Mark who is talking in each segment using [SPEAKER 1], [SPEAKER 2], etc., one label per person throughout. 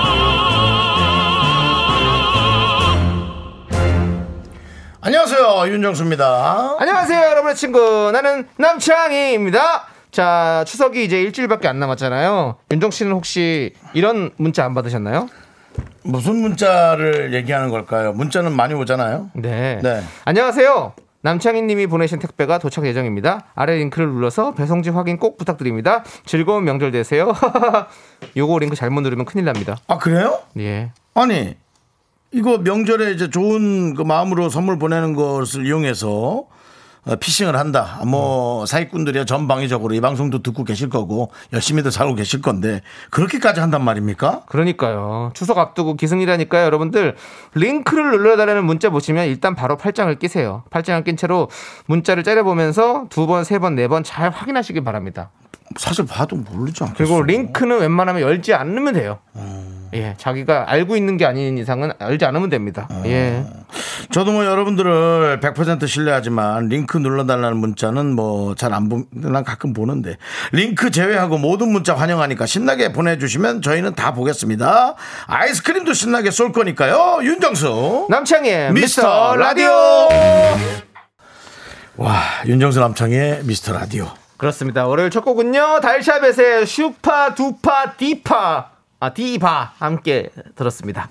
[SPEAKER 1] 안녕하세요 윤정수입니다.
[SPEAKER 2] 안녕하세요, 여러분의 친구. 나는 남창희입니다. 자, 추석이 이제 일주일밖에 안 남았잖아요. 윤정 씨는 혹시 이런 문자 안 받으셨나요?
[SPEAKER 1] 무슨 문자를 얘기하는 걸까요? 문자는 많이 오잖아요.
[SPEAKER 2] 네.
[SPEAKER 1] 네.
[SPEAKER 2] 안녕하세요. 남창희 님이 보내신 택배가 도착 예정입니다. 아래 링크를 눌러서 배송지 확인 꼭 부탁드립니다. 즐거운 명절 되세요. 요거 링크 잘못 누르면 큰일 납니다.
[SPEAKER 1] 아 그래요?
[SPEAKER 2] 예.
[SPEAKER 1] 아니 이거 명절에 이제 좋은 그 마음으로 선물 보내는 것을 이용해서 어, 피싱을 한다. 아,
[SPEAKER 2] 음.
[SPEAKER 1] 뭐 사기꾼들이야 전방위적으로 이 방송도 듣고 계실 거고 열심히들 살고 계실 건데 그렇게까지 한단 말입니까?
[SPEAKER 2] 그러니까요. 추석 앞두고 기승이라니까요, 여러분들. 링크를 눌러달라는 문자 보시면 일단 바로 팔짱을 끼세요. 팔짱을 낀 채로 문자를 째려보면서 두 번, 세 번, 네 번 잘 확인하시길 바랍니다.
[SPEAKER 1] 사실 봐도 모르지 않겠어.
[SPEAKER 2] 그리고 링크는 웬만하면 열지 않으면 돼요. 예, 자기가 알고 있는 게 아닌 이상은 알지 않으면 됩니다. 예.
[SPEAKER 1] 저도 뭐 여러분들을 100% 신뢰하지만 링크 눌러달라는 문자는 뭐 잘 안 보, 난 가끔 보는데 링크 제외하고 모든 문자 환영하니까 신나게 보내주시면 저희는 다 보겠습니다. 아이스크림도 신나게 쏠 거니까요. 윤정수
[SPEAKER 2] 남창희의
[SPEAKER 1] 미스터 라디오. 와 윤정수 남창의 미스터 라디오.
[SPEAKER 2] 그렇습니다. 월요일 첫 곡은요. 달샤벳의 슈파 두파 디파 아 디바 함께 들었습니다.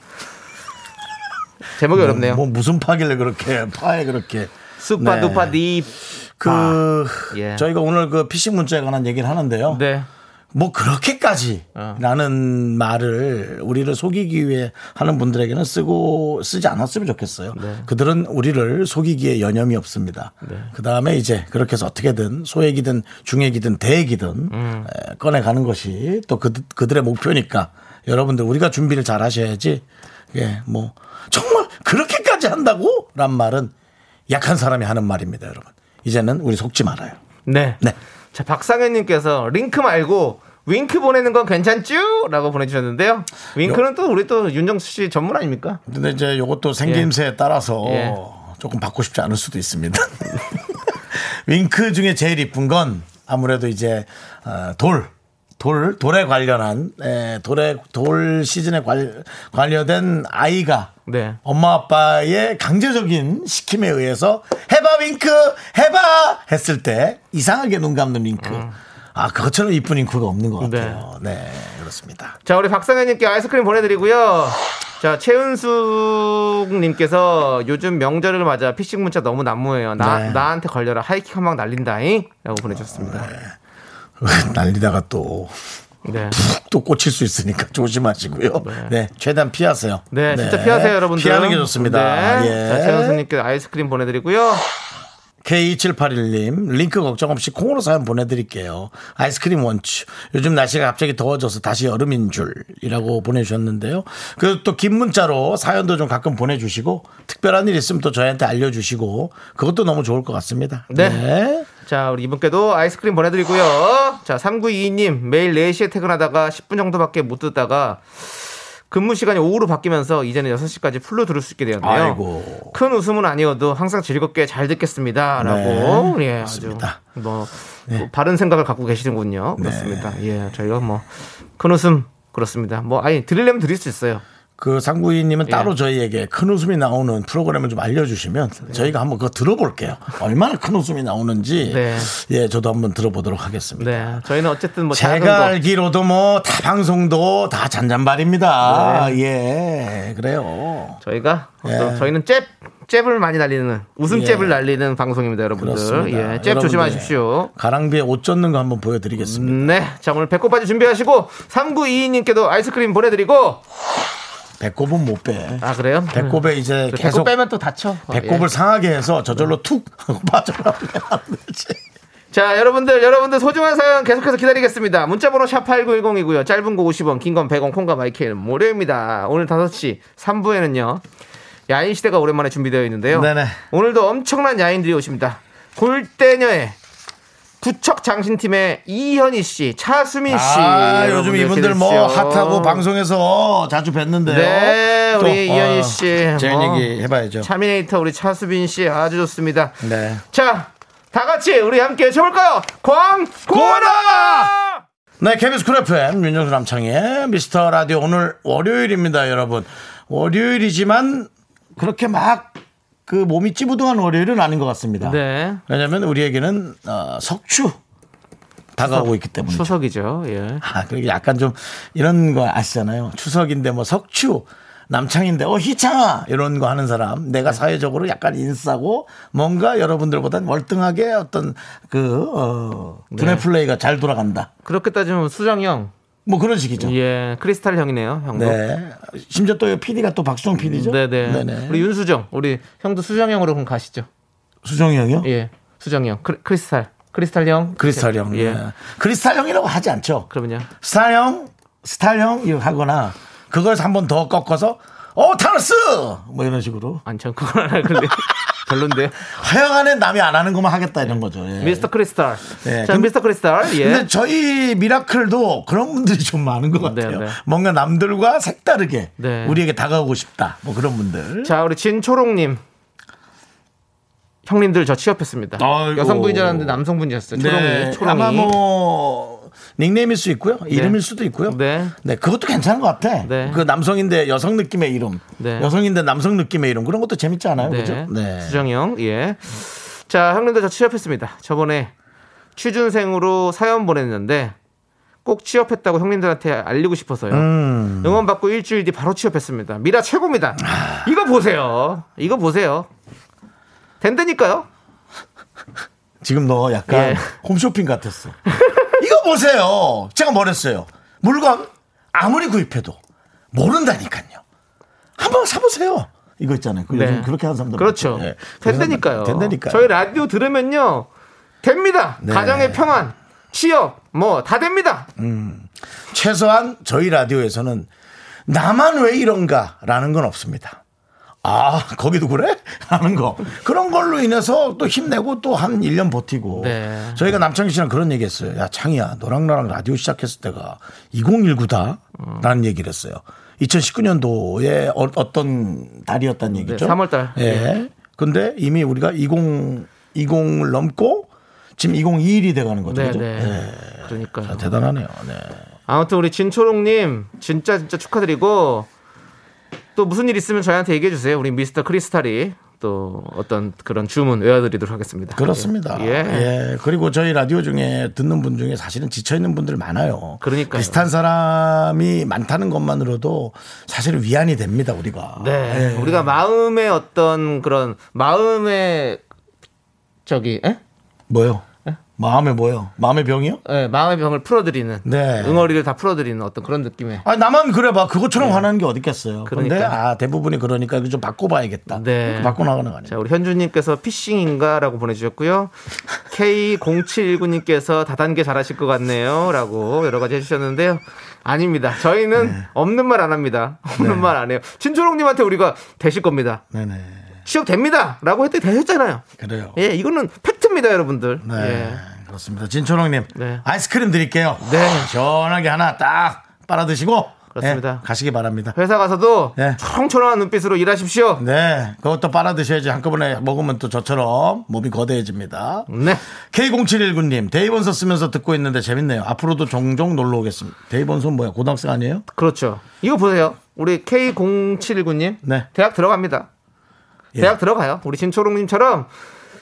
[SPEAKER 2] 제목이 어렵네요.
[SPEAKER 1] 뭐 무슨 파길래 그렇게 파에 그렇게.
[SPEAKER 2] 슈파
[SPEAKER 1] 네.
[SPEAKER 2] 두파 디.
[SPEAKER 1] 그
[SPEAKER 2] 예.
[SPEAKER 1] 저희가 오늘 그 피싱 문자에 관한 얘기를 하는데요.
[SPEAKER 2] 네.
[SPEAKER 1] 뭐 그렇게까지 라는 말을 우리를 속이기 위해 하는 분들에게는 쓰고 쓰지 않았으면 좋겠어요. 그들은 우리를 속이기에 여념이 없습니다. 그 다음에 이제 그렇게 해서 어떻게든 소액이든 중액이든 대액이든 에, 꺼내가는 것이 또 그, 그들의 목표니까 여러분들 우리가 준비를 잘 하셔야지 예, 뭐 정말 그렇게까지 한다고? 란 말은 약한 사람이 하는 말입니다, 여러분. 이제는 우리 속지 말아요.
[SPEAKER 2] 네.
[SPEAKER 1] 네.
[SPEAKER 2] 자, 박상현님께서 링크 말고 윙크 보내는 건 괜찮쥬? 라고 보내주셨는데요.
[SPEAKER 1] 네.
[SPEAKER 2] 윙크는 또 우리 또 윤정수 씨 전문 아닙니까?
[SPEAKER 1] 근데 이제 요것도 생김새에 따라서
[SPEAKER 2] 예.
[SPEAKER 1] 조금 받고 싶지 않을 수도 있습니다. 윙크 중에 제일 이쁜 건 아무래도 이제 어, 돌. 돌, 돌에 관련한, 에, 돌에, 돌 시즌에 관, 관련된 아이가
[SPEAKER 2] 네.
[SPEAKER 1] 엄마 아빠의 강제적인 시킴에 의해서 해봐 윙크! 해봐! 했을 때 이상하게 눈 감는 윙크.
[SPEAKER 2] 음.
[SPEAKER 1] 아, 그것처럼 이쁜 윙크가 없는 것 같아요. 네 그렇습니다.
[SPEAKER 2] 자, 우리 박상현님께 아이스크림 보내드리고요. 자, 최은숙님께서 요즘 명절을 맞아 피싱 문자 너무 난무해요. 나,
[SPEAKER 1] 네.
[SPEAKER 2] 나한테 걸려라. 하이킥 한 방 날린다잉? 라고 보내주셨습니다.
[SPEAKER 1] 네. 날리다가 또
[SPEAKER 2] 네.
[SPEAKER 1] 또 꽂힐 수 있으니까 조심하시고요. 네, 최대한 피하세요.
[SPEAKER 2] 네, 진짜 피하세요, 여러분들.
[SPEAKER 1] 피하는 게 좋습니다.
[SPEAKER 2] 네. 자,
[SPEAKER 1] 예.
[SPEAKER 2] 최은숙님께 아이스크림 보내드리고요.
[SPEAKER 1] K2781님, 링크 걱정 없이 콩으로 사연 보내드릴게요. 아이스크림 원추. 요즘 날씨가 갑자기 더워져서 다시 여름인 줄이라고 보내주셨는데요. 그리고 또 긴 문자로 사연도 좀 가끔 보내주시고, 특별한 일 있으면 또 저희한테 알려주시고, 그것도 너무 좋을 것 같습니다.
[SPEAKER 2] 네.
[SPEAKER 1] 네.
[SPEAKER 2] 자, 우리 이분께도 아이스크림 보내드리고요. 자, 3922님, 매일 4시에 퇴근하다가 10분 정도밖에 못 듣다가 근무 시간이 오후로 바뀌면서 이제는 6시까지 풀로 들을 수 있게 되었네요.
[SPEAKER 1] 아이고.
[SPEAKER 2] 큰 웃음은 아니어도 항상 즐겁게 잘 듣겠습니다. 라고.
[SPEAKER 1] 네,
[SPEAKER 2] 예, 아주
[SPEAKER 1] 맞습니다. 네.
[SPEAKER 2] 뭐, 뭐 바른 생각을 갖고 계시는군요. 그렇습니다. 예, 저희가 뭐, 큰 웃음. 그렇습니다. 뭐, 아니, 드리려면 드릴 수 있어요.
[SPEAKER 1] 그 상구이님은
[SPEAKER 2] 예.
[SPEAKER 1] 따로 저희에게 큰 웃음이 나오는 프로그램을 좀 알려주시면
[SPEAKER 2] 네.
[SPEAKER 1] 저희가 한번 그거 들어볼게요. 얼마나 큰 웃음이 나오는지
[SPEAKER 2] 네.
[SPEAKER 1] 예 저도 한번 들어보도록 하겠습니다.
[SPEAKER 2] 네. 저희는 어쨌든 뭐, 작은
[SPEAKER 1] 제가
[SPEAKER 2] 거.
[SPEAKER 1] 알기로도 뭐 다 방송도 다 잔잔발입니다.
[SPEAKER 2] 네.
[SPEAKER 1] 예 그래요.
[SPEAKER 2] 저희가 어떤
[SPEAKER 1] 예.
[SPEAKER 2] 저희는 잽 잽을 많이 날리는 웃음
[SPEAKER 1] 예.
[SPEAKER 2] 잽을 날리는 방송입니다, 여러분들.
[SPEAKER 1] 그렇습니다.
[SPEAKER 2] 예, 잽
[SPEAKER 1] 여러분들,
[SPEAKER 2] 조심하십시오.
[SPEAKER 1] 가랑비에 옷 젖는 거 한번 보여드리겠습니다.
[SPEAKER 2] 음, 네, 자 오늘 배꼽 바지 준비하시고 3922님께도 아이스크림 보내드리고
[SPEAKER 1] 배꼽은 못 빼.
[SPEAKER 2] 음. 아 그래요?
[SPEAKER 1] 배꼽에 이제
[SPEAKER 2] 음.
[SPEAKER 1] 계속
[SPEAKER 2] 배꼽 빼면 또 다쳐. 어,
[SPEAKER 1] 배꼽을
[SPEAKER 2] 예.
[SPEAKER 1] 상하게 해서 저절로 툭 하고 빠져나오면 안 되지.
[SPEAKER 2] 자 여러분들 여러분들 소중한 사연 계속해서 기다리겠습니다. 문자번호 샵 #8910이고요. 짧은 거 50원, 긴 건 100원, 콩과 마이크는 무료입니다. 오늘 5시 3부에는요. 야인 시대가 오랜만에 준비되어 있는데요.
[SPEAKER 1] 네네.
[SPEAKER 2] 오늘도 엄청난 야인들이 오십니다. 골대녀의 구척 장신팀의 이현희 씨, 차수민 씨.
[SPEAKER 1] 아, 요즘
[SPEAKER 2] 여러분들
[SPEAKER 1] 이분들 뭐
[SPEAKER 2] 기대해주시죠.
[SPEAKER 1] 핫하고 방송에서 자주 뵀는데요.
[SPEAKER 2] 네, 우리 이현희 씨.
[SPEAKER 1] 재밌는
[SPEAKER 2] 뭐.
[SPEAKER 1] 얘기 해봐야죠.
[SPEAKER 2] 차미네이터 우리 차수빈 씨 아주 좋습니다.
[SPEAKER 1] 네.
[SPEAKER 2] 자, 다 같이 우리 함께 쳐볼까요? 광고라!
[SPEAKER 1] 네, KBS 쿨 FM 윤정수 남창의 미스터 라디오 오늘 월요일입니다, 여러분. 월요일이지만 그렇게 막 그 몸이 찌부둥한 월요일은 아닌 것 같습니다.
[SPEAKER 2] 네.
[SPEAKER 1] 왜냐하면 우리에게는 어, 석추 다가오고 있기 때문에.
[SPEAKER 2] 추석이죠. 예.
[SPEAKER 1] 아, 그리고 약간 좀 이런 거 아시잖아요. 추석인데 뭐 석추, 남창인데 어 희창아 이런 거 하는 사람.
[SPEAKER 2] 네.
[SPEAKER 1] 내가 사회적으로 약간 인싸고 뭔가 여러분들보단 월등하게 어떤 그 어,
[SPEAKER 2] 네.
[SPEAKER 1] 두뇌 플레이가 잘 돌아간다.
[SPEAKER 2] 그렇게 따지면 수정 형.
[SPEAKER 1] 뭐 그런 식이죠.
[SPEAKER 2] 예. 크리스탈 형이네요. 형도.
[SPEAKER 1] 네. 심지어 또 PD가 또 박수종 PD죠.
[SPEAKER 2] 네네. 우리 윤수정. 우리 형도 수정 형으로 그럼 가시죠.
[SPEAKER 1] 수종이 형이요?
[SPEAKER 2] 예. 수정 형. 크리, 크리스탈. 크리스탈 형.
[SPEAKER 1] 크리스탈 형.
[SPEAKER 2] 예.
[SPEAKER 1] 네. 크리스탈 형이라고 하지 않죠.
[SPEAKER 2] 그러면요.
[SPEAKER 1] 스타 형, 스타 형 이거 하거나 그걸 한 번 더 꺾어서 어 타노스 뭐 이런 식으로
[SPEAKER 2] 아니, 전 그걸 안 할건데. 별론데.
[SPEAKER 1] 하여간에 남이 안 하는 것만 하겠다 이런 거죠. 예.
[SPEAKER 2] 미스터 크리스탈.
[SPEAKER 1] 네,
[SPEAKER 2] 자,
[SPEAKER 1] 근-
[SPEAKER 2] 미스터 크리스탈. 예.
[SPEAKER 1] 근데 저희 미라클도 그런 분들이 좀 많은 것
[SPEAKER 2] 네,
[SPEAKER 1] 같아요.
[SPEAKER 2] 네.
[SPEAKER 1] 뭔가 남들과 색다르게
[SPEAKER 2] 네.
[SPEAKER 1] 우리에게 다가오고 싶다. 뭐 그런 분들.
[SPEAKER 2] 자 우리 진초롱님 형님들 저 취업했습니다.
[SPEAKER 1] 아이고.
[SPEAKER 2] 여성분인 줄 알았는데 남성분이셨어요. 초롱이
[SPEAKER 1] 네,
[SPEAKER 2] 초롱이.
[SPEAKER 1] 아마 뭐 닉네임일 수 있고요. 이름일 수도 있고요.
[SPEAKER 2] 네.
[SPEAKER 1] 그것도 괜찮은 것 같아.
[SPEAKER 2] 네.
[SPEAKER 1] 그 남성인데 여성 느낌의 이름.
[SPEAKER 2] 네.
[SPEAKER 1] 여성인데 남성 느낌의 이름. 그런 것도 재밌지 않아요?
[SPEAKER 2] 네.
[SPEAKER 1] 그죠? 네.
[SPEAKER 2] 수정이 형 예. 자 형님들 저 취업했습니다. 저번에 취준생으로 사연 보냈는데 꼭 취업했다고 형님들한테 알리고 싶어서요.
[SPEAKER 1] 음.
[SPEAKER 2] 응원 받고 일주일 뒤 바로 취업했습니다. 미라 최고입니다. 이거 보세요. 이거 보세요. 된다니까요.
[SPEAKER 1] 지금 너 약간
[SPEAKER 2] 예.
[SPEAKER 1] 홈쇼핑 같았어. 이거 보세요. 제가 뭐랬어요. 물건 아무리 구입해도 모른다니까요. 한번 사보세요. 이거 있잖아요. 그 요즘 그렇게 하는 사람들.
[SPEAKER 2] 네. 그렇죠.
[SPEAKER 1] 많죠. 예. 그런 사람들
[SPEAKER 2] 된다니까요.
[SPEAKER 1] 된다니까요.
[SPEAKER 2] 저희 라디오 들으면요. 됩니다.
[SPEAKER 1] 네. 음,
[SPEAKER 2] 가정의 평안, 취업, 뭐 다 됩니다.
[SPEAKER 1] 최소한 저희 라디오에서는 나만 왜 이런가라는 건 없습니다. 아, 거기도 그래? 하는 거. 그런 걸로 인해서 또 힘내고 또 한 1년 버티고.
[SPEAKER 2] 네.
[SPEAKER 1] 저희가 남창희 씨랑 그런 얘기 했어요. 야, 창희야, 너랑 나랑 라디오 시작했을 때가 2019다? 라는 얘기를 했어요. 2019년도에 어, 떤 달이었단 얘기죠.
[SPEAKER 2] 네, 3월 달.
[SPEAKER 1] 예. 근데 이미 우리가 20, 20을 넘고 지금 2021이 돼가는 거죠.
[SPEAKER 2] 네,
[SPEAKER 1] 그죠?
[SPEAKER 2] 네.
[SPEAKER 1] 예.
[SPEAKER 2] 그러니까요.
[SPEAKER 1] 대단하네요. 네.
[SPEAKER 2] 아무튼 우리 진초롱님 진짜 진짜 축하드리고 또 무슨 일 있으면 저희한테 얘기해 주세요. 우리 미스터 크리스탈이 또 어떤 그런 주문 외워드리도록 하겠습니다.
[SPEAKER 1] 그렇습니다.
[SPEAKER 2] 예.
[SPEAKER 1] 예. 그리고 저희 라디오 중에 듣는 분 중에 사실은 지쳐 있는 분들 많아요.
[SPEAKER 2] 그러니까요.
[SPEAKER 1] 비슷한 사람이 많다는 것만으로도 사실 위안이 됩니다. 우리가.
[SPEAKER 2] 네.
[SPEAKER 1] 예.
[SPEAKER 2] 우리가 마음의 어떤 그런 마음의 저기 에?
[SPEAKER 1] 뭐요? 마음에 뭐요? 마음의 병이요?
[SPEAKER 2] 예, 마음의 병을 풀어드리는
[SPEAKER 1] 네.
[SPEAKER 2] 응어리를 다 풀어드리는 어떤 그런 느낌의
[SPEAKER 1] 아 나만 그래봐. 그것처럼 화나는 게 어딨겠어요. 그런데
[SPEAKER 2] 예. 그러니까요.
[SPEAKER 1] 아 대부분이 그러니까 이거 좀 바꿔봐야겠다.
[SPEAKER 2] 네.
[SPEAKER 1] 이렇게 바꿔 나가는 거 아니에요?
[SPEAKER 2] 자, 우리 현주님께서 피싱인가? 라고 보내주셨고요. K0719님께서 다단계 잘하실 것 같네요. 라고 여러 가지 해주셨는데요. 아닙니다. 저희는
[SPEAKER 1] 네.
[SPEAKER 2] 없는 말 안 합니다. 없는 말 안 해요. 진초롱님한테 우리가 되실 겁니다.
[SPEAKER 1] 네네.
[SPEAKER 2] 취업됩니다! 라고 했더니 되셨잖아요.
[SPEAKER 1] 그래요.
[SPEAKER 2] 예, 이거는 팩트입니다, 여러분들.
[SPEAKER 1] 네.
[SPEAKER 2] 예.
[SPEAKER 1] 그렇습니다. 진초롱님
[SPEAKER 2] 네.
[SPEAKER 1] 아이스크림 드릴게요.
[SPEAKER 2] 네.
[SPEAKER 1] 시원하게 하나 딱 빨아 드시고
[SPEAKER 2] 그렇습니다.
[SPEAKER 1] 예, 가시기 바랍니다.
[SPEAKER 2] 회사 가서도
[SPEAKER 1] 네.
[SPEAKER 2] 초롱초롱한 눈빛으로 일하십시오.
[SPEAKER 1] 네, 그것도 빨아 드셔야지 한꺼번에 먹으면 또 저처럼 몸이 거대해집니다.
[SPEAKER 2] 네.
[SPEAKER 1] K0719님, 데이번서 쓰면서 듣고 있는데 재밌네요. 앞으로도 종종 놀러 오겠습니다. 데이번서 뭐야? 고등학생 아니에요?
[SPEAKER 2] 그렇죠. 이거 보세요. 우리 K0719님.
[SPEAKER 1] 네.
[SPEAKER 2] 대학 들어갑니다.
[SPEAKER 1] 예.
[SPEAKER 2] 대학 들어가요. 우리 진초롱님처럼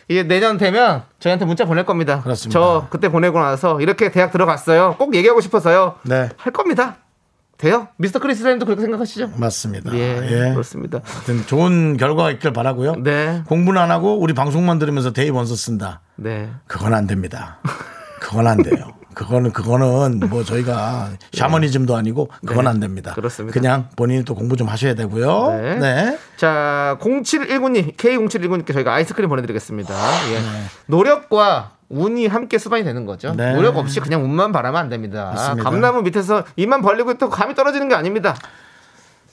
[SPEAKER 2] 이제 내년 되면 저희한테 문자 보낼 겁니다.
[SPEAKER 1] 그렇습니다.
[SPEAKER 2] 저 그때 보내고 나서 이렇게 대학 들어갔어요. 꼭 얘기하고 싶어서요.
[SPEAKER 1] 네.
[SPEAKER 2] 할 겁니다. 돼요? 미스터 크리스님도 그렇게 생각하시죠?
[SPEAKER 1] 맞습니다.
[SPEAKER 2] 예,
[SPEAKER 1] 예.
[SPEAKER 2] 그렇습니다.
[SPEAKER 1] 하여튼 좋은 결과가 있길 바라고요.
[SPEAKER 2] 네.
[SPEAKER 1] 공부는 안 하고 우리 방송만 들으면서 데이번서 쓴다.
[SPEAKER 2] 네.
[SPEAKER 1] 그건 안 됩니다. 그건 안 돼요. 그거는 그거는 뭐 저희가 샤머니즘도 아니고 그건 안 됩니다.
[SPEAKER 2] 예. 네, 그렇습니다.
[SPEAKER 1] 그냥 본인이 또 공부 좀 하셔야 되고요.
[SPEAKER 2] 네.
[SPEAKER 1] 네.
[SPEAKER 2] 자, 0719님, K0719님께 저희가 아이스크림 보내드리겠습니다. 예. 노력과 운이 함께 수반이 되는 거죠.
[SPEAKER 1] 네.
[SPEAKER 2] 노력 없이 그냥 운만 바라면 안 됩니다.
[SPEAKER 1] 맞습니다.
[SPEAKER 2] 감나무 밑에서 입만 벌리고 있다고 감이 떨어지는 게 아닙니다.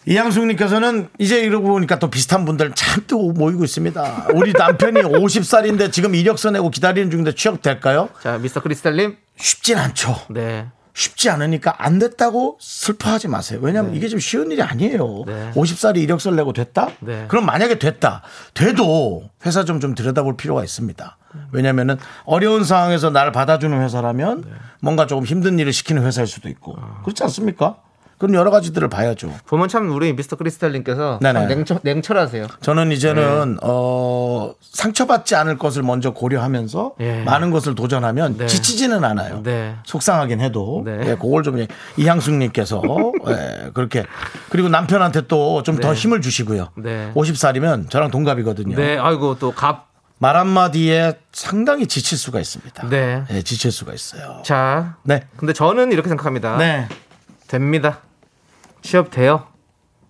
[SPEAKER 1] 이양숙님께서는 이제 이러고 보니까 또 비슷한 분들 참 또 모이고 있습니다. 우리 남편이 50살인데 지금 이력서 내고 기다리는 중인데 취업될까요?
[SPEAKER 2] 자, 미스터 크리스탈님.
[SPEAKER 1] 쉽진 않죠.
[SPEAKER 2] 네.
[SPEAKER 1] 쉽지 않으니까 안 됐다고 슬퍼하지 마세요. 왜냐하면 이게 좀 쉬운 일이 아니에요.
[SPEAKER 2] 네.
[SPEAKER 1] 50살이 이력서를 내고 됐다?
[SPEAKER 2] 네.
[SPEAKER 1] 그럼 만약에 됐다. 돼도 회사 좀 좀 들여다볼 필요가 있습니다. 왜냐면은 어려운 상황에서 날 받아주는 회사라면
[SPEAKER 2] 네.
[SPEAKER 1] 뭔가 조금 힘든 일을 시키는 회사일 수도 있고.
[SPEAKER 2] 아.
[SPEAKER 1] 그렇지 않습니까? 그럼 여러 가지들을 봐야죠.
[SPEAKER 2] 보면 참 우리 미스터 크리스탈님께서
[SPEAKER 1] 네네.
[SPEAKER 2] 참 냉철, 냉철하세요.
[SPEAKER 1] 저는
[SPEAKER 2] 네.
[SPEAKER 1] 이제는 어 상처받지 않을 것을 먼저 고려하면서
[SPEAKER 2] 예.
[SPEAKER 1] 많은 것을 도전하면
[SPEAKER 2] 네.
[SPEAKER 1] 지치지는 않아요.
[SPEAKER 2] 네.
[SPEAKER 1] 속상하긴 해도
[SPEAKER 2] 네.
[SPEAKER 1] 예, 그걸 좀 예, 이향숙님께서 예, 그렇게 그리고 남편한테 또 좀 더 힘을 주시고요.
[SPEAKER 2] 네.
[SPEAKER 1] 50살이면 저랑 동갑이거든요.
[SPEAKER 2] 네. 아이고 또 갑.
[SPEAKER 1] 말 한마디에 상당히 지칠 수가 있습니다.
[SPEAKER 2] 네.
[SPEAKER 1] 예, 지칠 수가 있어요.
[SPEAKER 2] 자.
[SPEAKER 1] 네.
[SPEAKER 2] 근데 저는 이렇게 생각합니다.
[SPEAKER 1] 네.
[SPEAKER 2] 됩니다. 취업 돼요.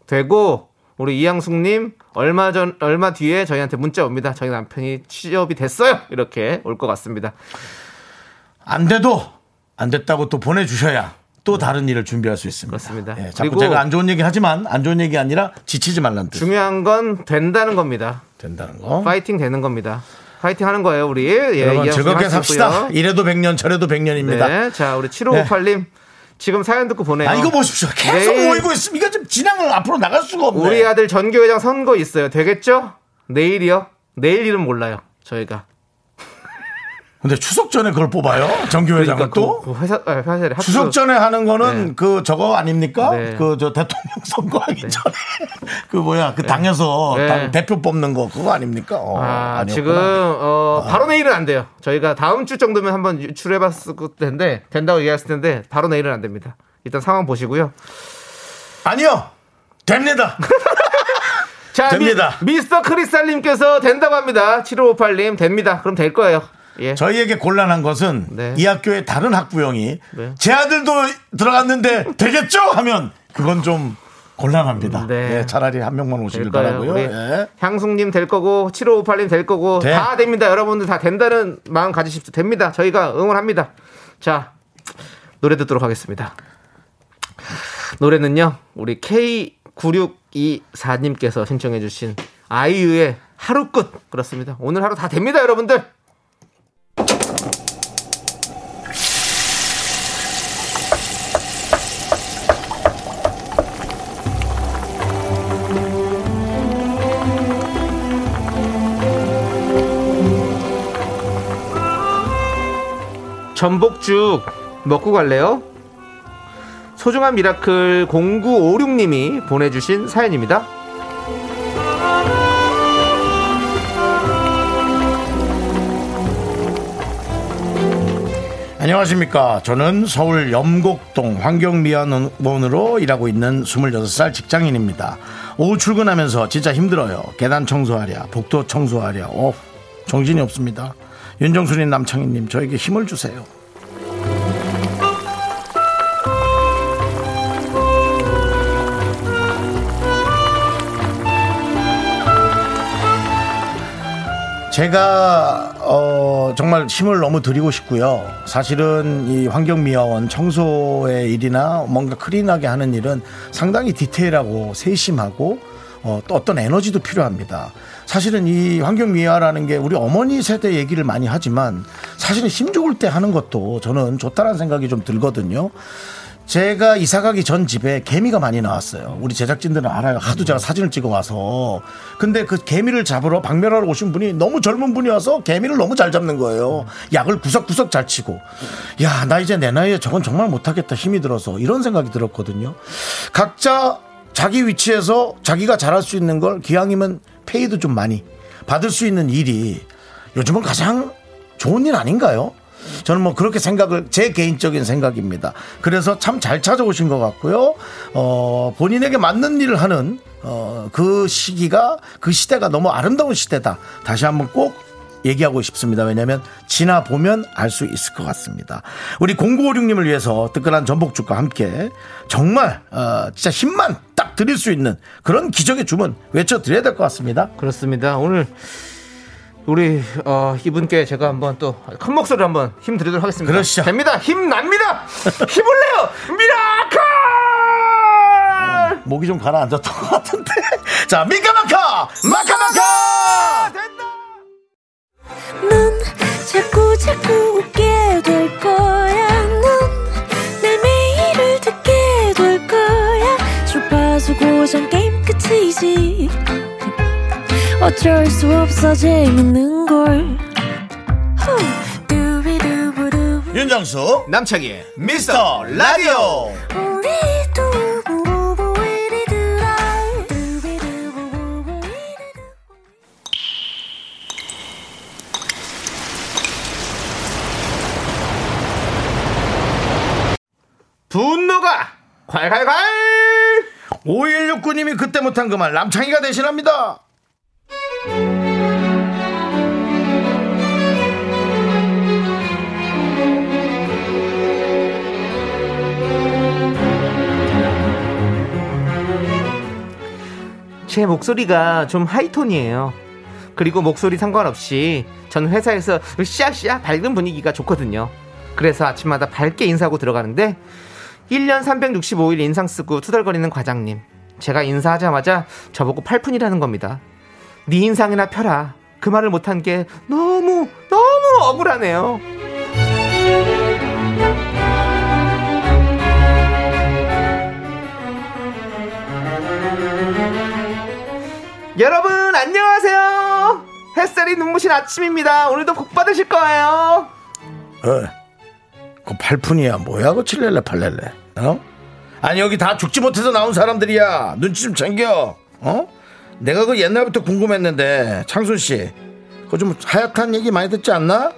[SPEAKER 2] 되고 우리 이양숙님 얼마 전 얼마 뒤에 저희한테 문자 옵니다. 저희 남편이 취업이 됐어요. 이렇게 올 것 같습니다.
[SPEAKER 1] 안 돼도 안 됐다고 또 보내주셔야 또 다른 일을 준비할 수 있습니다.
[SPEAKER 2] 그렇습니다.
[SPEAKER 1] 예, 자꾸
[SPEAKER 2] 그리고-
[SPEAKER 1] 제가 안 좋은 얘기 하지만 안 좋은 얘기 아니라 지치지 말란 뜻
[SPEAKER 2] 중요한 건 된다는 겁니다.
[SPEAKER 1] 된다는 거.
[SPEAKER 2] 파이팅 되는 겁니다. 파이팅 하는 거예요, 우리. 예,
[SPEAKER 1] 여러분
[SPEAKER 2] 이양숙님
[SPEAKER 1] 즐겁게
[SPEAKER 2] 할수
[SPEAKER 1] 삽시다.
[SPEAKER 2] 있고요.
[SPEAKER 1] 이래도 100년 저래도 100년입니다.
[SPEAKER 2] 네. 자, 우리 7558님 지금 사연 듣고 보내요.
[SPEAKER 1] 아 이거 보십시오. 계속
[SPEAKER 2] 네.
[SPEAKER 1] 모이고 있으면 이거 좀 진행을 앞으로 나갈 수가 없네.
[SPEAKER 2] 우리 아들 전교회장 선거 있어요. 되겠죠? 내일이요? 내일 이름 몰라요. 저희가.
[SPEAKER 1] 근데 추석 전에 그걸 뽑아요. 정교회장은 또
[SPEAKER 2] 그, 그 회사 아, 회사에 합수-
[SPEAKER 1] 추석 전에 하는 거는
[SPEAKER 2] 네.
[SPEAKER 1] 그 저거 아닙니까?
[SPEAKER 2] 네.
[SPEAKER 1] 그 저 대통령 선거하기 전에 그 뭐야 그 당에서
[SPEAKER 2] 네.
[SPEAKER 1] 당 대표 뽑는 거 그거 아닙니까? 어, 아니었구나.
[SPEAKER 2] 아,
[SPEAKER 1] 아.
[SPEAKER 2] 지금 어, 바로 내일은 안 돼요. 저희가 다음 주 정도면 한번 유출해 봤을 텐데 된다고 얘기했을 텐데 바로 내일은 안 됩니다. 일단 상황 보시고요.
[SPEAKER 1] 아니요 됩니다.
[SPEAKER 2] 자,
[SPEAKER 1] 됩니다.
[SPEAKER 2] 미, 미스터 크리스탈 님께서 된다고 합니다. 7558 님, 됩니다. 그럼 될 거예요. 예.
[SPEAKER 1] 저희에게 곤란한 것은
[SPEAKER 2] 네.
[SPEAKER 1] 이 학교의 다른 학부형이
[SPEAKER 2] 네.
[SPEAKER 1] 제 아들도 들어갔는데 되겠죠 하면 그건 좀 곤란합니다.
[SPEAKER 2] 네.
[SPEAKER 1] 예, 차라리 한 명만
[SPEAKER 2] 될
[SPEAKER 1] 오시길
[SPEAKER 2] 거예요.
[SPEAKER 1] 바라고요.
[SPEAKER 2] 우리
[SPEAKER 1] 예. 네.
[SPEAKER 2] 향숙님 될 거고 7558님 될 거고
[SPEAKER 1] 돼.
[SPEAKER 2] 다 됩니다. 여러분들 다 된다는 마음 가지십시오. 됩니다. 저희가 응원합니다. 자 노래 듣도록 하겠습니다. 노래는요 우리 K9624님께서 신청해주신 아이유의 하루 끝 그렇습니다. 오늘 하루 다 됩니다, 여러분들. 전복죽 먹고 갈래요? 소중한 미라클 0956님이 보내주신 사연입니다.
[SPEAKER 1] 안녕하십니까. 저는 서울 염곡동 환경미화원으로 일하고 있는 26살 직장인입니다. 오후 출근하면서 진짜 힘들어요. 계단 청소하랴, 복도 청소하랴, 어, 정신이 없습니다. 윤정수님, 남창희님, 저에게 힘을 주세요. 제가 어, 정말 힘을 너무 드리고 싶고요. 사실은 이 환경미화원 청소의 일이나 뭔가 클린하게 하는 일은 상당히 디테일하고 세심하고 어, 또 어떤 에너지도 필요합니다. 사실은 이 환경미화라는 게 우리 어머니 세대 얘기를 많이 하지만 사실은 힘 좋을 때 하는 것도 저는 좋다라는 생각이 좀 들거든요. 제가 이사 가기 전 집에 개미가 많이 나왔어요. 우리 제작진들은 알아요. 하도 제가 사진을 찍어 와서. 근데 그 개미를 잡으러 박멸하러 오신 분이 너무 젊은 분이 와서 개미를 너무 잘 잡는 거예요. 약을 구석구석 잘 치고. 야, 나 이제 내 나이에 저건 정말 못하겠다. 힘이 들어서. 이런 생각이 들었거든요. 각자 자기 위치에서 자기가 잘할 수 있는 걸 기왕이면 페이도 좀 많이 받을 수 있는 일이 요즘은 가장 좋은 일 아닌가요? 저는 뭐 그렇게 생각을 제 개인적인 생각입니다. 그래서 참 잘 찾아오신 것 같고요. 어, 본인에게 맞는 일을 하는 어, 그 시기가 그 시대가 너무 아름다운 시대다. 다시 한번 꼭 얘기하고 싶습니다. 왜냐하면 지나 보면 알 수 있을 것 같습니다. 우리 0956님을 위해서 뜨끈한 전복죽과 함께 정말 어, 진짜 힘만 딱 드릴 수 있는 그런 기적의 주문 외쳐드려야 될 것 같습니다.
[SPEAKER 2] 그렇습니다. 오늘 우리 어, 이분께 제가 한번 또 큰 목소리로 한번 힘 드리도록 하겠습니다.
[SPEAKER 1] 그러시죠.
[SPEAKER 2] 됩니다. 힘 납니다. 힘을 내요. 미라클!
[SPEAKER 1] 목이 좀 가라앉았던 것 같은데. 자, 미카마카! 마카마카!
[SPEAKER 3] 넌 자꾸 자꾸 웃게 될 거야. 넌내 매일을 듣게 될 거야. 주파수 고정 게임 끝이지. 어쩔 수 없어 재밌는 걸. 후. 두비두부두.
[SPEAKER 1] 윤정수,
[SPEAKER 2] 남창희의
[SPEAKER 1] 미스터 라디오!
[SPEAKER 3] 우리 두부부부 우리 두라. 두비두부부부 우리 두라.
[SPEAKER 2] 분노가 콸콸콸
[SPEAKER 1] 5169님이 그때 못한 그 말 남창희가 대신합니다.
[SPEAKER 2] 제 목소리가 좀 하이톤이에요. 그리고 목소리 상관없이 전 회사에서 씨앗씨앗 밝은 분위기가 좋거든요. 그래서 아침마다 밝게 인사하고 들어가는데 1년 365일 인상 쓰고 투덜거리는 과장님. 제가 인사하자마자 저보고 팔푼이라는 겁니다. 네 인상이나 펴라. 그 말을 못한 게 너무 너무 억울하네요. 여러분 안녕하세요. 햇살이 눈부신 아침입니다. 오늘도 복 받으실 거예요.
[SPEAKER 1] 어, 그 팔푼이야 뭐야 그 칠렐레 팔렐레 어? 아니 여기 다 죽지 못해서 나온 사람들이야 눈치 좀 챙겨 어? 내가 그 옛날부터 궁금했는데 창순 씨 그거 좀 하얗단 얘기 많이 듣지 않나?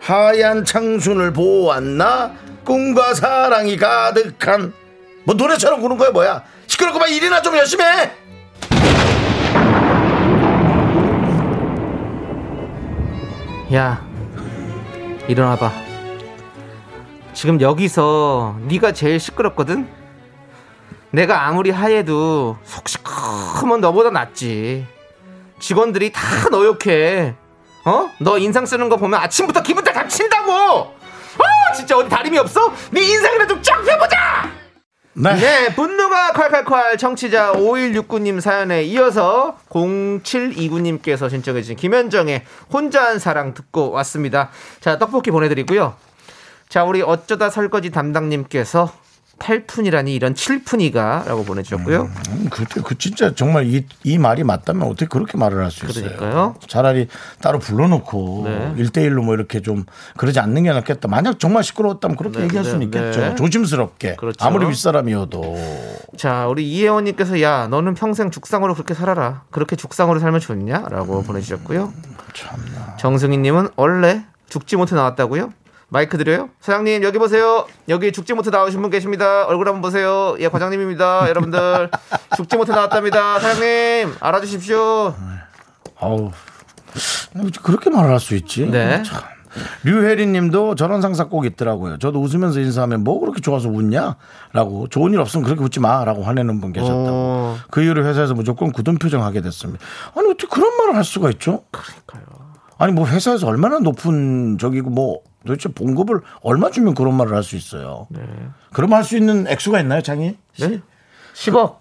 [SPEAKER 1] 하얀 창순을 보았나? 꿈과 사랑이 가득한 뭐 노래처럼 부는 거야 뭐야 시끄럽고만 일이나 좀 열심히 해
[SPEAKER 2] 야 일어나봐 지금 여기서 네가 제일 시끄럽거든 내가 아무리 하얘도 속 시커먼 너보다 낫지 직원들이 다 너 욕해 어? 너 인상 쓰는 거 보면 아침부터 기분 다 닥친다고 어 진짜 어디 다름이 없어? 네 인상이나 좀 쫙 펴보자 네, 분노가 콸콸콸 청취자 5169님 사연에 이어서 0729님께서 신청해주신 김현정의 혼자한 사랑 듣고 왔습니다. 자, 떡볶이 보내드리고요. 자, 우리 어쩌다 설거지 담당님께서 8푼이라니 이런 7푼이가 라고 보내주셨고요.
[SPEAKER 1] 음, 그때 그 진짜 정말 이, 이 말이 맞다면 어떻게 그렇게 말을 할 수 있어요?
[SPEAKER 2] 그러니까요.
[SPEAKER 1] 차라리 따로 불러놓고
[SPEAKER 2] 네.
[SPEAKER 1] 일대일로뭐 이렇게 좀 그러지 않는 게 낫겠다. 만약 정말 시끄러웠다면 그렇게
[SPEAKER 2] 네,
[SPEAKER 1] 얘기할
[SPEAKER 2] 네,
[SPEAKER 1] 수는 있겠죠.
[SPEAKER 2] 네.
[SPEAKER 1] 조심스럽게.
[SPEAKER 2] 그렇죠.
[SPEAKER 1] 아무리 윗사람이어도.
[SPEAKER 2] 자, 우리 이혜원님께서 야, 너는 평생 죽상으로 그렇게 살아라. 그렇게 죽상으로 살면 좋냐? 라고 보내주셨고요.
[SPEAKER 1] 참나.
[SPEAKER 2] 정승희님은 원래 죽지 못해 나왔다고요? 마이크 드려요? 사장님 여기 보세요. 여기 죽지 못해 나오신 분 계십니다. 얼굴 한번 보세요. 예 과장님입니다. 여러분들 죽지 못해 나왔답니다. 사장님 알아주십시오.
[SPEAKER 1] 아우. 어떻게 그렇게 말을 할 수 있지?
[SPEAKER 2] 네.
[SPEAKER 1] 참. 류혜리 님도 저런 상사 꼭 있더라고요. 저도 웃으면서 인사하면 뭐 그렇게 좋아서 웃냐? 라고 좋은 일 없으면 그렇게 웃지 마. 라고 화내는 분 계셨다고.
[SPEAKER 2] 어,
[SPEAKER 1] 그 이후로 회사에서 무조건 굳은 표정 하게 됐습니다. 아니 어떻게 그런 말을 할 수가 있죠?
[SPEAKER 2] 그러니까요.
[SPEAKER 1] 아니 뭐 회사에서 얼마나 높은 적이고 뭐 도대체 봉급을 얼마 주면 그런 말을 할 수 있어요. 그럼 할 수 있는 액수가 있나요, 장이?
[SPEAKER 2] 네? 10억,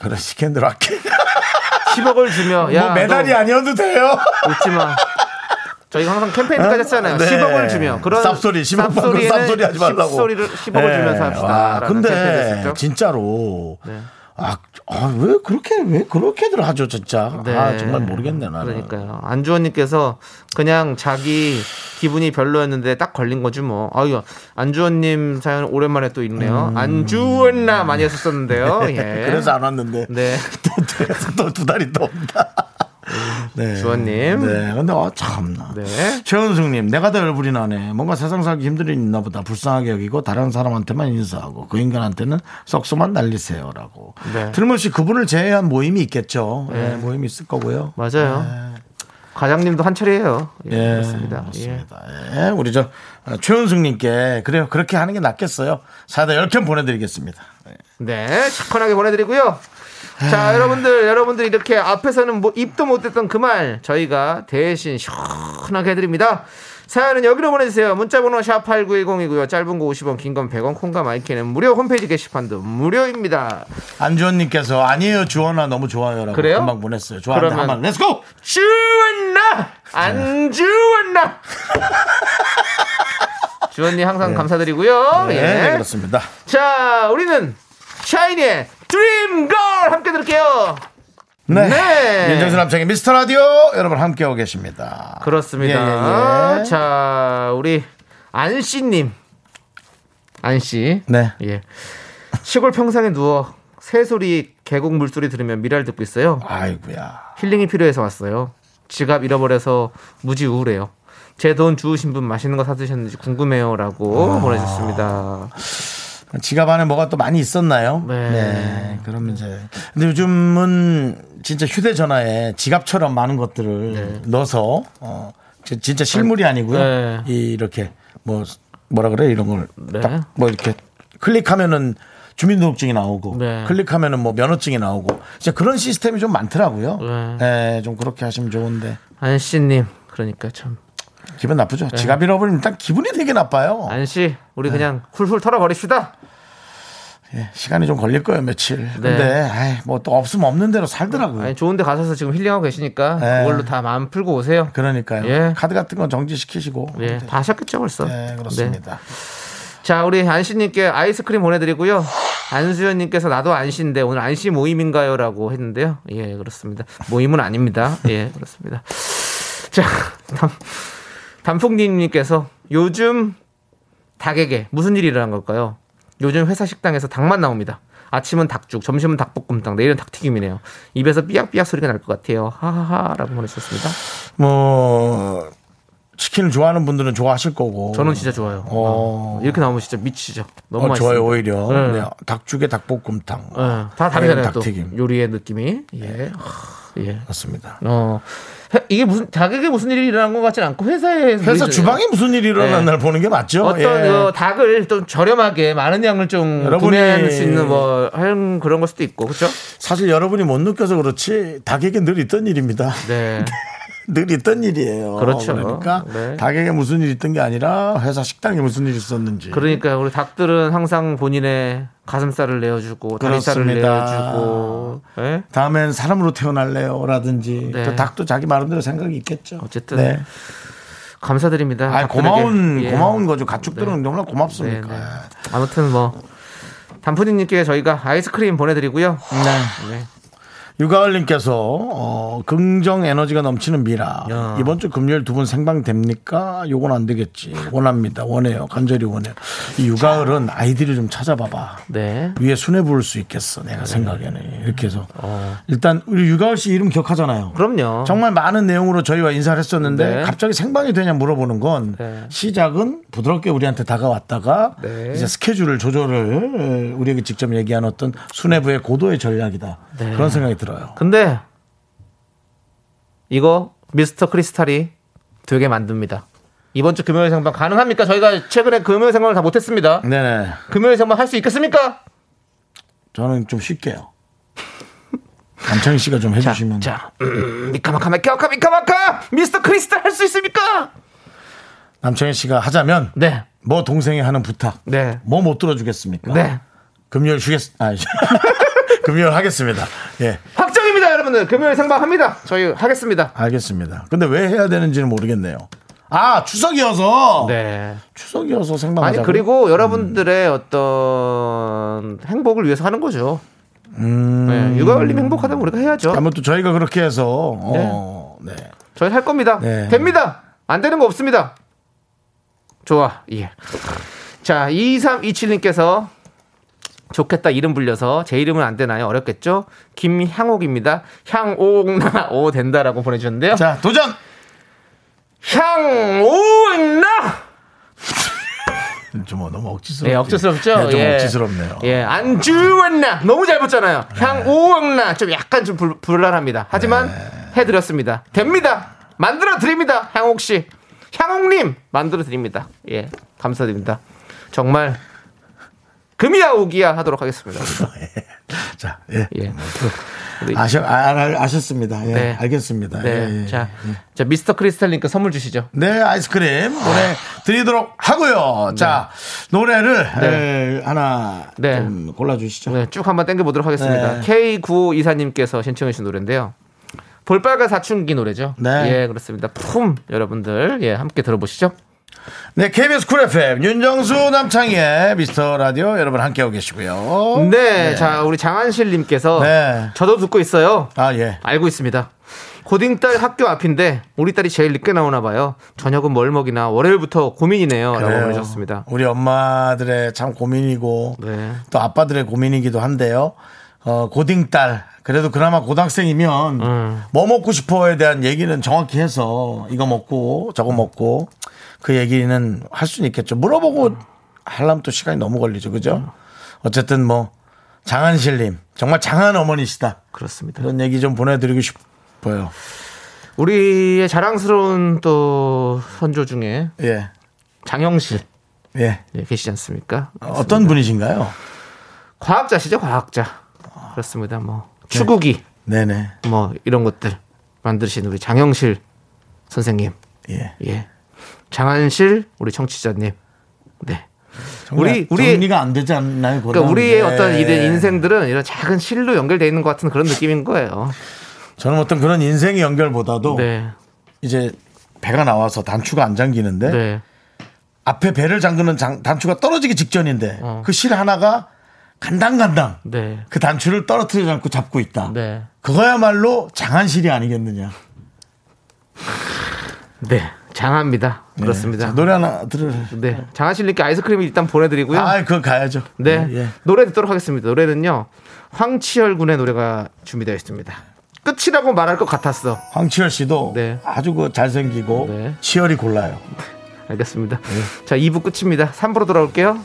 [SPEAKER 1] 그래 시캔들 할게.
[SPEAKER 2] 10억을 주며 야
[SPEAKER 1] 뭐 메달이
[SPEAKER 2] 너
[SPEAKER 1] 아니어도 돼요.
[SPEAKER 2] 웃지 마. 저희가 항상 캠페인까지 했잖아요.
[SPEAKER 1] 네.
[SPEAKER 2] 10억을 주며 그런
[SPEAKER 1] 쌉소리, 10억 받고 쌉소리 하지 말라고.
[SPEAKER 2] 10소리를 10억을
[SPEAKER 1] 네.
[SPEAKER 2] 주면서 합시다.
[SPEAKER 1] 와,
[SPEAKER 2] 라는 캠페인을
[SPEAKER 1] 근데
[SPEAKER 2] 했었죠. 네.
[SPEAKER 1] 진짜로 아, 아, 왜 그렇게 왜 그렇게들 하죠, 진짜. 아, 정말 모르겠네 나는.
[SPEAKER 2] 그러니까요. 안주원님께서 그냥 자기 기분이 별로였는데 딱 걸린 거지 뭐. 아유, 안주원님 사연 오랜만에 또 있네요. 안주원나 많이 했었었는데요. 예.
[SPEAKER 1] 음. 네, 그래서 안 왔는데.
[SPEAKER 2] 네.
[SPEAKER 1] 또두 달이 또 온다. 네.
[SPEAKER 2] 음, 주원님.
[SPEAKER 1] 네. 근데 아 참나.
[SPEAKER 2] 네.
[SPEAKER 1] 최은숙님, 내가 더 열불이 나네. 뭔가 세상 살기 힘든 일 있나 보다. 불쌍하게 여기고 다른 사람한테만 인사하고 그 인간한테는 썩소만 날리세요라고.
[SPEAKER 2] 네.
[SPEAKER 1] 틀림없이 그분을 제외한 모임이 있겠죠. 예, 모임이 있을 거고요.
[SPEAKER 2] 맞아요. 과장님도 한 차례예요. 예,
[SPEAKER 1] 예,
[SPEAKER 2] 그렇습니다. 예.
[SPEAKER 1] 네. 맞습니다. 예, 우리 저 어, 최은숙님께 그래요. 그렇게 하는 게 낫겠어요. 사다 열0 보내드리겠습니다. 네.
[SPEAKER 2] 네, 시원하게 보내드리고요.
[SPEAKER 1] 아.
[SPEAKER 2] 자, 여러분들, 여러분들 이렇게 앞에서는 뭐 입도 못했던 그 말 저희가 대신 시원하게 해드립니다. 사연은 여기로 보내주세요. 문자번호 샵 8910이고요. 짧은 거 50원, 긴 건 100원, 콩과 마이키는 무료 홈페이지 게시판도 무료입니다.
[SPEAKER 1] 안주원님께서 아니에요 주원아 너무 좋아요라고
[SPEAKER 2] 그래요?
[SPEAKER 1] 금방 보냈어요. 좋아한다
[SPEAKER 2] 그러면-
[SPEAKER 1] 한번 렛츠고.
[SPEAKER 2] 주웠나? 안 주웠나? 주원님 항상 감사드리고요.
[SPEAKER 1] 네,
[SPEAKER 2] 예.
[SPEAKER 1] 네 그렇습니다.
[SPEAKER 2] 자, 우리는 샤이니의 드림걸 함께 들을게요.
[SPEAKER 1] 네.
[SPEAKER 2] 네.
[SPEAKER 1] 윤정수 남창의 미스터 라디오 여러분 함께하고 계십니다.
[SPEAKER 2] 그렇습니다.
[SPEAKER 1] 예, 예, 예.
[SPEAKER 2] 자, 우리 안씨님. 안씨.
[SPEAKER 1] 네.
[SPEAKER 2] 예. 시골 평상에 누워 새소리, 계곡 물소리 들으면 미랄 듣고 있어요.
[SPEAKER 1] 아이고야.
[SPEAKER 2] 힐링이 필요해서 왔어요. 지갑 잃어버려서 무지 우울해요. 제 돈 주우신 분 맛있는 거 사드셨는지 궁금해요라고
[SPEAKER 1] 아.
[SPEAKER 2] 보내주셨습니다.
[SPEAKER 1] 지갑 안에 뭐가 또 많이 있었나요?
[SPEAKER 2] 네.
[SPEAKER 1] 그러면 이제 근데 요즘은 진짜 휴대전화에 지갑처럼 많은 것들을 넣어서 어, 지- 진짜 실물이 아니고요.
[SPEAKER 2] 네.
[SPEAKER 1] 이- 이렇게 뭐 뭐라 그래 이런 걸
[SPEAKER 2] 네.
[SPEAKER 1] 딱 뭐 이렇게 클릭하면은 주민등록증이 나오고
[SPEAKER 2] 네.
[SPEAKER 1] 클릭하면은 뭐 면허증이 나오고 진짜 그런 시스템이 좀 많더라고요.
[SPEAKER 2] 네.
[SPEAKER 1] 네, 좀 그렇게 하시면 좋은데
[SPEAKER 2] 안씨님, 그러니까 참
[SPEAKER 1] 기분 나쁘죠.
[SPEAKER 2] 네.
[SPEAKER 1] 지갑 잃어버리면 일단 기분이 되게 나빠요.
[SPEAKER 2] 안씨, 우리
[SPEAKER 1] 네.
[SPEAKER 2] 그냥 훌훌 털어버립시다.
[SPEAKER 1] 시간이 좀 걸릴 거예요 며칠.
[SPEAKER 2] 네.
[SPEAKER 1] 근데 뭐 또 없으면 없는 대로 살더라고요.
[SPEAKER 2] 아니 좋은데 가셔서 지금 힐링하고 계시니까
[SPEAKER 1] 네.
[SPEAKER 2] 그걸로 다 마음 풀고 오세요.
[SPEAKER 1] 그러니까요.
[SPEAKER 2] 예.
[SPEAKER 1] 카드 같은 건 정지시키시고.
[SPEAKER 2] 예, 다 하셨겠죠 벌써.
[SPEAKER 1] 그러니까. 네, 그렇습니다.
[SPEAKER 2] 네. 자, 우리 안씨님께 아이스크림 보내드리고요. 안수현님께서 나도 안씨인데 오늘 안씨 모임인가요?라고 했는데요. 예, 그렇습니다. 모임은 아닙니다. 예, 그렇습니다. 자, 담, 단풍님님께서 요즘 닭에게 무슨 일이 일어난 걸까요? 요즘 회사 식당에서 닭만 나옵니다. 아침은 닭죽, 점심은 닭볶음탕, 내일은 닭튀김이네요. 입에서 삐약삐약 소리가 날 것 같아요. 하하하라고 보내셨습니다.
[SPEAKER 1] 뭐 치킨을 좋아하는 분들은 좋아하실 거고.
[SPEAKER 2] 저는 진짜 좋아요.
[SPEAKER 1] 어.
[SPEAKER 2] 어, 이렇게 나오면 진짜 미치죠. 너무
[SPEAKER 1] 어,
[SPEAKER 2] 맛있어요.
[SPEAKER 1] 좋아요 오히려.
[SPEAKER 2] 네.
[SPEAKER 1] 네, 닭죽에 닭볶음탕.
[SPEAKER 2] 예, 다
[SPEAKER 1] 아니면
[SPEAKER 2] 다르잖아요. 또
[SPEAKER 1] 네. 닭튀김. 네.
[SPEAKER 2] 요리의 느낌이. 예. 하, 예.
[SPEAKER 1] 그렇습니다.
[SPEAKER 2] 어. 해- 이게 무슨 자기게 무슨 일이 일어난 것 같진 않고 회사에
[SPEAKER 1] 회사
[SPEAKER 2] 일이잖아요.
[SPEAKER 1] 주방에 무슨 일이 일어난
[SPEAKER 2] 네.
[SPEAKER 1] 날 보는 게 맞죠?
[SPEAKER 2] 어떤
[SPEAKER 1] 예.
[SPEAKER 2] 그 닭을 좀 저렴하게 많은 양을 좀
[SPEAKER 1] 여러분이-
[SPEAKER 2] 구매할 수 있는 뭐 하는 그런 걸 수도 있고 그렇죠?
[SPEAKER 1] 사실 여러분이 못 느껴서 그렇지 닭에게 늘 있던 일입니다.
[SPEAKER 2] 네.
[SPEAKER 1] 늘 있던 일이에요.
[SPEAKER 2] 그렇죠.
[SPEAKER 1] 그러니까
[SPEAKER 2] 네.
[SPEAKER 1] 닭에게 무슨 일이 있던 게 아니라 회사 식당에 무슨 일이 있었는지.
[SPEAKER 2] 그러니까 우리 닭들은 항상 본인의 가슴살을 내어주고 다리살을
[SPEAKER 1] 그렇습니다.
[SPEAKER 2] 내어주고 예?
[SPEAKER 1] 다음엔 사람으로 태어날래요라든지
[SPEAKER 2] 네.
[SPEAKER 1] 또 닭도 자기 마음대로 생각이 있겠죠.
[SPEAKER 2] 어쨌든
[SPEAKER 1] 네.
[SPEAKER 2] 감사드립니다.
[SPEAKER 1] 아
[SPEAKER 2] 닭들에게.
[SPEAKER 1] 고마운
[SPEAKER 2] 예.
[SPEAKER 1] 고마운 거죠. 가축들은
[SPEAKER 2] 네.
[SPEAKER 1] 너무나 고맙습니까. 예.
[SPEAKER 2] 네, 네. 아무튼 뭐 단푸님께 저희가 아이스크림 보내드리고요. 네.
[SPEAKER 1] 유가을님께서 어, 긍정 에너지가 넘치는 미라
[SPEAKER 2] 야.
[SPEAKER 1] 이번 주 금요일 두 분 생방 됩니까? 요건 안 되겠지. 원합니다. 원해요. 간절히 원해요. 이 유가을은 아이디를 좀 찾아봐봐.
[SPEAKER 2] 네.
[SPEAKER 1] 위에 순회 부를 수 있겠어. 내가 생각에는 이렇게 해서
[SPEAKER 2] 어.
[SPEAKER 1] 일단 우리 유가을 씨 이름 기억하잖아요.
[SPEAKER 2] 그럼요.
[SPEAKER 1] 정말 많은 내용으로 저희와 인사를 했었는데
[SPEAKER 2] 어. 네.
[SPEAKER 1] 갑자기 생방이 되냐 물어보는 건
[SPEAKER 2] 네.
[SPEAKER 1] 시작은 부드럽게 우리한테 다가왔다가
[SPEAKER 2] 네.
[SPEAKER 1] 이제 스케줄을 조절을 우리에게 직접 얘기한 어떤 수뇌부의 고도의 전략이다
[SPEAKER 2] 네.
[SPEAKER 1] 그런 생각이 들어요.
[SPEAKER 2] 근데 이거 미스터 크리스탈이 되게 만듭니다. 이번 주 금요일 생방 가능합니까? 저희가 최근에 금요일 생방을 다 못했습니다.
[SPEAKER 1] 네네
[SPEAKER 2] 금요일 생방 할 수 있겠습니까?
[SPEAKER 1] 저는 좀 쉴게요. 남창희 씨가 좀 해주시면
[SPEAKER 2] 자, 음, 미카마카마카마카 미카마카 미스터 크리스탈 할 수 있습니까?
[SPEAKER 1] 남창희 씨가 하자면
[SPEAKER 2] 네,
[SPEAKER 1] 뭐 동생이 하는 부탁
[SPEAKER 2] 네,
[SPEAKER 1] 뭐 못 들어주겠습니까?
[SPEAKER 2] 네.
[SPEAKER 1] 금요일 쉬겠 아 금요일 하겠습니다. 예
[SPEAKER 2] 확정입니다, 여러분들. 금요일 생방 합니다. 저희 하겠습니다.
[SPEAKER 1] 알겠습니다. 근데 왜 해야 되는지는 모르겠네요. 아 추석이어서
[SPEAKER 2] 네.
[SPEAKER 1] 추석이어서 생방하자.
[SPEAKER 2] 아니 그리고 여러분들의 어떤 행복을 위해서 하는 거죠.
[SPEAKER 1] 음.
[SPEAKER 2] 네, 육아올림 행복하다면 우리가 해야죠.
[SPEAKER 1] 아무튼 저희가 그렇게 해서 어, 네.
[SPEAKER 2] 저희 할 겁니다.
[SPEAKER 1] 네.
[SPEAKER 2] 됩니다. 안 되는 거 없습니다. 좋아. 예. 자, 2327님께서 좋겠다 이름 불려서 제 이름은 안 되나요? 어렵겠죠? 김향옥입니다. 향옥나 오 된다라고 보내주셨는데요.
[SPEAKER 1] 자 도전.
[SPEAKER 2] 향옥나
[SPEAKER 1] 좀뭐 너무 억지스럽.
[SPEAKER 2] 네, 억지스럽죠?
[SPEAKER 1] 좀
[SPEAKER 2] 예.
[SPEAKER 1] 억지스럽네요.
[SPEAKER 2] 예, 안주원나 너무 잘 붙잖아요. 향오왕나 좀 약간 좀 불, 불란합니다. 하지만
[SPEAKER 1] 네.
[SPEAKER 2] 해드렸습니다. 됩니다. 만들어 드립니다. 향옥 씨, 향옥님 만들어 드립니다. 예, 감사드립니다. 정말 금이야 오기야 하도록 하겠습니다.
[SPEAKER 1] 자, 예.
[SPEAKER 2] 예.
[SPEAKER 1] 아셔, 아, 아, 아셨습니다. 예,
[SPEAKER 2] 네.
[SPEAKER 1] 알겠습니다. 예,
[SPEAKER 2] 네.
[SPEAKER 1] 예.
[SPEAKER 2] 자, 자 미스터 크리스탈님께 선물 주시죠.
[SPEAKER 1] 네, 아이스크림 보내드리도록 하고요. 자, 노래를 에, 하나
[SPEAKER 2] 네.
[SPEAKER 1] 좀 골라주시죠.
[SPEAKER 2] 네, 쭉 한번 땡겨보도록
[SPEAKER 1] 네.
[SPEAKER 2] 하겠습니다. K95 이사님께서 신청해주신 노래인데요. 볼빨간 사춘기 노래죠.
[SPEAKER 1] 네.
[SPEAKER 2] 예, 그렇습니다. 품 여러분들 예 함께 들어보시죠.
[SPEAKER 1] 네, KBS 쿨 FM 윤정수 남창희의 미스터 라디오 여러분 함께하고 계시고요.
[SPEAKER 2] 네, 자 우리 장한실님께서
[SPEAKER 1] 어? 네.
[SPEAKER 2] 저도 듣고 있어요.
[SPEAKER 1] 아, 예.
[SPEAKER 2] 알고 있습니다. 고딩 딸 학교 앞인데 우리 딸이 제일 늦게 나오나 봐요. 저녁은 뭘 먹이나 월요일부터 고민이네요라고
[SPEAKER 1] 그래요.
[SPEAKER 2] 보내셨습니다.
[SPEAKER 1] 우리 엄마들의 참 고민이고
[SPEAKER 2] 네.
[SPEAKER 1] 또 아빠들의 고민이기도 한데요. 어, 고딩 딸 그래도 그나마 고등학생이면
[SPEAKER 2] 음.
[SPEAKER 1] 뭐 먹고 싶어에 대한 얘기는 정확히 해서 이거 먹고 저거 먹고 그 얘기는 할 수는 있겠죠. 물어보고 하려면 또 시간이 너무 걸리죠,
[SPEAKER 2] 음.
[SPEAKER 1] 그죠? 어쨌든 뭐 장한실님 정말 장한 어머니시다
[SPEAKER 2] 그렇습니다.
[SPEAKER 1] 그런 얘기 좀 보내드리고 싶어요.
[SPEAKER 2] 우리의 자랑스러운 또 선조 중에
[SPEAKER 1] 예,
[SPEAKER 2] 장영실
[SPEAKER 1] 예.
[SPEAKER 2] 예, 계시지 않습니까?
[SPEAKER 1] 어떤 분이신가요?
[SPEAKER 2] 과학자시죠, 과학자. 그렇습니다. 뭐 추구기
[SPEAKER 1] 네네.
[SPEAKER 2] 뭐 이런 것들 만드신 우리 장영실 선생님,
[SPEAKER 1] 예.
[SPEAKER 2] 예, 장한실 우리 청취자님, 네.
[SPEAKER 1] 정말
[SPEAKER 2] 우리- 우리-
[SPEAKER 1] 정리가 네. 안 되지 않나요? 예.
[SPEAKER 2] 그러니까
[SPEAKER 1] 그런
[SPEAKER 2] 우리의
[SPEAKER 1] 게?
[SPEAKER 2] 어떤 이런 인생들은 이런 작은 실로 연결되어 있는 것 같은 그런 느낌인 거예요.
[SPEAKER 1] 저는 어떤 그런 인생의 연결보다도
[SPEAKER 2] 네,
[SPEAKER 1] 이제 배가 나와서 단추가 안 잠기는데
[SPEAKER 2] 네,
[SPEAKER 1] 앞에 배를 잠그는 장- 단추가 떨어지기 직전인데 그 실 하나가 간당간당
[SPEAKER 2] 네,
[SPEAKER 1] 그 단추를 떨어뜨리지 않고 잡고 있다.
[SPEAKER 2] 네,
[SPEAKER 1] 그거야말로 장한실이 아니겠느냐.
[SPEAKER 2] 네. 장합니다.
[SPEAKER 1] 네. 자,
[SPEAKER 2] 그렇습니다.
[SPEAKER 1] 노래 하나 들을.
[SPEAKER 2] 네, 장한실님께 아이스크림 일단 보내드리고요.
[SPEAKER 1] 아, 그거 가야죠.
[SPEAKER 2] 네.
[SPEAKER 1] 예.
[SPEAKER 2] 노래 듣도록 하겠습니다. 노래는요. 황치열 군의 노래가 준비되어 있습니다. 끝이라고 말할 것 같았어.
[SPEAKER 1] 황치열 씨도
[SPEAKER 2] 네.
[SPEAKER 1] 아주 그 잘생기고
[SPEAKER 2] 네.
[SPEAKER 1] 치열이 골라요.
[SPEAKER 2] 알겠습니다. 자, 2부 끝입니다. 3부로 돌아올게요.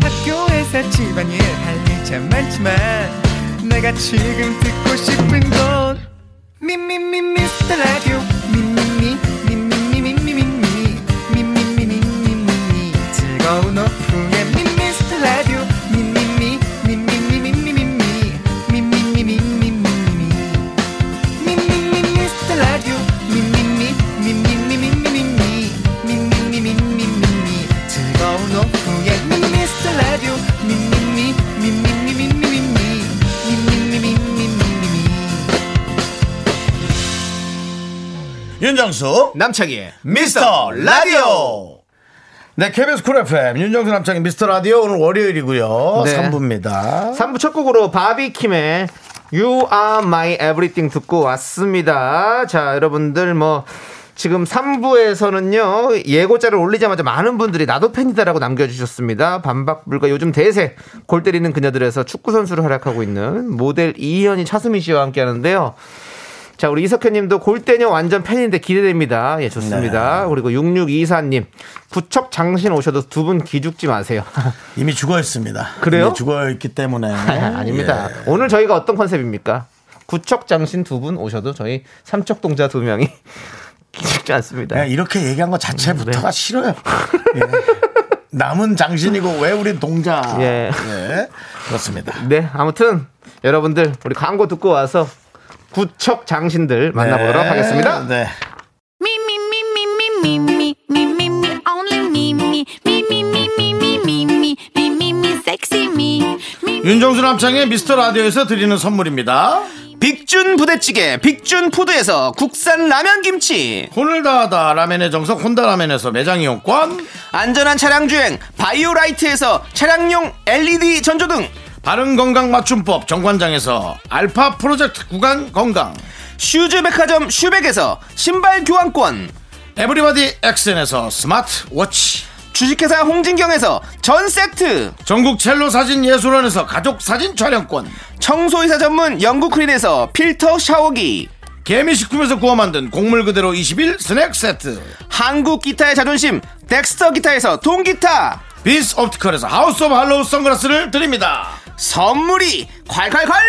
[SPEAKER 4] 학교에서 집안일 할 일 참 많지만 내가 지금 듣고 싶은 건 미미미 미스터 라디오 미미미 미미미 미미미 미미미 미미미 즐거운 오후에 미스터 라디오 미미미 미미미 미미미 미미미 미미미
[SPEAKER 1] 윤정수
[SPEAKER 2] 남창희의
[SPEAKER 1] 미스터 라디오. 네, KBS 쿨 FM 윤정수 남창의 미스터 라디오 오늘 월요일이고요.
[SPEAKER 2] 네.
[SPEAKER 1] 3부입니다.
[SPEAKER 2] 3부 첫 곡으로 바비킴의 You are my everything 듣고 왔습니다. 자, 여러분들 뭐 지금 3부에서는요, 예고자를 올리자마자 많은 분들이 나도 팬이다라고 남겨주셨습니다. 반박불가 요즘 대세, 골 때리는 그녀들에서 축구선수로 활약하고 있는 모델 이현이 차수민 씨와 함께 하는데요. 자, 우리 이석현님도 골대녀 완전 팬인데 기대됩니다. 예, 좋습니다. 그리고 6624님, 구척 장신 오셔도 두 분 기죽지 마세요.
[SPEAKER 1] 이미 죽어 있습니다.
[SPEAKER 2] 그래요?
[SPEAKER 1] 이미 죽어 있기 때문에
[SPEAKER 2] 아, 아닙니다.
[SPEAKER 1] 예.
[SPEAKER 2] 오늘 저희가 어떤 컨셉입니까? 구척 장신 두 분 오셔도 저희 삼척 동자 두 명이 쉽지 않습니다.
[SPEAKER 1] 그냥 예. 이렇게 얘기한 것 자체부터가
[SPEAKER 2] 네.
[SPEAKER 1] 싫어요. 예. 남은 장신이고 왜 우린 동자?
[SPEAKER 2] 예.
[SPEAKER 1] 예. 그렇습니다.
[SPEAKER 2] 네, 아무튼 여러분들 우리 광고 듣고 와서 구척 장신들 만나보도록
[SPEAKER 1] 네.
[SPEAKER 2] 하겠습니다.
[SPEAKER 1] 네.
[SPEAKER 3] Me, me, me, me, me, me, me, me, me, me, only me, me, me, me, me, me, me, me, me, me, me, me, sexy me. Me,
[SPEAKER 1] 윤정수 남창의 미스터 라디오에서 드리는 선물입니다.
[SPEAKER 5] 빅준 부대찌개 빅준 푸드에서 국산 라면 김치
[SPEAKER 1] 혼을 다하다 라멘의 정석 혼다 라멘에서 매장 이용권
[SPEAKER 5] 안전한 차량 주행 바이오라이트에서 차량용 LED 전조등
[SPEAKER 1] 바른 건강 맞춤법 정관장에서 알파 프로젝트 구간 건강
[SPEAKER 5] 슈즈 백화점 슈백에서 신발 교환권
[SPEAKER 1] 에브리바디 엑센에서 스마트 워치
[SPEAKER 5] 주식회사 홍진경에서 전 세트
[SPEAKER 1] 전국 첼로 사진 예술원에서 가족 사진 촬영권
[SPEAKER 5] 청소이사 전문 영국크린에서 필터 샤워기
[SPEAKER 1] 개미식품에서 구워 만든 곡물 그대로 21 스낵 세트
[SPEAKER 5] 한국 기타의 자존심 덱스터 기타에서 동기타
[SPEAKER 1] 비스 옵티컬에서 하우스 오브 할로우 선글라스를 드립니다
[SPEAKER 5] 선물이 콸콸콸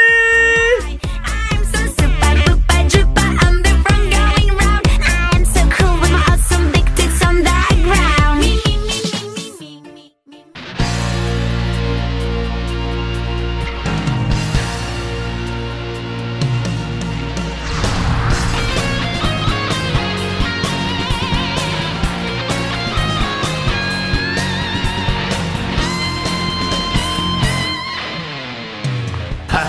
[SPEAKER 3] I'm so super, duper, duper, I'm the one going round. I'm so cool with my awesome big tits on the ground. Me, me, me, me, me, me, me.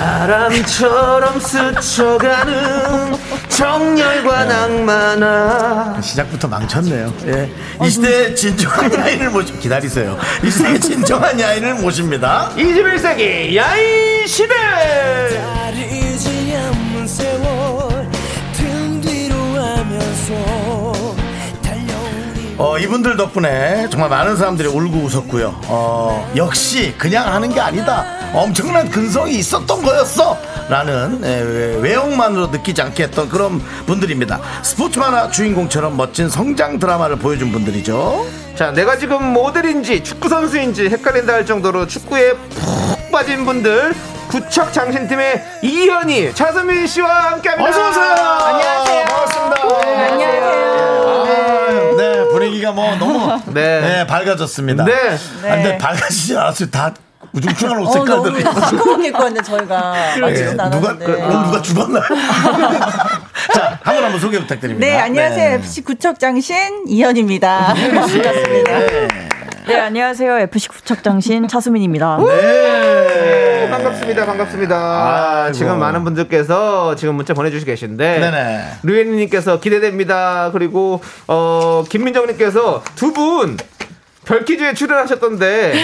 [SPEAKER 2] 바람처럼 스쳐가는 정열과 낭만아
[SPEAKER 1] 시작부터 망쳤네요. 예.
[SPEAKER 2] 어,
[SPEAKER 1] 이
[SPEAKER 2] 음.
[SPEAKER 1] 시대의 진정한 야인을 모십 기다리세요. 이 시대의 진정한 야인을 모십니다.
[SPEAKER 2] 21세기 야인 시대
[SPEAKER 1] 어, 이분들 덕분에 정말 많은 사람들이 울고 웃었고요. 어, 역시 그냥 하는 게 아니다. 엄청난 근성이 있었던 거였어. 라는 에, 외- 외형만으로 느끼지 않게 했던 그런 분들입니다. 스포츠 만화 주인공처럼 멋진 성장 드라마를 보여준 분들이죠.
[SPEAKER 2] 자 내가 지금 모델인지 축구선수인지 헷갈린다 할 정도로 축구에 푹 빠진 분들 구척 장신팀의 이현희 차선민 씨와 함께합니다
[SPEAKER 1] 어서오세요!
[SPEAKER 2] 안녕하세요
[SPEAKER 1] 반갑습니다. 안녕하세요. 네, 분위기가 뭐 너무
[SPEAKER 2] 네.
[SPEAKER 1] 네. 밝아졌습니다.
[SPEAKER 2] 네.
[SPEAKER 1] 아, 근데 밝아지지 않았어요. 다 우중충한 옷
[SPEAKER 6] 어, 너무
[SPEAKER 1] 색깔들이.
[SPEAKER 6] 시커먼 입고 왔네 저희가.
[SPEAKER 1] 예,
[SPEAKER 6] 맞지도
[SPEAKER 1] 누가
[SPEAKER 6] 않았는데.
[SPEAKER 1] 그, 오늘
[SPEAKER 7] 아.
[SPEAKER 1] 누가 죽었나요? 자, 한 분 한 분 소개 부탁드립니다.
[SPEAKER 7] 네, 안녕하세요. FC 구척장신 이현입니다. 반갑습니다.
[SPEAKER 1] 네.
[SPEAKER 7] 네, 안녕하세요. FC 구척장신 차수민입니다.
[SPEAKER 1] 네.
[SPEAKER 2] 네, 반갑습니다. 반갑습니다.
[SPEAKER 1] 아이고.
[SPEAKER 2] 지금 많은 분들께서 지금 문자 보내주시고 계신데
[SPEAKER 1] 네네.
[SPEAKER 2] 류현님께서 기대됩니다. 그리고 어, 김민정님께서 두 분 별퀴즈에 출연하셨던데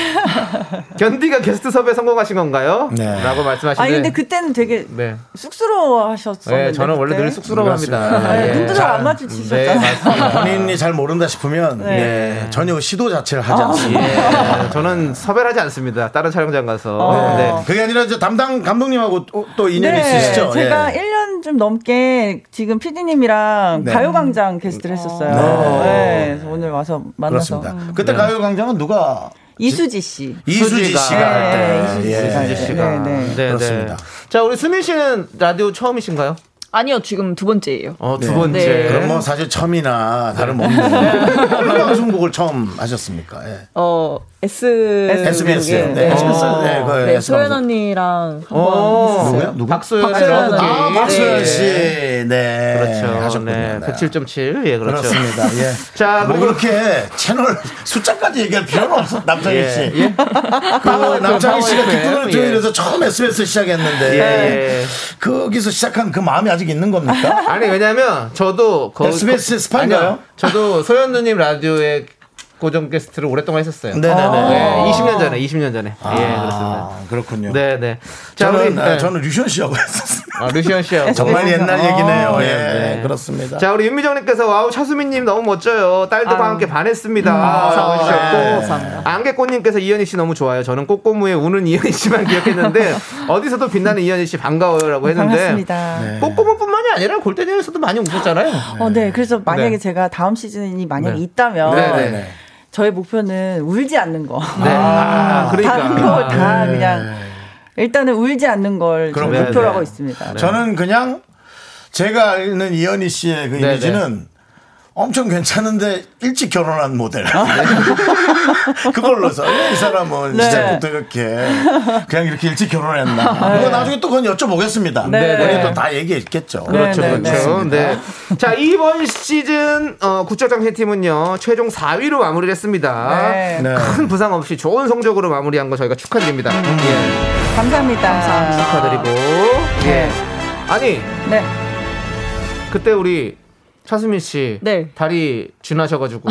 [SPEAKER 2] 견디가 게스트 섭외 성공하신 건가요?
[SPEAKER 1] 네.
[SPEAKER 2] 라고 말씀하시는데
[SPEAKER 7] 아니 근데 그때는 되게
[SPEAKER 2] 네.
[SPEAKER 7] 쑥스러워 하셨었는데.
[SPEAKER 2] 네, 저는 원래 늘 쑥스러워합니다.
[SPEAKER 7] 네,
[SPEAKER 2] 예.
[SPEAKER 7] 눈도 잘 안 마주치셨잖아요.
[SPEAKER 2] 네, 맞습니다.
[SPEAKER 1] 본인이 잘 모른다 싶으면
[SPEAKER 7] 네. 아.
[SPEAKER 1] 예, 전혀 시도 자체를 하지 않습니다.
[SPEAKER 2] 예, 저는 섭외를 하지 않습니다. 다른 촬영장 가서.
[SPEAKER 7] 어.
[SPEAKER 2] 네.
[SPEAKER 1] 그게 아니라 이제 담당 감독님하고 또, 또 인연이 있으시죠?
[SPEAKER 7] 네, 제가
[SPEAKER 1] 예.
[SPEAKER 7] 1년 좀 넘게 지금 PD님이랑
[SPEAKER 1] 네.
[SPEAKER 7] 가요광장 게스트를
[SPEAKER 8] 음.
[SPEAKER 7] 했었어요.
[SPEAKER 1] 네.
[SPEAKER 7] 네. 그래서 오늘 와서 만나서
[SPEAKER 1] 그렇습니다.
[SPEAKER 2] 음.
[SPEAKER 1] 그때 가요광장은 누가
[SPEAKER 7] 이수지 씨.
[SPEAKER 1] 이수지
[SPEAKER 2] 수지가.
[SPEAKER 1] 씨가 할 때.
[SPEAKER 7] 네, 이수지
[SPEAKER 1] 예.
[SPEAKER 7] 씨가 할
[SPEAKER 2] 이수지
[SPEAKER 7] 때.
[SPEAKER 2] 씨가.
[SPEAKER 7] 네, 네.
[SPEAKER 1] 그렇습니다.
[SPEAKER 2] 자, 우리 수민 씨는 라디오 처음이신가요?
[SPEAKER 8] 아니요, 지금 두 번째예요.
[SPEAKER 2] 어, 두
[SPEAKER 1] 네.
[SPEAKER 2] 번째.
[SPEAKER 8] 네.
[SPEAKER 1] 그럼 뭐 사실 처음이나
[SPEAKER 2] 네.
[SPEAKER 1] 다름없는 어느 방송국을 처음 하셨습니까? 예.
[SPEAKER 8] 어, S.
[SPEAKER 1] SBS. 요.
[SPEAKER 8] 네.
[SPEAKER 1] 네. SBS. 네, 그 SBS
[SPEAKER 8] 네,
[SPEAKER 1] 방송.
[SPEAKER 8] 소연 언니랑
[SPEAKER 2] 어,
[SPEAKER 1] 누구요? 누구?
[SPEAKER 2] 박소연
[SPEAKER 8] 박소연
[SPEAKER 2] 언니.
[SPEAKER 1] 아,
[SPEAKER 8] 아,
[SPEAKER 1] 박소연
[SPEAKER 2] 네.
[SPEAKER 1] 씨. 네.
[SPEAKER 2] 그렇죠.
[SPEAKER 1] 하셨군요.
[SPEAKER 2] 네.
[SPEAKER 1] 네.
[SPEAKER 2] 107.7. 예, 그렇죠.
[SPEAKER 1] 그렇습니다. 예.
[SPEAKER 2] 자,
[SPEAKER 1] 뭐
[SPEAKER 2] 그리고
[SPEAKER 1] 그렇게 채널 숫자까지 얘기할 필요는 없어. 남창희
[SPEAKER 2] 예,
[SPEAKER 1] 씨.
[SPEAKER 2] 예.
[SPEAKER 1] 그 남창희 씨가
[SPEAKER 2] 방어
[SPEAKER 1] 기쁨을
[SPEAKER 2] FM,
[SPEAKER 1] 조율해서 처음 SBS 시작했는데
[SPEAKER 2] 예.
[SPEAKER 1] 거기서 시작한 그 마음이 아직 있는 겁니까?
[SPEAKER 2] 아니, 왜냐면 저도 거-
[SPEAKER 1] SBS
[SPEAKER 2] 거-
[SPEAKER 1] 스파인가요?
[SPEAKER 2] 아니요. 저도 소연 누님 라디오에 고정 게스트를 오랫동안 했었어요.
[SPEAKER 1] 네네네.
[SPEAKER 2] 네, 20년 전에, 20년 전에. 예, 그렇습니다.
[SPEAKER 1] 아, 그렇군요.
[SPEAKER 2] 네, 네. 자,
[SPEAKER 1] 저는
[SPEAKER 2] 우리
[SPEAKER 1] 아,
[SPEAKER 2] 네.
[SPEAKER 1] 저는 류시언 씨하고 했었어요.
[SPEAKER 2] 아, 루시언 씨하고
[SPEAKER 1] 정말 옛날 얘기네요. 예,
[SPEAKER 2] 네.
[SPEAKER 1] 네, 그렇습니다.
[SPEAKER 2] 자 우리 윤미정님께서 와우 차수민님 너무 멋져요 딸들과
[SPEAKER 1] 아.
[SPEAKER 2] 함께 반했습니다
[SPEAKER 1] 음.
[SPEAKER 2] 라고
[SPEAKER 1] 감사합니다.
[SPEAKER 8] 네.
[SPEAKER 2] 해주셨고 안개꽃님께서 이현희 씨 너무 좋아요 저는 꽃고무에 우는 이현희 씨만 기억했는데 어디서도 빛나는 이현희 씨 반가워요라고 했는데
[SPEAKER 7] 반갑습니다. 네.
[SPEAKER 2] 꽃고무뿐만이 아니라 골대전에서도 많이 웃었잖아요
[SPEAKER 7] 어, 네. 그래서 만약에
[SPEAKER 2] 네.
[SPEAKER 7] 제가 다음 시즌이 만약에
[SPEAKER 2] 네.
[SPEAKER 7] 있다면
[SPEAKER 2] 네, 네,
[SPEAKER 1] 네.
[SPEAKER 7] 저의 목표는 울지 않는 거.
[SPEAKER 2] 네. 아, 그러니까
[SPEAKER 7] 다른 거 다
[SPEAKER 1] 네.
[SPEAKER 7] 그냥 일단은 울지 않는 걸 지금
[SPEAKER 1] 그럼요.
[SPEAKER 7] 목표로
[SPEAKER 2] 네.
[SPEAKER 7] 하고 있습니다.
[SPEAKER 1] 저는 그냥 제가 아는 이현희 씨의 그
[SPEAKER 2] 네네.
[SPEAKER 1] 이미지는 엄청 괜찮은데 일찍 결혼한 모델. 그걸로서 왜 이 사람은
[SPEAKER 7] 네.
[SPEAKER 1] 시작부터 이렇게 그냥 이렇게 일찍 결혼했나. 그거 나중에 또 그건 여쭤보겠습니다.
[SPEAKER 7] 네.
[SPEAKER 1] 우리 또다 얘기했겠죠.
[SPEAKER 2] 그렇죠,
[SPEAKER 7] 네, 네,
[SPEAKER 2] 그렇죠. 네. 자, 이번 시즌 어, 구척장신 팀은요 최종 4위로 마무리를 했습니다.
[SPEAKER 7] 네.
[SPEAKER 1] 네.
[SPEAKER 2] 큰 부상 없이 좋은 성적으로 마무리한 거 저희가 축하드립니다.
[SPEAKER 7] 음.
[SPEAKER 2] 예,
[SPEAKER 7] 감사합니다.
[SPEAKER 2] 축하드리고. 예.
[SPEAKER 7] 네.
[SPEAKER 2] 아니,
[SPEAKER 7] 네.
[SPEAKER 2] 그때 우리 차수민 씨
[SPEAKER 8] 네. 음,
[SPEAKER 2] 다리 지나셔가지고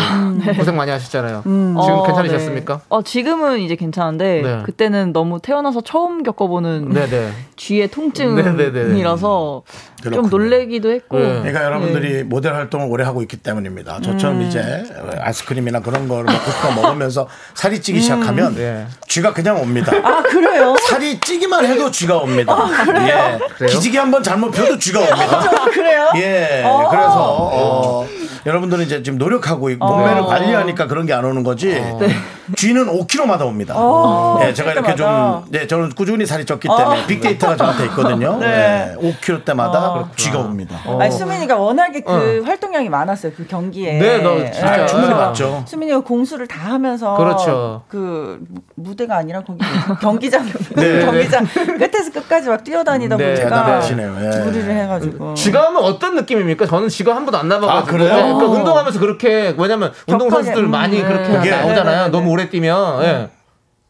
[SPEAKER 2] 고생 많이 하셨잖아요. 지금
[SPEAKER 8] 어,
[SPEAKER 2] 괜찮으셨습니까?
[SPEAKER 8] 네. 어, 지금은 이제 괜찮은데
[SPEAKER 2] 네.
[SPEAKER 8] 그때는 너무 태어나서 처음 겪어보는
[SPEAKER 2] 네, 네.
[SPEAKER 8] 쥐의 통증이라서
[SPEAKER 1] 그렇군요.
[SPEAKER 8] 좀 놀래기도 했고.
[SPEAKER 2] 네.
[SPEAKER 1] 그러니까 여러분들이 모델 활동을 오래 하고 있기 때문입니다. 저처럼
[SPEAKER 7] 음.
[SPEAKER 1] 이제 아이스크림이나 그런 걸 먹고 싶어 먹으면서 살이 찌기 시작하면
[SPEAKER 2] 예.
[SPEAKER 1] 쥐가 그냥 옵니다.
[SPEAKER 7] 음. 네. 아, 그래요? 아,
[SPEAKER 1] 살이 찌기만 해도 쥐가 옵니다. 예.
[SPEAKER 2] 그래요?
[SPEAKER 1] 기지개 한번 잘못 펴도 쥐가 옵니다.
[SPEAKER 7] 그래요? 아.
[SPEAKER 1] 예. 그래서 어, 여러분들은 이제 지금 노력하고 있고
[SPEAKER 7] 어.
[SPEAKER 1] 몸매를 관리하니까 그런 게 안 오는 거지.
[SPEAKER 7] 네.
[SPEAKER 1] 쥐는 5kg마다 옵니다.
[SPEAKER 7] 어.
[SPEAKER 1] 예, 제가 이렇게 좀,
[SPEAKER 7] 그때마다. 어.
[SPEAKER 1] 예, 저는 꾸준히 살이 쪘기 때문에 빅데이터가 저한테 있거든요.
[SPEAKER 7] 네.
[SPEAKER 1] 예, 5kg 때마다 쥐가 옵니다.
[SPEAKER 2] 어.
[SPEAKER 7] 아니, 수민이가 워낙에 그 활동량이 많았어요. 그 경기에.
[SPEAKER 2] 네, 너 진짜
[SPEAKER 1] 아, 충분히
[SPEAKER 2] 아.
[SPEAKER 1] 맞죠.
[SPEAKER 7] 수민이가 공수를 다 하면서
[SPEAKER 2] 그렇죠.
[SPEAKER 7] 그 무- 무대가 아니라 거기 경기장 그
[SPEAKER 1] 네.
[SPEAKER 7] 경기장 끝에서 끝까지 막 뛰어다니다
[SPEAKER 2] 네, 음,
[SPEAKER 7] 보니까
[SPEAKER 1] 대단하시네요. 예.
[SPEAKER 7] 무리를 해가지고
[SPEAKER 2] 쥐가 하면 어떤 느낌입니까? 저는 쥐가 한 번도 안 나봐가지고.
[SPEAKER 1] 아, 그래요?
[SPEAKER 2] 네,
[SPEAKER 8] 어.
[SPEAKER 2] 그러니까 운동하면서 그렇게 왜냐면 운동선수들
[SPEAKER 8] 네.
[SPEAKER 7] 음,
[SPEAKER 2] 많이 그렇게
[SPEAKER 1] 그게-
[SPEAKER 2] 나오잖아요. 너무 오래 뛰면. 예.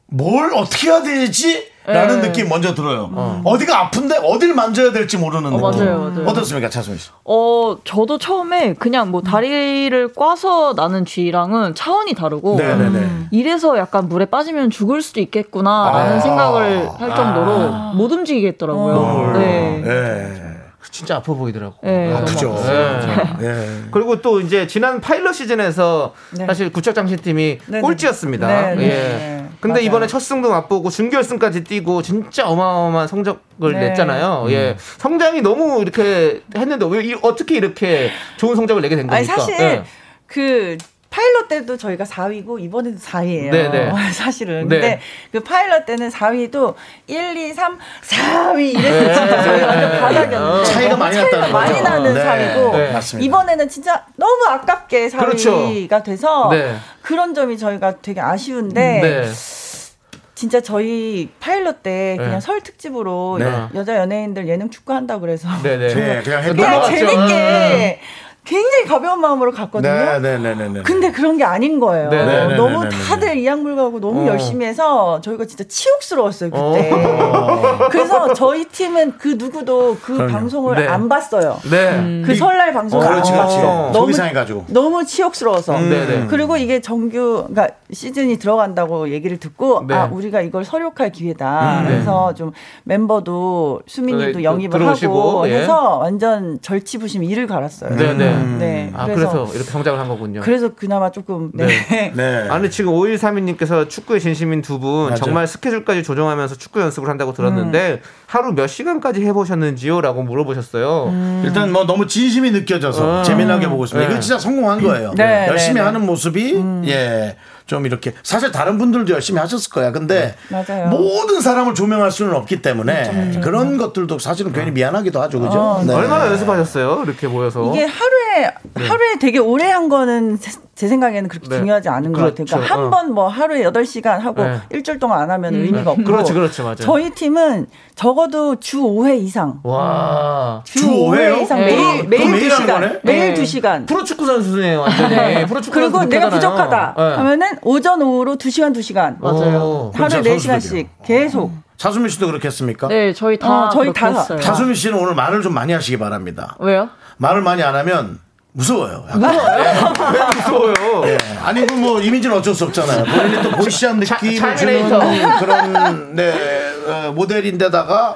[SPEAKER 1] 뭘 어떻게 해야 되지? 라는
[SPEAKER 8] 네.
[SPEAKER 1] 느낌 먼저 들어요. 어디가 아픈데 어딜 만져야 될지 모르는
[SPEAKER 8] 어,
[SPEAKER 1] 느낌.
[SPEAKER 8] 맞아요, 맞아요.
[SPEAKER 1] 어떻습니까, 차승희 씨?
[SPEAKER 8] 어, 저도 처음에 그냥 뭐 다리를 꽈서 나는 쥐랑은 차원이 다르고 음,
[SPEAKER 1] 네네네.
[SPEAKER 8] 이래서 약간 물에 빠지면 죽을 수도 있겠구나라는
[SPEAKER 1] 아.
[SPEAKER 8] 생각을 할 정도로
[SPEAKER 2] 아.
[SPEAKER 8] 못
[SPEAKER 2] 어.
[SPEAKER 8] 움직이겠더라고요. 네.
[SPEAKER 1] 예.
[SPEAKER 2] 진짜 아파 보이더라고.
[SPEAKER 8] 네.
[SPEAKER 1] 아프죠.
[SPEAKER 2] 네.
[SPEAKER 1] 예.
[SPEAKER 2] 그리고 또 이제 지난 파일럿 시즌에서
[SPEAKER 7] 네.
[SPEAKER 2] 사실 구척장신팀이
[SPEAKER 7] 네, 네.
[SPEAKER 2] 꼴찌였습니다.
[SPEAKER 7] 네, 네,
[SPEAKER 2] 예.
[SPEAKER 7] 네.
[SPEAKER 2] 근데
[SPEAKER 7] 맞아요.
[SPEAKER 2] 이번에 첫 승도 맛보고 준결승까지 뛰고 진짜 어마어마한 성적을
[SPEAKER 7] 네.
[SPEAKER 2] 냈잖아요.
[SPEAKER 1] 음.
[SPEAKER 2] 예. 성장이 너무 이렇게 했는데 왜 이- 어떻게 이렇게 좋은 성적을 내게 된 겁니까?
[SPEAKER 7] 아니 사실
[SPEAKER 2] 예.
[SPEAKER 7] 그 파일럿 때도 저희가 4위고 이번에도 4위예요.
[SPEAKER 2] 네, 네.
[SPEAKER 7] 사실은.
[SPEAKER 2] 네.
[SPEAKER 7] 근데 그 파일럿 때는 4위도 1, 2, 3, 4위 이래서
[SPEAKER 2] 네,
[SPEAKER 7] 네. 진짜 저희 완전
[SPEAKER 2] 예. 어.
[SPEAKER 7] 바닥이었는데
[SPEAKER 1] 차이가
[SPEAKER 7] 너무
[SPEAKER 1] 많이 났다는
[SPEAKER 7] 어. 많이
[SPEAKER 1] 거죠.
[SPEAKER 7] 나는
[SPEAKER 1] 네.
[SPEAKER 7] 4위고
[SPEAKER 2] 네.
[SPEAKER 1] 맞습니다.
[SPEAKER 7] 이번에는 진짜 너무 아깝게 4위가
[SPEAKER 2] 그렇죠.
[SPEAKER 7] 돼서
[SPEAKER 2] 네.
[SPEAKER 7] 그런 점이 저희가 되게 아쉬운데
[SPEAKER 2] 네.
[SPEAKER 7] 진짜 저희 파일럿 때 그냥
[SPEAKER 2] 네.
[SPEAKER 7] 설 특집으로
[SPEAKER 2] 네.
[SPEAKER 7] 여자 연예인들 예능 축구한다고 그래서
[SPEAKER 2] 네, 네.
[SPEAKER 1] 네, 그냥 해
[SPEAKER 7] 그냥
[SPEAKER 2] 넘어갔죠. 음,
[SPEAKER 7] 재밌게 굉장히 가벼운 마음으로 갔거든요.
[SPEAKER 1] 네, 네, 네, 네, 네.
[SPEAKER 7] 근데 그런 게 아닌 거예요.
[SPEAKER 2] 네, 네,
[SPEAKER 1] 네,
[SPEAKER 7] 너무
[SPEAKER 1] 네, 네, 네.
[SPEAKER 7] 다들 이양물가고 너무
[SPEAKER 2] 어.
[SPEAKER 7] 열심히 해서 저희가 진짜 치욕스러웠어요 그때. 그래서 저희 팀은 그 누구도 그 방송을
[SPEAKER 2] 네.
[SPEAKER 7] 안 봤어요.
[SPEAKER 2] 네. 그렇죠.
[SPEAKER 7] 그 설날 방송 을
[SPEAKER 1] 그렇지,
[SPEAKER 7] 안
[SPEAKER 1] 그렇지.
[SPEAKER 7] 봤어.
[SPEAKER 1] 속이 상해가지고.
[SPEAKER 7] 너무 치욕스러워서.
[SPEAKER 2] 네, 네.
[SPEAKER 7] 그리고 이게 정규 그러니까 시즌이 들어간다고 얘기를 듣고
[SPEAKER 2] 네. 음,
[SPEAKER 7] 아 우리가 이걸 설욕할 기회다. 그래서 좀 멤버도 수민이도
[SPEAKER 2] 네,
[SPEAKER 7] 영입을
[SPEAKER 2] 들어오시고,
[SPEAKER 7] 하고
[SPEAKER 2] 예.
[SPEAKER 7] 해서 완전 절치부심 일을 갈았어요.
[SPEAKER 2] 네, 네.
[SPEAKER 1] 음.
[SPEAKER 7] 네,
[SPEAKER 2] 아,
[SPEAKER 7] 그래서
[SPEAKER 2] 그래서 이렇게 성장을 한 거군요.
[SPEAKER 7] 그래서 그나마 조금 네.
[SPEAKER 2] 네.
[SPEAKER 1] 네.
[SPEAKER 2] 아니 지금 5132님께서 축구에 진심인 두 분
[SPEAKER 1] 맞아요.
[SPEAKER 2] 정말 스케줄까지 조정하면서 축구 연습을 한다고 들었는데
[SPEAKER 7] 음.
[SPEAKER 2] 하루 몇 시간까지 해보셨는지요라고 물어보셨어요.
[SPEAKER 7] 음.
[SPEAKER 1] 일단 뭐 너무 진심이 느껴져서 재미나게 보고 있습니다.
[SPEAKER 2] 네.
[SPEAKER 1] 이거 진짜 성공한 거예요.
[SPEAKER 7] 네,
[SPEAKER 1] 열심히
[SPEAKER 7] 네, 네.
[SPEAKER 1] 하는 모습이 예. 좀 이렇게 사실 다른 분들도 열심히 하셨을 거야. 근데
[SPEAKER 7] 맞아요.
[SPEAKER 1] 모든 사람을 조명할 수는 없기 때문에 그런 것들도 사실은 괜히 미안하기도 하죠. 그죠? 네.
[SPEAKER 2] 얼마나 연습하셨어요? 이렇게 모여서.
[SPEAKER 7] 이게 하루에 하루에 되게 오래 한 거는 제- 제 생각에는 그렇게
[SPEAKER 2] 네.
[SPEAKER 7] 중요하지 않은 것 같아요.
[SPEAKER 2] 그렇죠.
[SPEAKER 7] 그러니까 한
[SPEAKER 2] 어.
[SPEAKER 7] 번 뭐 하루에 8시간 하고
[SPEAKER 2] 네. 음.
[SPEAKER 7] 일주일 동안 안 하면 의미가 없고.
[SPEAKER 2] 그렇지, 그렇지, 맞아요.
[SPEAKER 7] 저희 팀은 적어도 주 5회 이상.
[SPEAKER 2] 와.
[SPEAKER 7] 음.
[SPEAKER 1] 주 5회요?
[SPEAKER 7] 이상
[SPEAKER 2] 네.
[SPEAKER 7] 매일
[SPEAKER 2] 그럼-
[SPEAKER 7] 매일
[SPEAKER 1] 그럼 매일 하는
[SPEAKER 7] 2시간.
[SPEAKER 1] 거네?
[SPEAKER 7] 매일
[SPEAKER 2] 네.
[SPEAKER 7] 2시간.
[SPEAKER 2] 프로축구 선수네, 완전히. 프로축구
[SPEAKER 7] 그리고
[SPEAKER 2] 선수
[SPEAKER 7] 내가
[SPEAKER 2] 못하잖아요. 어,
[SPEAKER 7] 부족하다 어.
[SPEAKER 2] 네.
[SPEAKER 7] 하면은 오전 오후로 2시간 2시간.
[SPEAKER 2] 맞아요.
[SPEAKER 7] 하루에
[SPEAKER 1] 그렇죠,
[SPEAKER 7] 4시간씩 계속.
[SPEAKER 1] 차수민 씨도 그렇게 했습니까?
[SPEAKER 8] 네, 저희 다
[SPEAKER 7] 어, 저희
[SPEAKER 8] 그렇게
[SPEAKER 7] 다.
[SPEAKER 8] 했어요.
[SPEAKER 1] 차수민 씨는 오늘 말을 좀 많이 하시기 바랍니다.
[SPEAKER 8] 왜요?
[SPEAKER 1] 말을 많이 안 하면 무서워요. 약간. 네.
[SPEAKER 2] 무서워요.
[SPEAKER 7] 네.
[SPEAKER 1] 아니 그 뭐 이미지는 어쩔 수 없잖아요. 본인이 또 보시한 느낌을 주는
[SPEAKER 2] 차이레이터.
[SPEAKER 1] 그런 네 어, 모델인데다가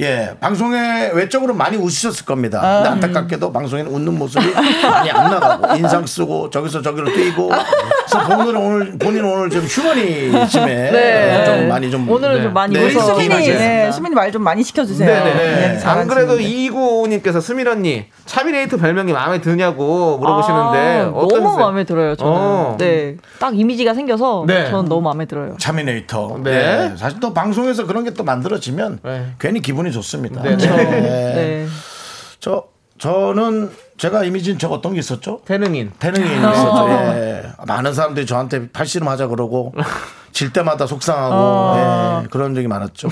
[SPEAKER 1] 예 방송에 외적으로 많이 웃으셨을 겁니다. 근데 안타깝게도 방송에는 웃는 모습이 많이 안 나가고 인상 쓰고 저기서 저기로 뛰고 그래서 본인은 오늘 본인 오늘 좀 휴머니즘에 어,
[SPEAKER 8] 네.
[SPEAKER 1] 좀 많이 좀
[SPEAKER 8] 오늘은 좀 많이
[SPEAKER 1] 네,
[SPEAKER 7] 우리
[SPEAKER 8] 웃어서
[SPEAKER 7] 수민이
[SPEAKER 1] 맞아요.
[SPEAKER 7] 네, 수민이 말 좀 많이 시켜 주세요.
[SPEAKER 2] 네네. 안 그래도 2955님께서 수민 언니, 차미레이터 별명이 마음에 드냐고 물어보시는데.
[SPEAKER 8] 아, 너무
[SPEAKER 2] 어떠셨어요?
[SPEAKER 8] 마음에 들어요. 저는
[SPEAKER 2] 어.
[SPEAKER 8] 네, 딱 이미지가 생겨서
[SPEAKER 2] 네.
[SPEAKER 8] 저는 너무 마음에 들어요.
[SPEAKER 1] 차미네이터.
[SPEAKER 2] 네.
[SPEAKER 1] 네. 사실 또 방송에서 그런 게 또 만들어지면
[SPEAKER 2] 네.
[SPEAKER 1] 괜히 기분이 좋습니다.
[SPEAKER 2] 네, 네.
[SPEAKER 1] 네.
[SPEAKER 8] 네.
[SPEAKER 1] 저 저는 제가 이미지는 저 어떤 게 있었죠?
[SPEAKER 2] 태능인.
[SPEAKER 1] 태능이 있었죠.
[SPEAKER 8] 어.
[SPEAKER 1] 예. 많은 사람들이 저한테 팔씨름 하자 그러고 질 때마다 속상하고
[SPEAKER 8] 어.
[SPEAKER 1] 예. 그런 적이 많았죠.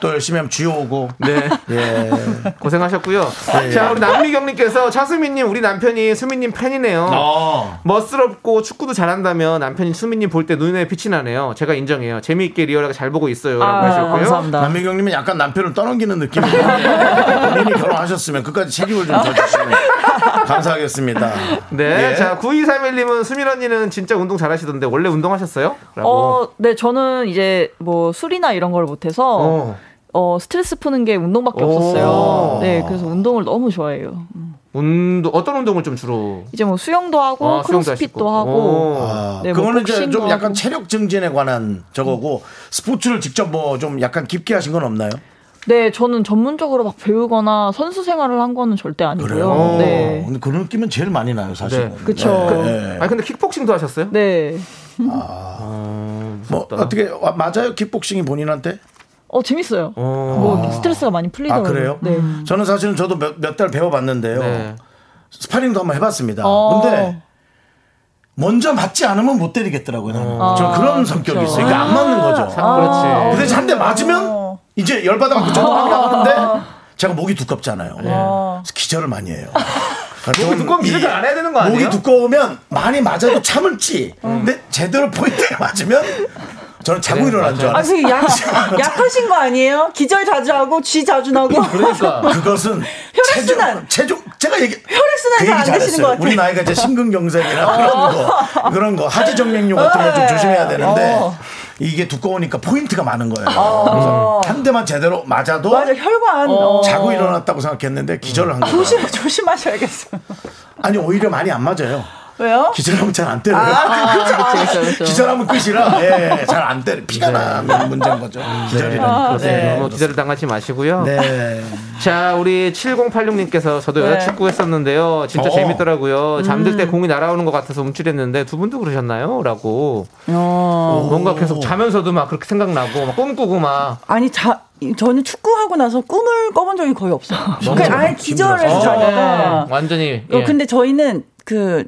[SPEAKER 1] 또 열심히 하면 쥐오고
[SPEAKER 2] 네.
[SPEAKER 1] 예.
[SPEAKER 2] 고생하셨고요.
[SPEAKER 8] 네.
[SPEAKER 2] 자, 우리 남미경님께서 차수민님, 우리 남편이 수민님 팬이네요.
[SPEAKER 1] 아.
[SPEAKER 2] 아. 멋스럽고 축구도 잘한다면 남편이 수민님 볼 때 눈에 빛이 나네요. 제가 인정해요. 재미있게 리얼하게 잘 보고 있어요. 라고
[SPEAKER 8] 아,
[SPEAKER 2] 하셨고요.
[SPEAKER 8] 감사합니다.
[SPEAKER 1] 남미경님은 약간 남편을 떠넘기는 느낌이에요. 본인이 결혼하셨으면 끝까지 책임을 좀 져주시면 감사하겠습니다.
[SPEAKER 2] 네.
[SPEAKER 1] 예.
[SPEAKER 2] 자, 9231님은 수민 언니는 진짜 운동 잘하시던데 원래 운동하셨어요? 라고.
[SPEAKER 8] 어, 네, 저는 이제 뭐 술이나 이런 걸 못해서
[SPEAKER 2] 어.
[SPEAKER 8] 어, 스트레스 푸는 게 운동밖에
[SPEAKER 2] 오. 아.
[SPEAKER 8] 없었어요. 네, 그래서 운동을 너무 좋아해요.
[SPEAKER 2] 운동, 어떤 운동을 좀 주로?
[SPEAKER 8] 이제 뭐 수영도 하고
[SPEAKER 2] 어, 수영도
[SPEAKER 8] 크로스핏도
[SPEAKER 2] 하시고.
[SPEAKER 8] 하고
[SPEAKER 2] 어.
[SPEAKER 1] 아,
[SPEAKER 8] 네, 뭐
[SPEAKER 1] 그거는 이제 좀
[SPEAKER 8] 복싱도
[SPEAKER 1] 약간
[SPEAKER 8] 하고.
[SPEAKER 1] 체력 증진에 관한 저거고 스포츠를 직접 뭐 좀 약간 깊게 하신 건 없나요?
[SPEAKER 8] 네, 저는 전문적으로 막 배우거나 선수 생활을 한 거는 절대 아니고요.
[SPEAKER 1] 그래요?
[SPEAKER 8] 네.
[SPEAKER 1] 어, 근데 그런 느낌은 제일 많이 나요, 사실.
[SPEAKER 2] 네.
[SPEAKER 8] 그쵸.
[SPEAKER 2] 아니, 근데 킥복싱도 하셨어요?
[SPEAKER 8] 네.
[SPEAKER 1] 뭐 어떻게 와, 맞아요? 킥복싱이 본인한테?
[SPEAKER 8] 어, 재밌어요. 뭐 이렇게 스트레스가 많이
[SPEAKER 1] 아
[SPEAKER 8] 풀리더라고요.
[SPEAKER 1] 그래요?
[SPEAKER 8] 네.
[SPEAKER 1] 저는 사실은 저도 몇 달 배워봤는데요.
[SPEAKER 2] 네.
[SPEAKER 1] 스파링도 한번 해봤습니다.
[SPEAKER 8] 어.
[SPEAKER 1] 근데 먼저 맞지 않으면 못 때리겠더라고요. 저는
[SPEAKER 8] 아.
[SPEAKER 1] 저 그런 성격이
[SPEAKER 8] 그렇죠.
[SPEAKER 1] 있어요. 그러니까 안 맞는 거죠.
[SPEAKER 8] 아,
[SPEAKER 2] 그렇지.
[SPEAKER 7] 어.
[SPEAKER 8] 어.
[SPEAKER 1] 근데 한대 맞으면 이제 열받아갖고 저도 나가는데 제가 목이 두껍잖아요.
[SPEAKER 7] 어.
[SPEAKER 1] 그래서 기절을 많이 해요. 그러니까 목이
[SPEAKER 2] 두꺼우면 기절 안 해야 되는 거 아니에요?
[SPEAKER 7] 어.
[SPEAKER 1] 목이 두꺼우면 많이 맞아도 참을지. 근데 제대로 포인트에 맞으면 저는
[SPEAKER 2] 네,
[SPEAKER 1] 자고 일어난 줄
[SPEAKER 7] 아,
[SPEAKER 1] 알았어요.
[SPEAKER 7] 그 약, 약하신 거 아니에요? 기절 자주 하고, 쥐 자주 나고.
[SPEAKER 1] 그것은
[SPEAKER 7] 뭐 혈액순환.
[SPEAKER 1] 체중 제가 얘기
[SPEAKER 7] 혈액순환
[SPEAKER 1] 그 얘기
[SPEAKER 7] 잘안 되시는
[SPEAKER 1] 잘했어요.
[SPEAKER 7] 것 어. 같아요.
[SPEAKER 1] 우리 나이가 이제 심근경색이나 그런 거 그런 거 하지 정맥류 같은 거 좀
[SPEAKER 7] 네.
[SPEAKER 1] 조심해야 되는데
[SPEAKER 7] 어.
[SPEAKER 1] 이게 두꺼우니까 포인트가 많은 거예요.
[SPEAKER 7] 어.
[SPEAKER 1] 그래서 한 대만 제대로 맞아도
[SPEAKER 7] 맞아, 혈관. 어.
[SPEAKER 1] 자고 일어났다고 생각했는데 기절을 한 거예요.
[SPEAKER 7] 조심, 조심하셔야겠어요.
[SPEAKER 1] 아니 오히려 많이 안 맞아요.
[SPEAKER 7] 왜요?
[SPEAKER 1] 기절하면 잘 안 때려요. 그렇죠,
[SPEAKER 8] 그쵸, 그쵸.
[SPEAKER 1] 기절하면 끝이라 예, 잘 안 때려. 피가 나면 문제인 거죠. 기절이라는 거.
[SPEAKER 2] 네. 너무 기절을 당하지 마시고요.
[SPEAKER 1] 네.
[SPEAKER 2] 자, 우리 7086님께서 저도
[SPEAKER 7] 네. 음.
[SPEAKER 2] 여자축구 했었는데요. 진짜
[SPEAKER 1] 어.
[SPEAKER 2] 재밌더라고요. 잠들 때 공이 날아오는 것 같아서 움찔했는데 두 분도 그러셨나요? 라고.
[SPEAKER 7] 어.
[SPEAKER 2] 뭔가 계속 자면서도 막 그렇게 생각나고 막 꿈꾸고 막.
[SPEAKER 7] 아니, 자, 저는 축구하고 나서 꿈을 꿔본 적이 거의 없어요. 그 아예 기절을
[SPEAKER 2] 어,
[SPEAKER 7] 자다가.
[SPEAKER 2] 네. 완전히.
[SPEAKER 7] 어,
[SPEAKER 2] 예.
[SPEAKER 7] 근데 저희는 그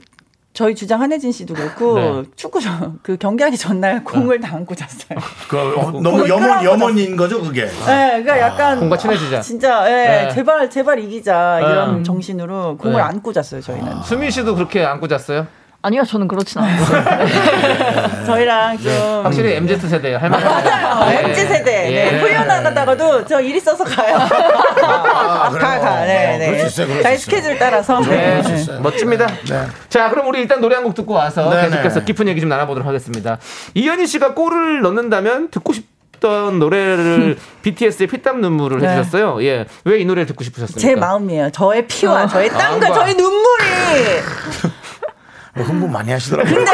[SPEAKER 7] 저희 주장 한혜진 씨도 그렇고
[SPEAKER 2] 네.
[SPEAKER 7] 축구 전- 그 경기하기 전날 공을 다 안고 잤어요.
[SPEAKER 1] 그, 어, 너무
[SPEAKER 7] 거의
[SPEAKER 1] 염원,
[SPEAKER 7] 끌어안고
[SPEAKER 1] 염원인 거죠, 그게.
[SPEAKER 7] 네, 그러니까 약간
[SPEAKER 2] 공과 친해지자.
[SPEAKER 7] 아, 진짜 예,
[SPEAKER 2] 네.
[SPEAKER 7] 제발 제발 이기자 이런
[SPEAKER 2] 음.
[SPEAKER 7] 정신으로 공을
[SPEAKER 2] 네.
[SPEAKER 7] 안고 잤어요 저희는.
[SPEAKER 2] 수민 씨도 그렇게 안고 잤어요?
[SPEAKER 8] 아니요, 저는 그렇진 않아요.
[SPEAKER 7] 저희랑 좀
[SPEAKER 2] 확실히
[SPEAKER 7] 음.
[SPEAKER 2] MZ 세대예요. 할 맞아요.
[SPEAKER 7] 아, MZ 세대 네, 훈련하다가도 저 일 있어서 가요. 아,
[SPEAKER 1] 그래요?
[SPEAKER 7] 가 가.
[SPEAKER 1] 어,
[SPEAKER 7] 네,
[SPEAKER 1] 그럴 수
[SPEAKER 7] 네.
[SPEAKER 1] 있어요, 그럴
[SPEAKER 7] 자기
[SPEAKER 1] 수 있어요.
[SPEAKER 7] 스케줄 따라서.
[SPEAKER 2] 네.
[SPEAKER 1] 수 있어요.
[SPEAKER 2] 멋집니다.
[SPEAKER 1] 네.
[SPEAKER 2] 자, 그럼 우리 일단 노래 한 곡 듣고 와서
[SPEAKER 1] 네네.
[SPEAKER 2] 계속해서 깊은 얘기 좀 나눠보도록 하겠습니다. 이현희 씨가 골을 넣는다면 듣고 싶던 노래를 BTS의 피땀 눈물을
[SPEAKER 7] 네.
[SPEAKER 2] 해주셨어요. 예, 왜 이 노래를 듣고 싶으셨습니까?
[SPEAKER 7] 제 마음이에요. 저의 피와 저의 땀과
[SPEAKER 2] 마음과.
[SPEAKER 7] 저의 눈물이
[SPEAKER 1] 뭐 흥분 많이 하시더라고요.
[SPEAKER 7] 근데,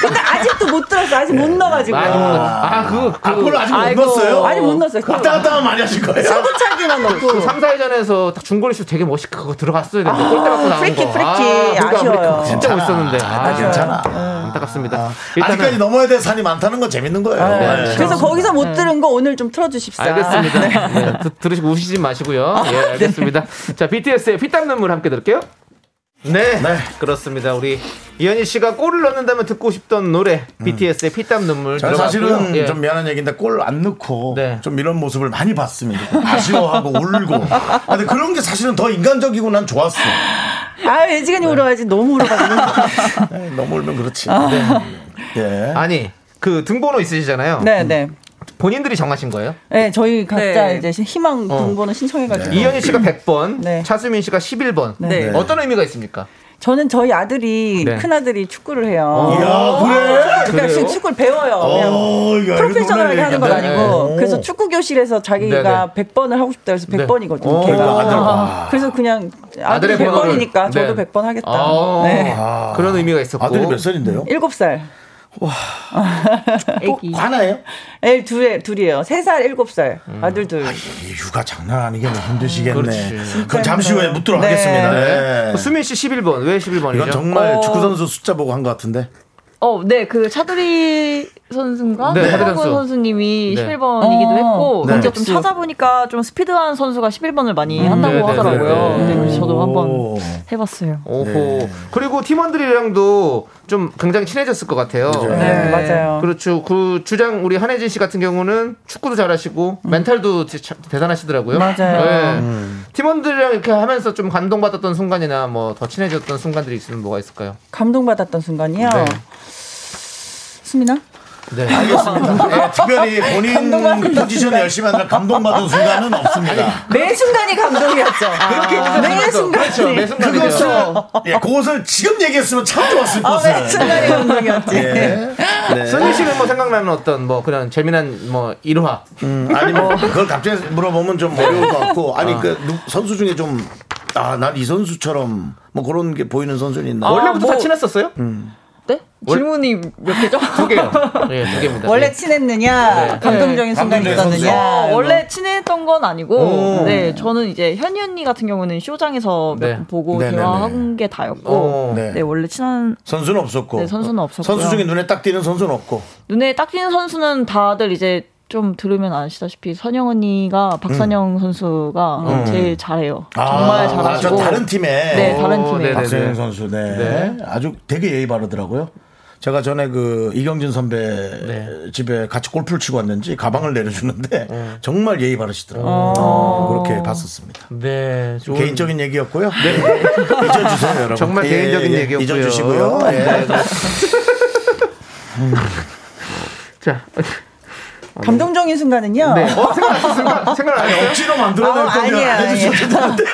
[SPEAKER 7] 근데 아직도 못 들었어. 아직 못 넣어가지고.
[SPEAKER 2] 아, 너무- 아, 그거
[SPEAKER 1] 아, 그걸 아직 네. 못
[SPEAKER 8] 아이고.
[SPEAKER 1] 넣었어요?
[SPEAKER 7] 아직 못 넣었어요. 그거.
[SPEAKER 1] 왔다 갔다 하면 많이 하실 거예요.
[SPEAKER 7] 차기만 넣고.
[SPEAKER 2] 3, 4회전에서 딱 중거리 슛 되게 멋있게 그거 들어갔어야 되는데 골대 맞고 나온
[SPEAKER 7] 아, 프리킥,
[SPEAKER 2] 거.
[SPEAKER 7] 프리킥.
[SPEAKER 2] 그러니까
[SPEAKER 7] 아쉬워요.
[SPEAKER 2] 우리 진짜
[SPEAKER 1] 괜찮아.
[SPEAKER 2] 멋있었는데.
[SPEAKER 1] 아, 괜찮아.
[SPEAKER 2] 안타깝습니다.
[SPEAKER 1] 아직까지
[SPEAKER 2] 일단은
[SPEAKER 1] 넘어야 될 산이 많다는 건 재밌는 거예요.
[SPEAKER 7] 네.
[SPEAKER 1] 네.
[SPEAKER 7] 그래서 거기서 못 들은 거 오늘 좀 틀어주십사.
[SPEAKER 2] 알겠습니다. 네, 드- 들으시고 우시지 마시고요.
[SPEAKER 7] 아, 네.
[SPEAKER 2] 예, 알겠습니다. 자, BTS의 피땀 눈물 함께 들을게요. 네, 그렇습니다. 우리 이현희 씨가 골을 넣는다면 듣고 싶던 노래 BTS의 피땀 눈물
[SPEAKER 1] 저는
[SPEAKER 2] 들어봤고요.
[SPEAKER 1] 사실은
[SPEAKER 2] 예.
[SPEAKER 1] 좀 미안한 얘기인데 골 안 넣고
[SPEAKER 2] 네.
[SPEAKER 1] 좀 이런 모습을 많이 봤습니다. 아쉬워하고 울고. 아, 근데 그런 게 사실은 더 인간적이고 난 좋았어.
[SPEAKER 7] 아, 예지간이
[SPEAKER 1] 네.
[SPEAKER 7] 울어야지. 너무 울어가지고.
[SPEAKER 1] 에이, 네, 너무 울면 그렇지. 네. 예.
[SPEAKER 2] 아니 그 등번호 있으시잖아요.
[SPEAKER 7] 네, 네.
[SPEAKER 2] 본인들이 정하신 거예요?
[SPEAKER 7] 네, 저희 각자
[SPEAKER 9] 네.
[SPEAKER 7] 이제 희망
[SPEAKER 1] 어.
[SPEAKER 7] 등번호 신청해가지고.
[SPEAKER 1] 네.
[SPEAKER 2] 이현희 씨가 100번,
[SPEAKER 7] 네.
[SPEAKER 2] 차수민 씨가 11번.
[SPEAKER 7] 네.
[SPEAKER 2] 어떤 의미가 있습니까?
[SPEAKER 7] 저는 저희 아들이,
[SPEAKER 2] 네.
[SPEAKER 7] 큰아들이 축구를 해요.
[SPEAKER 1] 어. 이야, 그래?
[SPEAKER 7] 그러니까
[SPEAKER 2] 그래요?
[SPEAKER 7] 축구를 배워요. 그냥
[SPEAKER 1] 어, 이거 알고
[SPEAKER 7] 프로페셔널하게
[SPEAKER 1] 놀라네,
[SPEAKER 7] 하는 건
[SPEAKER 1] 얘기한다.
[SPEAKER 7] 아니고.
[SPEAKER 1] 네.
[SPEAKER 7] 그래서 축구 교실에서 자기가 100번을 하고 싶다 해서 100번이거든요.
[SPEAKER 2] 오.
[SPEAKER 7] 걔가.
[SPEAKER 1] 아들, 와.
[SPEAKER 7] 그래서 그냥
[SPEAKER 2] 아들의
[SPEAKER 7] 아들이
[SPEAKER 2] 번호를.
[SPEAKER 7] 100번이니까 저도
[SPEAKER 2] 네.
[SPEAKER 7] 100번 하겠다.
[SPEAKER 2] 아,
[SPEAKER 7] 네.
[SPEAKER 2] 그런 의미가 있었고.
[SPEAKER 1] 아들이 몇 살인데요?
[SPEAKER 7] 7살.
[SPEAKER 8] 애기.
[SPEAKER 1] 관아예요?
[SPEAKER 7] 애 둘에 둘이에요. 세 살, 일곱 살 아들 둘.
[SPEAKER 1] 이 예, 육아 장난 아니겠네 힘드시겠네.
[SPEAKER 2] 그렇지.
[SPEAKER 1] 그건 잠시 후에 묻도록
[SPEAKER 7] 네.
[SPEAKER 1] 하겠습니다. 네.
[SPEAKER 2] 네. 수민 씨 11번. 왜 11번이죠?
[SPEAKER 1] 이건 정말 축구 선수 숫자 보고 한 것 같은데.
[SPEAKER 8] 어, 네, 그 차두리 선수인가?
[SPEAKER 2] 네,
[SPEAKER 8] 네,
[SPEAKER 2] 차두리
[SPEAKER 8] 차두리
[SPEAKER 2] 선수.
[SPEAKER 8] 선수. 님이
[SPEAKER 2] 네.
[SPEAKER 8] 11번이기도 했고,
[SPEAKER 1] 네.
[SPEAKER 8] 근데 좀 찾아보니까 좀 스피드한 선수가 11번을 많이 한다고
[SPEAKER 2] 네, 네, 네,
[SPEAKER 8] 하더라고요.
[SPEAKER 2] 네.
[SPEAKER 8] 네, 그래서 저도
[SPEAKER 1] 오.
[SPEAKER 8] 한번 해봤어요.
[SPEAKER 2] 오호.
[SPEAKER 1] 네.
[SPEAKER 2] 그리고 팀원들이랑도 좀 굉장히 친해졌을 것 같아요.
[SPEAKER 7] 네, 맞아요.
[SPEAKER 2] 그렇죠. 그 주장 우리 한혜진 씨 같은 경우는 축구도 잘하시고 멘탈도 지- 참 대단하시더라고요.
[SPEAKER 7] 음. 맞아요.
[SPEAKER 2] 네.
[SPEAKER 1] 음.
[SPEAKER 2] 팀원들이랑 이렇게 하면서 좀 감동받았던 순간이나 뭐 더 친해졌던 순간들이 있으면 뭐가 있을까요?
[SPEAKER 7] 감동받았던 순간이요.
[SPEAKER 2] 네.
[SPEAKER 7] 수민아?
[SPEAKER 2] 네.
[SPEAKER 1] 알겠습니다. 네, 특별히 본인 포지션 열심히 하느라 감동받은 순간은 없습니다.
[SPEAKER 7] 매 순간이 감동이었죠.
[SPEAKER 2] 그렇게 해주셔서
[SPEAKER 7] 아, 매
[SPEAKER 2] 그렇죠.
[SPEAKER 7] 순간이.
[SPEAKER 2] 그렇죠. 매 순간이
[SPEAKER 1] 그것을
[SPEAKER 2] 돼요.
[SPEAKER 1] 예, 그것을 지금 얘기했으면 참 좋았을
[SPEAKER 8] 아,
[SPEAKER 7] 어,
[SPEAKER 8] 네,
[SPEAKER 7] 매
[SPEAKER 1] 것을.
[SPEAKER 7] 순간이 감동이었지.
[SPEAKER 1] 예. 네.
[SPEAKER 2] 선희 씨는 뭐 생각나는 어떤 뭐 그런 재미난 뭐 일화
[SPEAKER 1] 음, 아니 뭐 그걸 갑자기 물어보면 좀 어려울 것 같고 아니 그 누- 선수 중에 좀 아 난 이 선수처럼 뭐 그런 게 보이는 선수는 있나?
[SPEAKER 2] 원래부터
[SPEAKER 8] 뭐-
[SPEAKER 2] 다 친했었어요?
[SPEAKER 8] 네?
[SPEAKER 2] 월-
[SPEAKER 8] 질문이 몇 개죠?
[SPEAKER 2] 두 개요. 예, 두 개입니다.
[SPEAKER 7] 원래
[SPEAKER 2] 예.
[SPEAKER 7] 친했느냐,
[SPEAKER 2] 네.
[SPEAKER 1] 네.
[SPEAKER 7] 감동적인 순간이
[SPEAKER 1] 감동적인
[SPEAKER 7] 있었느냐.
[SPEAKER 8] 어,
[SPEAKER 1] 아,
[SPEAKER 7] 뭐.
[SPEAKER 8] 원래 친했던 건 아니고,
[SPEAKER 2] 오.
[SPEAKER 8] 네, 저는 이제 현이 언니 같은 경우는 쇼장에서 몇
[SPEAKER 2] 네.
[SPEAKER 8] 번 보고
[SPEAKER 1] 네, 네,
[SPEAKER 8] 대화한 게 다였고,
[SPEAKER 2] 어.
[SPEAKER 1] 네.
[SPEAKER 8] 네, 원래 친한
[SPEAKER 1] 선수는 없었고.
[SPEAKER 8] 네, 선수는 없었고요.
[SPEAKER 1] 선수 중에 눈에 딱 띄는 선수는 없고.
[SPEAKER 8] 눈에 딱 띄는 선수는 다들 이제 좀 들으면 아시다시피 선영 언니가 박선영 선수가 제일 잘해요. 정말
[SPEAKER 1] 음. 아, 저
[SPEAKER 8] 잘하시고.
[SPEAKER 1] 다른 팀에
[SPEAKER 8] 네, 다른
[SPEAKER 2] 오,
[SPEAKER 8] 팀에.
[SPEAKER 2] 네네.
[SPEAKER 1] 박세영 선수, 네.
[SPEAKER 2] 네.
[SPEAKER 1] 아주 되게 예의 바르더라고요. 제가 전에 그 이경진 선배
[SPEAKER 2] 네.
[SPEAKER 1] 집에 같이 골프를 치고 왔는지 가방을 내려주는데
[SPEAKER 2] 어.
[SPEAKER 1] 정말 예의 바르시더라고요. 어, 그렇게 봤었습니다.
[SPEAKER 2] 네, 좋은-
[SPEAKER 1] 개인적인 얘기였고요. 네. 잊어주세요, 여러분.
[SPEAKER 2] 정말
[SPEAKER 1] 예,
[SPEAKER 2] 개인적인 어, 네.
[SPEAKER 1] 예,
[SPEAKER 2] 얘기였고요.
[SPEAKER 1] 잊어주시고요. 예.
[SPEAKER 2] 네, 네. 자.
[SPEAKER 7] 감동적인 순간은요.
[SPEAKER 2] 네. 어, 생각났어, 생각, 생각 안 해요?
[SPEAKER 1] 예. 억지로 만들어낼
[SPEAKER 7] 아,
[SPEAKER 1] 거면
[SPEAKER 7] 아니야,
[SPEAKER 1] 안 해주셔도
[SPEAKER 7] 아니야.
[SPEAKER 1] 되는데.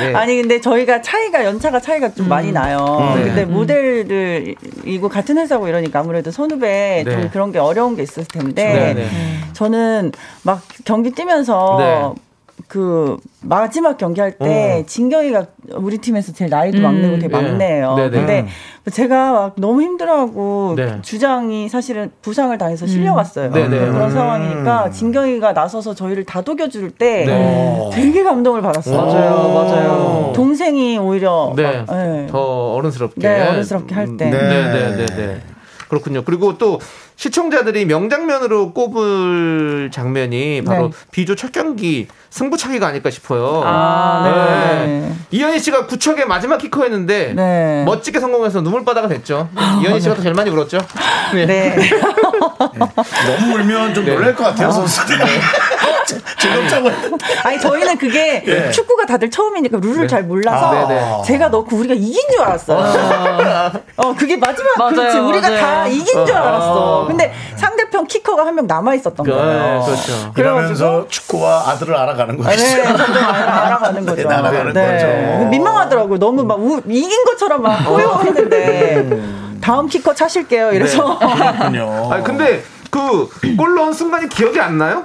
[SPEAKER 2] 네. 음.
[SPEAKER 7] 아니 근데 저희가 차이가 연차가 차이가 좀 많이 나요.
[SPEAKER 2] 네.
[SPEAKER 7] 근데 모델들이고 같은 회사고 이러니까 아무래도 선후배
[SPEAKER 2] 네.
[SPEAKER 7] 좀 그런 게 어려운 게 있을 텐데
[SPEAKER 2] 네, 네.
[SPEAKER 7] 저는 막 경기 뛰면서
[SPEAKER 2] 네.
[SPEAKER 7] 그 마지막 경기할 때 진경이가 우리 팀에서 제일 나이도 막내고 되게
[SPEAKER 2] 음. 네.
[SPEAKER 7] 막내예요.
[SPEAKER 2] 네, 네.
[SPEAKER 7] 근데 제가 막 너무 힘들어하고
[SPEAKER 2] 네.
[SPEAKER 7] 주장이 사실은 부상을 당해서 실려갔어요.
[SPEAKER 2] 네, 네.
[SPEAKER 7] 그런 상황이니까 진경이가 나서서 저희를 다독여 줄 때
[SPEAKER 2] 네.
[SPEAKER 7] 되게 감동을 받았어요.
[SPEAKER 2] 맞아요, 맞아요.
[SPEAKER 7] 동생이 오히려
[SPEAKER 2] 네.
[SPEAKER 7] 막, 네.
[SPEAKER 2] 더 어른스럽게.
[SPEAKER 7] 네, 어른스럽게 할 때.
[SPEAKER 2] 네, 네, 네, 네. 그렇군요. 그리고 또 시청자들이 명장면으로 꼽을 장면이 바로
[SPEAKER 7] 네.
[SPEAKER 2] 비조 첫 경기 승부차기가 아닐까 싶어요.
[SPEAKER 7] 아, 네.
[SPEAKER 2] 이현희 씨가 구척의 마지막 키커였는데
[SPEAKER 7] 네. 아,
[SPEAKER 2] 멋지게 성공해서 눈물바다가 됐죠. 이현희 씨가 더 제일 많이 울었죠.
[SPEAKER 7] 네.
[SPEAKER 2] 네.
[SPEAKER 1] 너무 울면 좀 놀랄 것 같아요, 선수들. 즐겁자고 했는데.
[SPEAKER 7] 아니 저희는 그게 축구가 다들 처음이니까 룰을
[SPEAKER 2] 아,
[SPEAKER 7] 잘 몰라서
[SPEAKER 2] 네, 네.
[SPEAKER 7] 제가 넣고 우리가 이긴 줄 알았어요. 어 그게 마지막
[SPEAKER 8] 맞아요,
[SPEAKER 7] 그렇지 우리가
[SPEAKER 8] 맞아요.
[SPEAKER 7] 다 이긴 줄 알았어.
[SPEAKER 2] 어.
[SPEAKER 7] 근데 상대편 키커가 한 명 남아 있었던
[SPEAKER 2] 네,
[SPEAKER 7] 거예요.
[SPEAKER 2] 그렇죠.
[SPEAKER 7] 그래가지고
[SPEAKER 1] 이러면서 축구와 아들을 알아가는 거죠.
[SPEAKER 7] 네, 점점 알- 알아가는 거죠. 어,
[SPEAKER 1] 네, 알아가는 거죠.
[SPEAKER 7] 민망하더라고. 요 너무 막 우- 이긴 것처럼 막 포용했는데 다음 키커 차실게요. 이래서
[SPEAKER 1] 네.
[SPEAKER 7] 어.
[SPEAKER 1] 그렇군요.
[SPEAKER 2] 아 근데 그 골 넣은 순간이 기억이 안 나요?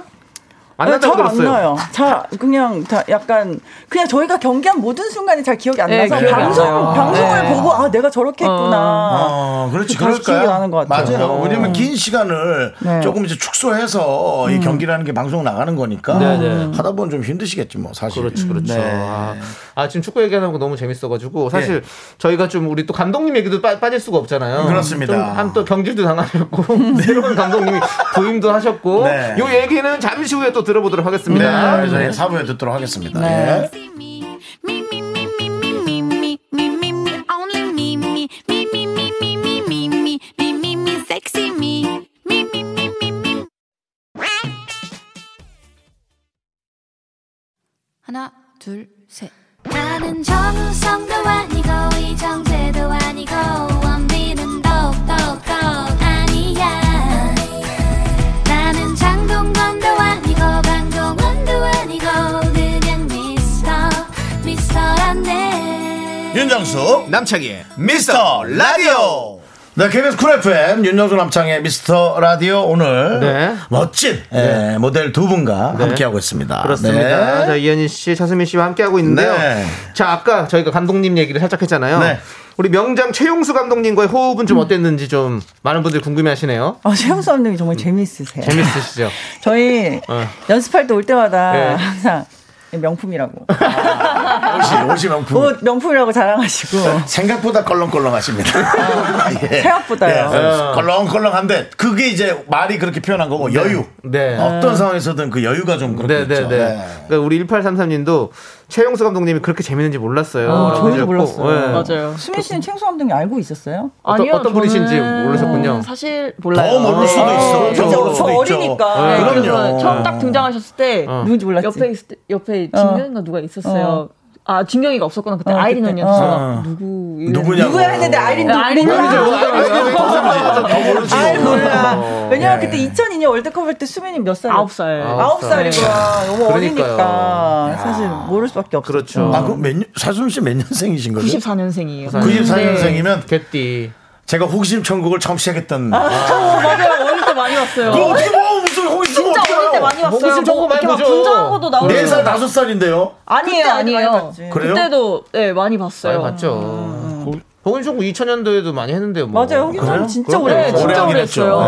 [SPEAKER 2] 안
[SPEAKER 7] 잘
[SPEAKER 2] 난다고
[SPEAKER 7] 네, 안
[SPEAKER 2] 들었어요.
[SPEAKER 7] 나요. 잘 그냥 다 약간 그냥 저희가 경기한 모든 순간이 잘 기억이 안
[SPEAKER 8] 네,
[SPEAKER 7] 나서
[SPEAKER 8] 기억이 안
[SPEAKER 7] 방송
[SPEAKER 8] 나요.
[SPEAKER 7] 방송을
[SPEAKER 8] 네.
[SPEAKER 7] 보고 아 내가 저렇게 했구나.
[SPEAKER 1] 어, 그렇지,
[SPEAKER 7] 아, 그런
[SPEAKER 1] 그럴까요?
[SPEAKER 7] 기억이 나는 것 같아요. 어.
[SPEAKER 1] 맞아요. 왜냐면 긴 시간을
[SPEAKER 7] 네. 음.
[SPEAKER 1] 조금 이제 축소해서 이 경기라는 게 방송 나가는 거니까
[SPEAKER 2] 네, 네.
[SPEAKER 1] 하다 보면 좀 힘드시겠지 뭐 사실.
[SPEAKER 2] 그렇죠, 그렇죠.
[SPEAKER 1] 네.
[SPEAKER 2] 아, 아, 지금 축구 얘기하는 거 너무 재밌어가지고 사실 저희가 좀 우리 또 감독님 얘기도 빠, 빠질 수가 없잖아요.
[SPEAKER 1] 예. 음, 그렇습니다.
[SPEAKER 2] 한또 경질도 당하셨고 새로운 감독님이 부임도 하셨고
[SPEAKER 1] 네.
[SPEAKER 2] 이요 얘기는 잠시 후에 또 들어보도록 하겠습니다.
[SPEAKER 1] 네, 저희 사부에 듣도록 하겠습니다.
[SPEAKER 7] 네.
[SPEAKER 1] 예.
[SPEAKER 3] Sexy me, me, me, me, me, me, me, me, me, me, me, only me, me, me, me, me, me, me, me, me, me, me, me, sexy me, me, me, me, me, me.
[SPEAKER 10] 하나, 둘, 셋.
[SPEAKER 3] 나는 정우성도 아니고 이정재도 아니고 원빈은 더욱더 아니야 나는 장동건도 아니고 강동원도 아니고 그냥 미스터 미스터란데
[SPEAKER 1] 예. 윤정수
[SPEAKER 5] 남창희의
[SPEAKER 1] 미스터 라디오. 네, KBS 쿨 FM 윤정수 남창의 미스터 라디오 오늘
[SPEAKER 2] 네.
[SPEAKER 1] 멋진 예, 모델 두 분과 함께하고 있습니다.
[SPEAKER 2] 그렇습니다.
[SPEAKER 1] 네.
[SPEAKER 2] 자, 이현희 씨, 차수민 씨와 함께하고 있는데요.
[SPEAKER 1] 네.
[SPEAKER 2] 자, 아까 저희가 감독님 얘기를 살짝 했잖아요.
[SPEAKER 1] 네.
[SPEAKER 2] 우리 명장 최용수 감독님과의 호흡은 좀 어땠는지 좀 많은 분들이 궁금해 하시네요.
[SPEAKER 7] 아, 최영수 감독님 정말 재미있으세요.
[SPEAKER 2] 재밌으시죠?
[SPEAKER 7] 저희 연습할 때 올 때마다
[SPEAKER 2] 네.
[SPEAKER 7] 항상 명품이라고
[SPEAKER 1] 옷이 옷이 명품.
[SPEAKER 7] 옷 명품이라고 자랑하시고
[SPEAKER 1] 네. 생각보다 껄렁껄렁하십니다. 예.
[SPEAKER 7] 아, 생각보다요. 어.
[SPEAKER 1] 예, 껄렁껄렁한데 그게 이제 말이 그렇게 표현한 거고 여유.
[SPEAKER 2] 네.
[SPEAKER 1] 어떤 상황에서든 그 여유가 좀 그렇죠.
[SPEAKER 2] 네네네. 그러니까 우리 1833님도 최용수 감독님이 그렇게 재밌는지 몰랐어요.
[SPEAKER 7] 어,
[SPEAKER 2] 라고
[SPEAKER 7] 저희도
[SPEAKER 2] 하셨고,
[SPEAKER 7] 몰랐어요.
[SPEAKER 2] 예.
[SPEAKER 8] 맞아요.
[SPEAKER 7] 수민 씨는 최영수 감독님 알고 있었어요?
[SPEAKER 2] 어떤- 어떤 분이신지 모르셨군요. 아, 그렇죠.
[SPEAKER 8] 사실
[SPEAKER 1] 더
[SPEAKER 8] 몰라요.
[SPEAKER 1] 모를 수도 있어. 더
[SPEAKER 7] 진짜
[SPEAKER 1] 모를 수도
[SPEAKER 7] 저
[SPEAKER 1] 있죠.
[SPEAKER 7] 어리니까.
[SPEAKER 8] 네,
[SPEAKER 1] 그럼요.
[SPEAKER 8] 그래서 처음 딱 등장하셨을 때
[SPEAKER 2] 어.
[SPEAKER 7] 누군지 몰랐지.
[SPEAKER 8] 옆에 있을 때, 옆에 진경이가 누가 있었어요. 아 진경이가 없었구나 그때
[SPEAKER 7] 어,
[SPEAKER 8] 아이린
[SPEAKER 7] 그때.
[SPEAKER 8] 언니였어.
[SPEAKER 1] 어.
[SPEAKER 8] 누구?
[SPEAKER 1] 누구냐고.
[SPEAKER 7] 누구야 했는데 아이린 도
[SPEAKER 8] 아이린
[SPEAKER 1] 네,
[SPEAKER 7] 아이 몰라. 왜냐면
[SPEAKER 1] 예.
[SPEAKER 7] 그때 2002년 월드컵 할 때 수민이 몇 살?
[SPEAKER 8] 아홉 살.
[SPEAKER 7] 아홉 살이고 너무
[SPEAKER 2] 그러니까요.
[SPEAKER 7] 어리니까 사실 모를 수밖에 없어.
[SPEAKER 2] 그렇죠.
[SPEAKER 1] 아, 그몇 년, 사순 씨 몇 년생이신 거죠?
[SPEAKER 8] 94년생이에요.
[SPEAKER 7] 네.
[SPEAKER 8] 네.
[SPEAKER 1] 94년생이면
[SPEAKER 2] 개띠.
[SPEAKER 1] 제가 호기심 천국을 처음 시작했던.
[SPEAKER 8] 맞아요. 어릴 때 많이 왔어요.
[SPEAKER 1] 그거 어떻게 뭐 무슨 호기심
[SPEAKER 8] 진짜 어릴 때 많이 왔어요.
[SPEAKER 2] 호기심
[SPEAKER 8] 뭐
[SPEAKER 2] 정보 많이
[SPEAKER 8] 이렇게 막
[SPEAKER 2] 보죠.
[SPEAKER 8] 분장하고도 나오고.
[SPEAKER 1] 4살, 5살인데요.
[SPEAKER 8] 아니에요, 아니에요.
[SPEAKER 1] 그래요?
[SPEAKER 8] 그때도 네, 많이
[SPEAKER 2] 잘
[SPEAKER 8] 봤어요.
[SPEAKER 2] 봤죠. 홍인종구 2000년도에도 많이 했는데요. 뭐.
[SPEAKER 7] 음, 맞아요. 홍인종 진짜
[SPEAKER 2] 그럼요.
[SPEAKER 7] 오래
[SPEAKER 8] 네, 진짜
[SPEAKER 1] 오래
[SPEAKER 8] 오래 했어요.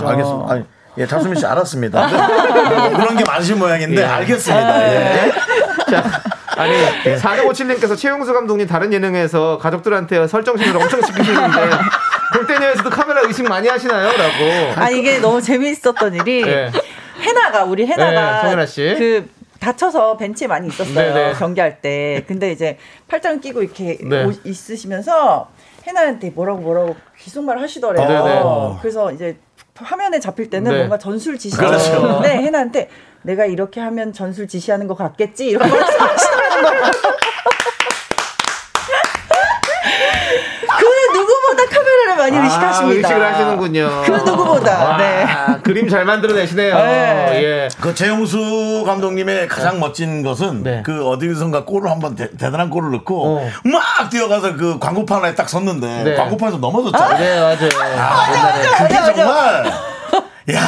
[SPEAKER 1] 네, 알겠습니다. 아니, 예, 자수민 씨 알았습니다. 뭐 그런 게 많으신 모양인데
[SPEAKER 2] 예.
[SPEAKER 1] 알겠습니다. 예.
[SPEAKER 2] 아니
[SPEAKER 7] 네.
[SPEAKER 2] 457님께서 최용수 감독님 다른 예능에서 가족들한테 설정신을 엄청 시키시는데 골대녀에서도 카메라 의식 많이 하시나요?라고.
[SPEAKER 7] 아 이게 너무 재미있었던 일이
[SPEAKER 2] 네.
[SPEAKER 7] 해나가 우리
[SPEAKER 2] 네,
[SPEAKER 7] 해나가
[SPEAKER 2] 정연아 씨.
[SPEAKER 7] 그 다쳐서 벤치에 많이 있었어요
[SPEAKER 2] 네, 네.
[SPEAKER 7] 경기할 때 근데 이제 팔짱 끼고 이렇게
[SPEAKER 2] 네.
[SPEAKER 7] 오- 있으시면서 해나한테 뭐라고 뭐라고 귓속말 하시더래요
[SPEAKER 2] 네, 네.
[SPEAKER 7] 그래서 이제 화면에 잡힐 때는
[SPEAKER 2] 네.
[SPEAKER 7] 뭔가 전술
[SPEAKER 1] 그렇죠.
[SPEAKER 7] 지시하는데 네, 해나한테 내가 이렇게 하면 전술 지시하는 것 같겠지 이런 걸 하시는 거예요 그 누구보다 카메라를 많이 의식하십니다.
[SPEAKER 2] 아, 의식을 하시는군요.
[SPEAKER 7] 그 누구보다. 네.
[SPEAKER 2] 아, 그림 잘 만들어내시네요.
[SPEAKER 1] 네.
[SPEAKER 2] 예.
[SPEAKER 1] 그 최용수 감독님의 가장 멋진 것은 그 어디선가 골을 한번 대, 단한 골을 넣고 막 뛰어가서 그 광고판 에딱 섰는데
[SPEAKER 2] 네.
[SPEAKER 1] 광고판에서 넘어졌잖아요.
[SPEAKER 2] 네, 맞아요.
[SPEAKER 1] 아, 그게 정말 야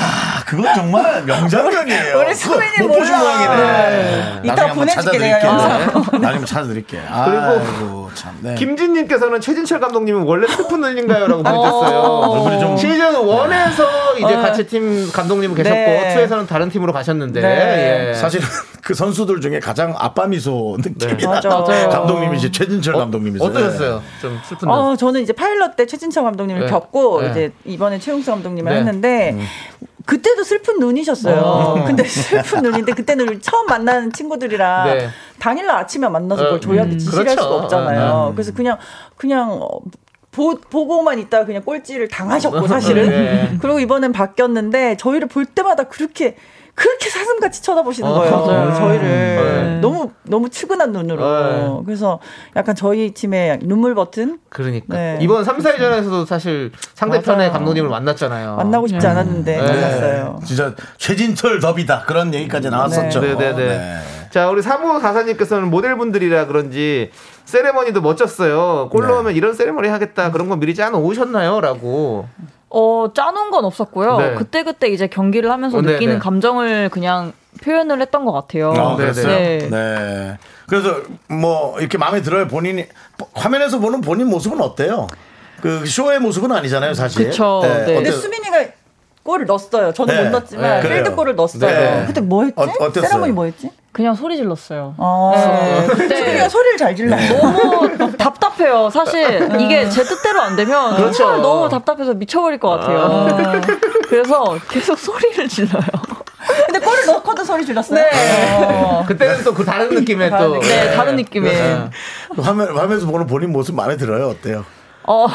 [SPEAKER 1] 그건 정말 명장면이에요.
[SPEAKER 7] 우리
[SPEAKER 1] 그거
[SPEAKER 7] 선배님
[SPEAKER 1] 못 보신
[SPEAKER 7] 몰라.
[SPEAKER 1] 모양이네.
[SPEAKER 7] 네. 이따
[SPEAKER 1] 나중에 한번
[SPEAKER 7] 보내줄게,
[SPEAKER 1] 찾아드릴게요.
[SPEAKER 7] 내가
[SPEAKER 1] 네.
[SPEAKER 7] 영상으로
[SPEAKER 1] 나중에 한번 찾아드릴게요. 아이고 참. 네.
[SPEAKER 2] 김진님께서는 최진철 감독님은 원래 슬픈 눈인가요? 라고 보내주셨어요.
[SPEAKER 1] 얼굴이 좀
[SPEAKER 2] 시즌 1에서 이제 같이 팀 감독님 계셨고,
[SPEAKER 7] 네.
[SPEAKER 2] 2에서는 다른 팀으로 가셨는데,
[SPEAKER 7] 네.
[SPEAKER 2] 예.
[SPEAKER 1] 사실은 그 선수들 중에 가장 아빠 미소 느낌이
[SPEAKER 2] 네. 어,
[SPEAKER 1] 나는
[SPEAKER 7] 맞아요.
[SPEAKER 1] 감독님이지 최진철 감독님이세요.
[SPEAKER 2] 어떠셨어요? 좀 슬픈 눈.
[SPEAKER 7] 어, 저는 이제 파일럿 때 최진철 감독님을
[SPEAKER 2] 네.
[SPEAKER 7] 겪고
[SPEAKER 2] 네.
[SPEAKER 7] 이제 이번에 최용수 감독님을
[SPEAKER 2] 네.
[SPEAKER 7] 했는데 그때도 슬픈 눈이셨어요.
[SPEAKER 2] 어.
[SPEAKER 7] 근데 슬픈 눈인데 그때는 우리 처음 만나는 친구들이랑
[SPEAKER 2] 네.
[SPEAKER 7] 당일날 아침에 만나서
[SPEAKER 2] 어,
[SPEAKER 7] 그걸 조약이 지시할
[SPEAKER 2] 그렇죠.
[SPEAKER 7] 수가
[SPEAKER 2] 어,
[SPEAKER 7] 없잖아요. 그래서 그냥 그냥 어, 보, 보고만 있다가 그냥 꼴찌를 당하셨고 사실은
[SPEAKER 2] 네.
[SPEAKER 7] 그리고 이번엔 바뀌었는데 저희를 볼 때마다 그렇게 그렇게 사슴같이 쳐다보시는
[SPEAKER 2] 어,
[SPEAKER 7] 거예요.
[SPEAKER 2] 맞아요.
[SPEAKER 7] 저희를
[SPEAKER 2] 네.
[SPEAKER 7] 너무 너무 측은한 눈으로
[SPEAKER 2] 네.
[SPEAKER 7] 그래서 약간 저희 팀의 눈물 버튼
[SPEAKER 2] 그러니까.
[SPEAKER 7] 네.
[SPEAKER 2] 이번 3, 4회전에서도 사실 상대편의
[SPEAKER 7] 맞아요.
[SPEAKER 2] 감독님을 만났잖아요.
[SPEAKER 7] 만나고 싶지 않았는데
[SPEAKER 2] 어. 네.
[SPEAKER 7] 만났어요.
[SPEAKER 1] 진짜 최진철 더비다 그런 얘기까지 나왔었죠.
[SPEAKER 2] 네, 네, 네. 자, 우리 사무 가사님께서는 모델분들이라 그런지 세레머니도 멋졌어요. 골
[SPEAKER 1] 네.
[SPEAKER 2] 넣으면 이런 세레머니 하겠다. 그런 거 미리 짠 오셨나요? 라고.
[SPEAKER 8] 어, 짜놓은 건 없었고요.
[SPEAKER 2] 네.
[SPEAKER 8] 그때그때 이제 경기를 하면서
[SPEAKER 2] 어, 네,
[SPEAKER 8] 느끼는
[SPEAKER 2] 네.
[SPEAKER 8] 감정을 그냥 표현을 했던 것 같아요.
[SPEAKER 1] 아,
[SPEAKER 2] 네,
[SPEAKER 1] 그랬어요. 네. 그래서 뭐 이렇게 마음에 들어요. 본인이 화면에서 보는 본인 모습은 어때요? 그 쇼의 모습은 아니잖아요, 사실.
[SPEAKER 8] 그쵸, 네.
[SPEAKER 7] 근데
[SPEAKER 1] 어때-
[SPEAKER 7] 수민이가 골을 넣었어요. 저는
[SPEAKER 1] 네.
[SPEAKER 7] 못 넣었지만
[SPEAKER 1] 네.
[SPEAKER 7] 필드 골을 넣었어요.
[SPEAKER 1] 네.
[SPEAKER 7] 그때 뭐 했지?
[SPEAKER 1] 어- 어땠어요?
[SPEAKER 7] 세라머니 뭐 했지?
[SPEAKER 8] 그냥 소리 질렀어요.
[SPEAKER 7] 아,
[SPEAKER 8] 네. 그때-
[SPEAKER 7] 수민이가 소리를 잘 뭐? 질러.
[SPEAKER 1] 네.
[SPEAKER 8] 너무 어, 답답해요. 사실 이게 제 뜻대로 안 되면
[SPEAKER 2] 그렇죠.
[SPEAKER 8] 정말 너무 답답해서 미쳐버릴 것 같아요. 그래서 계속 소리를 질러요.
[SPEAKER 7] 근데 골을 넣고도 소리 질렀어요. 어.
[SPEAKER 2] 그때는 또 그 다른 느낌의 또.
[SPEAKER 7] 다른
[SPEAKER 8] 네, 다른 느낌의. 뭐.
[SPEAKER 1] 화면 화면에서 보는 본인 모습 마음에 들어요, 어때요?
[SPEAKER 8] 어,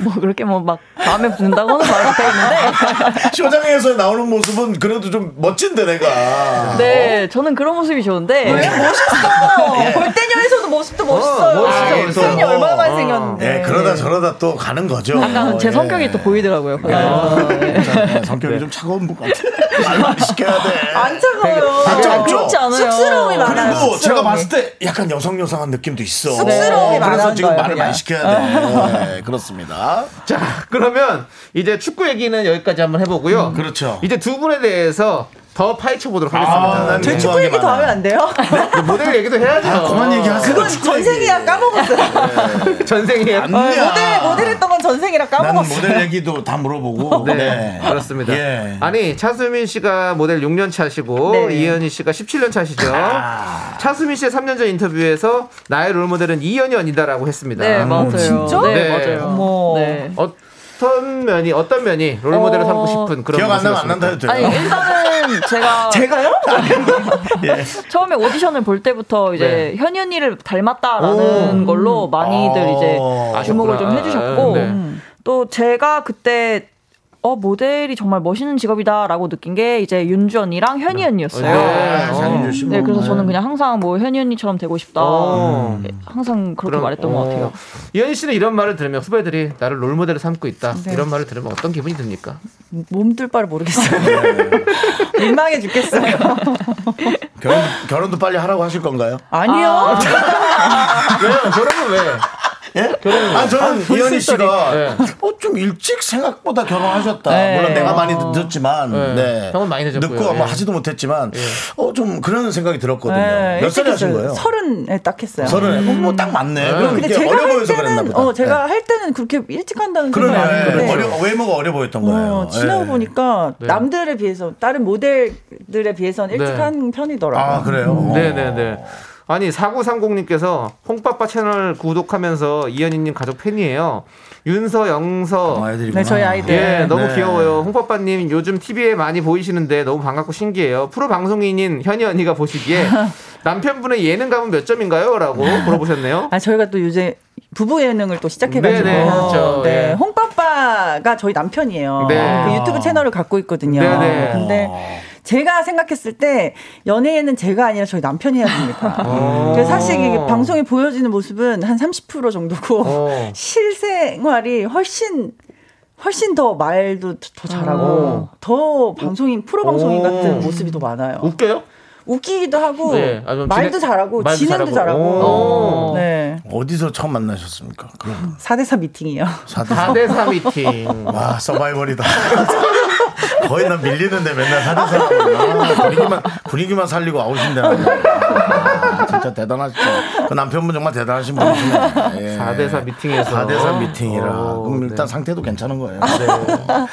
[SPEAKER 8] 뭐 그렇게 뭐 막 마음에 든다고는 말 못하겠는데.
[SPEAKER 1] 쇼장에서 나오는 모습은 그래도 좀 멋진데 내가.
[SPEAKER 8] 네, 저는 그런 모습이 좋은데.
[SPEAKER 7] 멋있어. 네. 골대녀에서도 모습도 멋있어요.
[SPEAKER 8] 아,
[SPEAKER 2] 아,
[SPEAKER 1] 멋있죠, 멋있어.
[SPEAKER 7] 뭐?
[SPEAKER 2] 예.
[SPEAKER 7] 수민이 얼마나 많이 생겼는데.
[SPEAKER 1] 예, 그러다 저러다 또 가는 거죠.
[SPEAKER 8] 약간 제
[SPEAKER 1] 예.
[SPEAKER 8] 성격이 또 보이더라고요.
[SPEAKER 1] 참,
[SPEAKER 2] 네.
[SPEAKER 1] 예, 성격이 좀 차가운 분 같아. 말 많이 시켜야 돼.
[SPEAKER 7] 안 차가워요. 네.
[SPEAKER 1] 되게
[SPEAKER 8] 아,
[SPEAKER 1] 작죠?
[SPEAKER 8] 그렇지 않아요.
[SPEAKER 7] 쑥스러움이 아, 많아요.
[SPEAKER 1] 그리고 제가
[SPEAKER 7] 쑥스러움이.
[SPEAKER 1] 봤을 때 약간 여성여성한 느낌도 있어.
[SPEAKER 7] 쑥스러움이
[SPEAKER 1] 그래서
[SPEAKER 7] 많아요,
[SPEAKER 1] 지금 말을
[SPEAKER 7] 그냥. 아.
[SPEAKER 1] 많이 시켜야 돼. 네, 그렇습니다.
[SPEAKER 2] 자, 그러면 이제 축구 얘기는 여기까지 한번 해보고요.
[SPEAKER 1] 그렇죠.
[SPEAKER 2] 이제 두 분에 대해서 더 파헤쳐 보도록 하겠습니다.
[SPEAKER 1] 아,
[SPEAKER 7] 제
[SPEAKER 1] 궁금한
[SPEAKER 7] 축구
[SPEAKER 1] 게
[SPEAKER 7] 얘기 더
[SPEAKER 1] 많아요.
[SPEAKER 7] 하면 안 돼요?
[SPEAKER 2] 모델 얘기도 해야죠.
[SPEAKER 1] 아, 그만 얘기하세요.
[SPEAKER 7] 어. 그건 전생이랑 까먹었어요. 어, 네,
[SPEAKER 2] 전생이에요.
[SPEAKER 1] 안 돼요. 아.
[SPEAKER 7] 모델, 모델했던 건 전생이랑
[SPEAKER 1] 나는
[SPEAKER 7] 까먹었어요.
[SPEAKER 1] 모델 얘기도 다 물어보고.
[SPEAKER 2] 네,
[SPEAKER 1] 네.
[SPEAKER 2] 그렇습니다.
[SPEAKER 1] 예.
[SPEAKER 2] 아니 차수민 씨가 모델 6년 차시고
[SPEAKER 7] 네.
[SPEAKER 2] 이현희 씨가 17년 차시죠.
[SPEAKER 1] 아.
[SPEAKER 2] 차수민 씨의 3년 전 인터뷰에서 나의 롤모델은 이현희 언니다라고 했습니다.
[SPEAKER 8] 네, 맞아요. 진짜? 네,
[SPEAKER 2] 네.
[SPEAKER 8] 맞아요.
[SPEAKER 7] 어머.
[SPEAKER 8] 네.
[SPEAKER 2] 어떤 면이 어떤 면이 롤모델을
[SPEAKER 8] 어,
[SPEAKER 2] 삼고 싶은 그런
[SPEAKER 1] 기억 안 나면 안
[SPEAKER 2] 모습이었습니까?
[SPEAKER 1] 난다 해도 돼요.
[SPEAKER 8] 아니 일단은 제가
[SPEAKER 7] 제가요?
[SPEAKER 8] 처음에 오디션을 볼 때부터 이제 현이 언니를 닮았다라는 걸로 많이들
[SPEAKER 1] 아,
[SPEAKER 8] 이제 주목을 좀
[SPEAKER 2] 아셨구나.
[SPEAKER 8] 해주셨고 음.
[SPEAKER 2] 네.
[SPEAKER 8] 또 제가 그때 어 모델이 정말 멋있는 직업이다라고 느낀 게 이제 윤주 언니랑 현이 언니였어요.
[SPEAKER 2] 네.
[SPEAKER 8] 어.
[SPEAKER 1] 장윤주 씨 뭐.
[SPEAKER 8] 네, 그래서 저는 그냥 항상 뭐 현이 언니처럼 되고 싶다.
[SPEAKER 2] 어.
[SPEAKER 8] 네, 항상 그렇게 말했던 것 같아요.
[SPEAKER 2] 이현희 씨는 이런 말을 들으면 후배들이 나를 롤모델을 삼고 있다.
[SPEAKER 7] 네.
[SPEAKER 2] 이런 말을 들으면 어떤 기분이 듭니까?
[SPEAKER 7] 몸둘 바를 모르겠어요.
[SPEAKER 1] 네.
[SPEAKER 7] 민망해 죽겠어요.
[SPEAKER 1] 결혼, 결혼도 빨리 하라고 하실 건가요?
[SPEAKER 7] 아니요.
[SPEAKER 2] 왜요? 결혼은 왜?
[SPEAKER 1] 예? 아, 저는 이현희 씨가
[SPEAKER 2] 네.
[SPEAKER 1] 어, 좀 일찍 생각보다 결혼하셨다.
[SPEAKER 7] 네.
[SPEAKER 1] 물론 내가 많이 늦었지만,
[SPEAKER 2] 네.
[SPEAKER 1] 네.
[SPEAKER 2] 형은 많이 늦었고요.
[SPEAKER 1] 늦고 아마
[SPEAKER 2] 예.
[SPEAKER 1] 하지도 못했지만, 어, 좀 그런 생각이 들었거든요.
[SPEAKER 7] 네,
[SPEAKER 1] 몇
[SPEAKER 7] 일찍
[SPEAKER 1] 살에 하신
[SPEAKER 7] 했어요.
[SPEAKER 1] 거예요?
[SPEAKER 7] 서른에 딱 했어요.
[SPEAKER 1] 서른에. 뭐딱 맞네. 그럼
[SPEAKER 7] 근데
[SPEAKER 1] 이게
[SPEAKER 7] 제가
[SPEAKER 1] 어려
[SPEAKER 7] 할
[SPEAKER 1] 보여서 그랬나
[SPEAKER 7] 때는
[SPEAKER 1] 보다. 네.
[SPEAKER 7] 어 제가 할 때는 그렇게 일찍 한다는
[SPEAKER 1] 그러네.
[SPEAKER 7] 생각 안 했는데
[SPEAKER 1] 어려, 외모가 어려 보였던 거예요.
[SPEAKER 7] 어, 지나고
[SPEAKER 1] 예.
[SPEAKER 7] 보니까
[SPEAKER 2] 네.
[SPEAKER 7] 남들에 비해서 다른 모델들에 비해서는 일찍
[SPEAKER 2] 네.
[SPEAKER 7] 한 편이더라고요.
[SPEAKER 1] 아, 그래요? 어.
[SPEAKER 2] 네네네. 아니 4930님께서 홍빠빠 채널 구독하면서 이현희님 가족 팬이에요. 윤서, 영서.
[SPEAKER 1] 어, 애들이구나.
[SPEAKER 7] 네, 저희 아이들.
[SPEAKER 2] 예, 너무
[SPEAKER 1] 네.
[SPEAKER 2] 귀여워요. 홍빠빠님 요즘 TV에 많이 보이시는데 너무 반갑고 신기해요. 프로 방송인인 현희 언니가 보시기에 남편분의 예능감은 몇 점인가요? 라고 물어보셨네요.
[SPEAKER 7] 아 저희가 또 요새 부부 예능을 또 시작해가지고
[SPEAKER 2] 네네, 그렇죠.
[SPEAKER 7] 네,
[SPEAKER 2] 예.
[SPEAKER 7] 홍빠빠가 저희 남편이에요.
[SPEAKER 2] 네.
[SPEAKER 7] 그 유튜브 채널을 갖고 있거든요.
[SPEAKER 2] 네네.
[SPEAKER 7] 근데 제가 생각했을 때 연예인은 제가 아니라 저희 남편이 해야 됩니다.
[SPEAKER 2] 아.
[SPEAKER 7] 그래서 음. 사실 이게
[SPEAKER 2] 어.
[SPEAKER 7] 방송에 보여지는 모습은 한 30% 정도고
[SPEAKER 2] 어.
[SPEAKER 7] 실생활이 훨씬 훨씬 더 말도 더 잘하고
[SPEAKER 2] 어.
[SPEAKER 7] 더 방송인 프로 방송인 같은 모습이 더 많아요.
[SPEAKER 2] 웃겨요?
[SPEAKER 7] 웃기기도 하고
[SPEAKER 2] 네, 아, 좀
[SPEAKER 7] 말도
[SPEAKER 2] 진행-
[SPEAKER 7] 잘하고
[SPEAKER 2] 말도
[SPEAKER 7] 진행도
[SPEAKER 2] 잘하고.
[SPEAKER 7] 잘하고
[SPEAKER 2] 오.
[SPEAKER 7] 네.
[SPEAKER 1] 아, 어디서 처음 만나셨습니까? 그럼
[SPEAKER 7] 4대4 미팅이요.
[SPEAKER 2] 4대4 미팅.
[SPEAKER 1] 와 서바이벌이다. 거의 난 밀리는데 맨날 사는 사람이구나. 분위기만 분위기만 살리고 아웃인다는 거. 아, 진짜 대단하시죠. 그 남편분 정말 대단하신 분이시네. 예.
[SPEAKER 2] 4대4 미팅에서.
[SPEAKER 1] 4대4 미팅이라.
[SPEAKER 2] 오,
[SPEAKER 1] 그럼
[SPEAKER 2] 네.
[SPEAKER 1] 일단 상태도 괜찮은 거예요.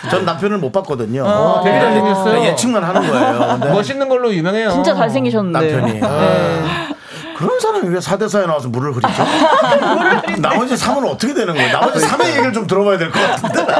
[SPEAKER 1] 전 남편을 못 봤거든요. 네.
[SPEAKER 2] 어, 되게 잘생겼어요.
[SPEAKER 1] 예측만 하는 거예요. 네. 근데
[SPEAKER 2] 멋있는 걸로 유명해요.
[SPEAKER 8] 진짜 잘생기셨는데.
[SPEAKER 1] 남편이. 아, 그런 사람이 왜 4대4에 나와서 물을 흐리죠? 나머지 3은 어떻게 되는 거예요? 나머지 3의 얘기를 좀 들어봐야 될 것 같은데.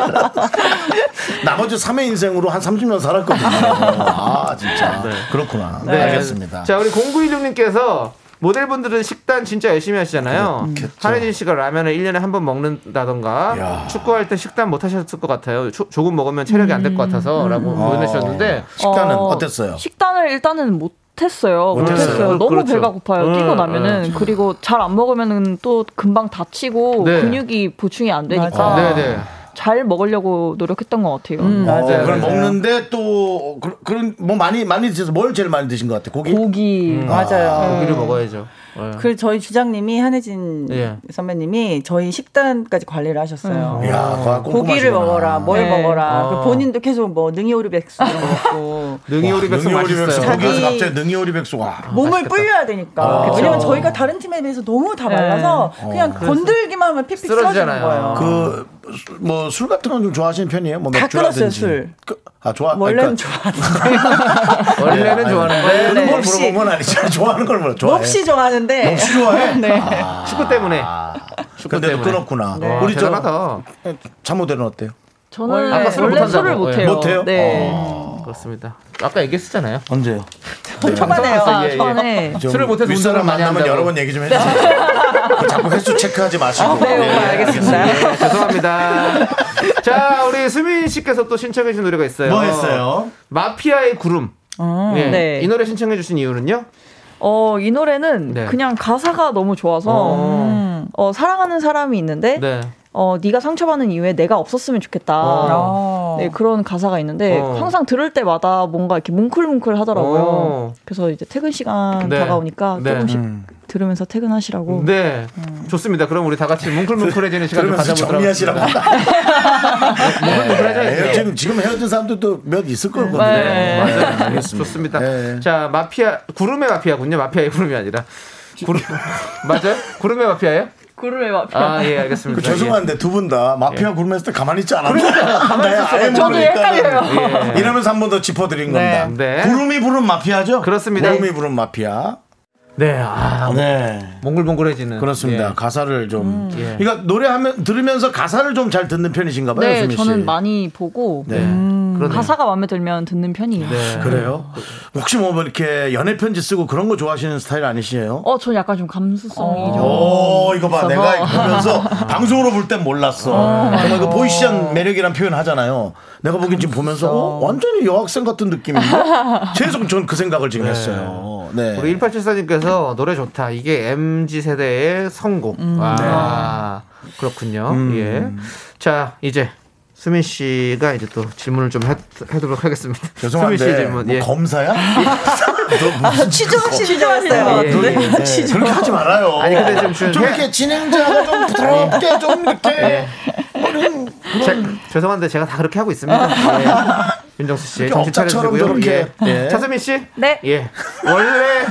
[SPEAKER 1] 나머지 3의 인생으로 한 30년 살았거든요. 아, 진짜. 그렇구나.
[SPEAKER 2] 네.
[SPEAKER 1] 알겠습니다.
[SPEAKER 2] 자, 우리 0916님께서 모델분들은 식단 진짜 열심히 하시잖아요.
[SPEAKER 1] 그렇겠죠. 음.
[SPEAKER 2] 한혜진 씨가 라면을 1년에 한 번 먹는다던가
[SPEAKER 1] 야.
[SPEAKER 2] 축구할 때 식단 못 하셨을 것 같아요. 조, 조금 먹으면 체력이 안 될 것 같아서
[SPEAKER 1] 음.
[SPEAKER 2] 라고 보내주셨는데
[SPEAKER 1] 식단은
[SPEAKER 8] 어,
[SPEAKER 1] 어. 땠어요
[SPEAKER 8] 식단을 일단은 못 했어요. 못
[SPEAKER 1] 못했어요.
[SPEAKER 8] 했어요. 너무
[SPEAKER 2] 그렇죠.
[SPEAKER 8] 배가 고파요.
[SPEAKER 2] 음,
[SPEAKER 8] 뛰고 나면은
[SPEAKER 2] 음.
[SPEAKER 8] 그리고 잘 안 먹으면은 또 금방 다치고
[SPEAKER 2] 네.
[SPEAKER 8] 근육이 보충이 안
[SPEAKER 1] 아.
[SPEAKER 8] 되니까
[SPEAKER 2] 네,
[SPEAKER 1] 음.
[SPEAKER 2] 음. 네.
[SPEAKER 8] 잘 먹으려고 노력했던 것 같아요. 음.
[SPEAKER 7] 네.
[SPEAKER 2] 맞아요,
[SPEAKER 1] 어, 그걸
[SPEAKER 2] 맞아요.
[SPEAKER 1] 먹는데 또 그- 그런 뭐 많이 많이 드셔서 뭘 제일 많이 드신 것 같아? 고기?
[SPEAKER 8] 고기
[SPEAKER 7] 맞아요.
[SPEAKER 2] 음. 고기를 먹어야죠. 네.
[SPEAKER 7] 그 저희 주장님이 한혜진
[SPEAKER 2] 예.
[SPEAKER 7] 선배님이 저희 식단까지 관리를
[SPEAKER 2] 음.
[SPEAKER 7] 하셨어요.
[SPEAKER 1] 야, 그거 꼼꼼하시구나.
[SPEAKER 7] 고기를 먹어라, 뭐- 뭘
[SPEAKER 8] 네.
[SPEAKER 7] 먹어라.
[SPEAKER 2] 아.
[SPEAKER 7] 그 본인도 계속 뭐 능이오리 백수 이런 거 먹고
[SPEAKER 2] 능이오리백숙
[SPEAKER 1] 능이오리백숙.
[SPEAKER 2] 맛있어요.
[SPEAKER 1] 거기서
[SPEAKER 7] 자기-
[SPEAKER 1] 갑자기 능이오리백숙아.
[SPEAKER 7] 몸을 불려야 되니까. 그렇죠.
[SPEAKER 1] 아.
[SPEAKER 7] 왜냐면
[SPEAKER 2] 그쵸.
[SPEAKER 7] 저희가 다른 팀에 비해서 너무 다 말라서 그냥 건들기만 하면 픽픽 쓰러지는
[SPEAKER 2] 쓰러지잖아요.
[SPEAKER 7] 거예요.
[SPEAKER 1] 그 뭐 술 같은 건 좀 좋아하시는 편이에요? 뭐
[SPEAKER 7] 아. 다
[SPEAKER 1] 맥주라든지.
[SPEAKER 7] 끊었어요, 술.
[SPEAKER 1] 그- 아 좋아.
[SPEAKER 7] 원래는 네,
[SPEAKER 1] 그러니까-
[SPEAKER 2] 원래는
[SPEAKER 1] 아니,
[SPEAKER 2] 좋아하는데
[SPEAKER 1] 그런 걸
[SPEAKER 7] 몹시.
[SPEAKER 1] 물어본 건 아니죠. 좋아하는 걸 물어. 좋아해.
[SPEAKER 7] 몹시 좋아하는데
[SPEAKER 1] 몹시 좋아해.
[SPEAKER 7] 네.
[SPEAKER 2] 축구 때문에.
[SPEAKER 1] 아. 근데 또
[SPEAKER 2] 때문에.
[SPEAKER 1] 끊었구나.
[SPEAKER 2] 와,
[SPEAKER 1] 우리 저
[SPEAKER 2] 대단하다.
[SPEAKER 1] 참모대는 어때요?
[SPEAKER 8] 저는
[SPEAKER 2] 원래-
[SPEAKER 8] 원래,
[SPEAKER 2] 아까 술을 못한다고.
[SPEAKER 8] 술을
[SPEAKER 2] 예.
[SPEAKER 8] 못해요.
[SPEAKER 1] 못해요? 어.
[SPEAKER 8] 네.
[SPEAKER 2] 그렇습니다. 아까 얘기했었잖아요.
[SPEAKER 7] 네.
[SPEAKER 1] 언제요? 네.
[SPEAKER 7] 초반에요.
[SPEAKER 2] 아, 예, 예.
[SPEAKER 8] 초반에
[SPEAKER 1] 좀
[SPEAKER 2] 술을 못해서
[SPEAKER 1] 윗사람
[SPEAKER 2] 운동을 많이
[SPEAKER 1] 만나면
[SPEAKER 2] 한다고.
[SPEAKER 1] 여러 번 얘기 좀 해주세요. 그 자꾸 횟수 체크하지 마시고. 예.
[SPEAKER 7] 네, 오빠 알겠습니다.
[SPEAKER 2] 네, 죄송합니다. 자, 우리 수민 씨께서 또 신청해 주신 노래가 있어요.
[SPEAKER 1] 뭐 했어요?
[SPEAKER 2] 마피아의 구름. 네.
[SPEAKER 8] 네.
[SPEAKER 2] 이 노래 신청해 주신 이유는요?
[SPEAKER 8] 어, 이 노래는
[SPEAKER 2] 네.
[SPEAKER 8] 그냥 가사가 너무 좋아서
[SPEAKER 2] 어.
[SPEAKER 8] 어, 사랑하는 사람이 있는데
[SPEAKER 2] 네.
[SPEAKER 8] 어, 네가 상처받는 이유에 내가 없었으면 좋겠다.
[SPEAKER 2] 어.
[SPEAKER 8] 네, 그런 가사가 있는데
[SPEAKER 2] 어.
[SPEAKER 8] 항상 들을 때마다 뭔가 이렇게 뭉클뭉클 하더라고요.
[SPEAKER 2] 어.
[SPEAKER 8] 그래서 이제 퇴근 시간
[SPEAKER 2] 네.
[SPEAKER 8] 다가오니까
[SPEAKER 2] 네.
[SPEAKER 8] 조금씩
[SPEAKER 1] 음.
[SPEAKER 8] 들으면서 퇴근하시라고.
[SPEAKER 2] 네. 좋습니다. 그럼 우리 다 같이 뭉클뭉클해지는 시간 좀
[SPEAKER 1] 그러면서
[SPEAKER 2] 가져보도록
[SPEAKER 1] 정리하시라고.
[SPEAKER 2] 하겠습니다. 뭉클뭉클해져야
[SPEAKER 1] 네,
[SPEAKER 2] 돼요.
[SPEAKER 1] 지금 지금 헤어진 사람들도 몇 있을 거거든요.
[SPEAKER 8] 네.
[SPEAKER 1] 맞아요. 알겠습니다.
[SPEAKER 2] 좋습니다.
[SPEAKER 1] 네.
[SPEAKER 2] 자, 마피아 구름의 마피아군요. 마피아의 구름이 아니라 구름 맞아요? 구름의 마피아예요?
[SPEAKER 8] 구름의 마피.
[SPEAKER 2] 아, 예, 알겠습니다.
[SPEAKER 1] 그 죄송한데 두 분 다
[SPEAKER 2] 예.
[SPEAKER 1] 마피아 굶었을 때 가만히 있지
[SPEAKER 2] 그러니까
[SPEAKER 1] 않았나요? 네,
[SPEAKER 8] 저도
[SPEAKER 2] 헷갈려요. 예.
[SPEAKER 1] 이러면서 한 번 더 짚어드린 겁니다.
[SPEAKER 2] 네.
[SPEAKER 1] 구름이 부른 마피아죠?
[SPEAKER 2] 그렇습니다.
[SPEAKER 1] 구름이 부른 마피아.
[SPEAKER 2] 예. 네. 아,
[SPEAKER 1] 네.
[SPEAKER 2] 몽글몽글해지는
[SPEAKER 1] 그렇습니다.
[SPEAKER 2] 예.
[SPEAKER 1] 가사를 좀.
[SPEAKER 2] 예.
[SPEAKER 1] 그러니까 노래하면 들으면서 가사를 좀 잘 듣는 편이신가 봐요,
[SPEAKER 8] 네,
[SPEAKER 1] 수민 씨.
[SPEAKER 8] 저는 많이 보고
[SPEAKER 1] 네.
[SPEAKER 2] 음. 그러네요.
[SPEAKER 8] 가사가 마음에 들면 듣는 편이에요.
[SPEAKER 2] 네.
[SPEAKER 1] 그래요? 혹시 뭐 이렇게 연애 편지 쓰고 그런 거 좋아하시는 스타일 아니시에요?
[SPEAKER 8] 어, 저는 약간 좀
[SPEAKER 2] 어.
[SPEAKER 8] 감수성이 좀
[SPEAKER 1] 오, 이거 봐.
[SPEAKER 8] 있어서.
[SPEAKER 1] 내가 보면서 방송으로 볼 땐 몰랐어. 정말 그
[SPEAKER 8] 어.
[SPEAKER 1] 보이시한 매력이란 표현 하잖아요. 내가 보기엔
[SPEAKER 8] 그렇죠.
[SPEAKER 1] 지금 보면서 어, 완전히 여학생 같은 느낌인데? 계속 전 그 생각을 지금 했어요. 네.
[SPEAKER 2] 우리 1874님께서 노래 좋다. 이게 MG 세대의 선곡.
[SPEAKER 8] 음.
[SPEAKER 2] 아,
[SPEAKER 8] 네.
[SPEAKER 2] 그렇군요. 예. 자, 이제 수민 씨가 이제 또 질문을 좀 해, 해도록 하겠습니다. 수민 씨
[SPEAKER 1] 죄송한데
[SPEAKER 2] 질문.
[SPEAKER 1] 뭐
[SPEAKER 2] 예.
[SPEAKER 1] 검사야? 너 무슨 네.
[SPEAKER 7] 취조하시 취조했어요. 네.
[SPEAKER 8] 아,
[SPEAKER 2] 예, 예.
[SPEAKER 1] 그렇게 하지 말아요.
[SPEAKER 2] 아니, 근데 예. 좀 주-
[SPEAKER 1] 이렇게 진행자가 좀 부드럽게 좀 이렇게
[SPEAKER 2] 예. 제- 죄송한데 제가 다 그렇게 하고 있습니다. 예. 윤정수 씨,
[SPEAKER 1] 아. 이렇게
[SPEAKER 2] 정신
[SPEAKER 1] 억자처럼
[SPEAKER 2] 차려주시고요.
[SPEAKER 1] 저렇게.
[SPEAKER 2] 예.
[SPEAKER 1] 예.
[SPEAKER 2] 차수민 씨,
[SPEAKER 8] 네.
[SPEAKER 2] 예. 원래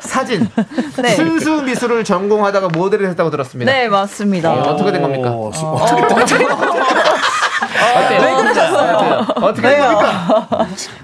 [SPEAKER 2] 사진,
[SPEAKER 8] 네.
[SPEAKER 2] 순수 미술을 전공하다가 모델을 했다고 들었습니다.
[SPEAKER 8] 네, 맞습니다.
[SPEAKER 2] 어, 어떻게 된 겁니까?
[SPEAKER 1] 어, 수- 어떻게 된
[SPEAKER 8] 왜 그러셨어요?
[SPEAKER 2] 어떻게 된 겁니까?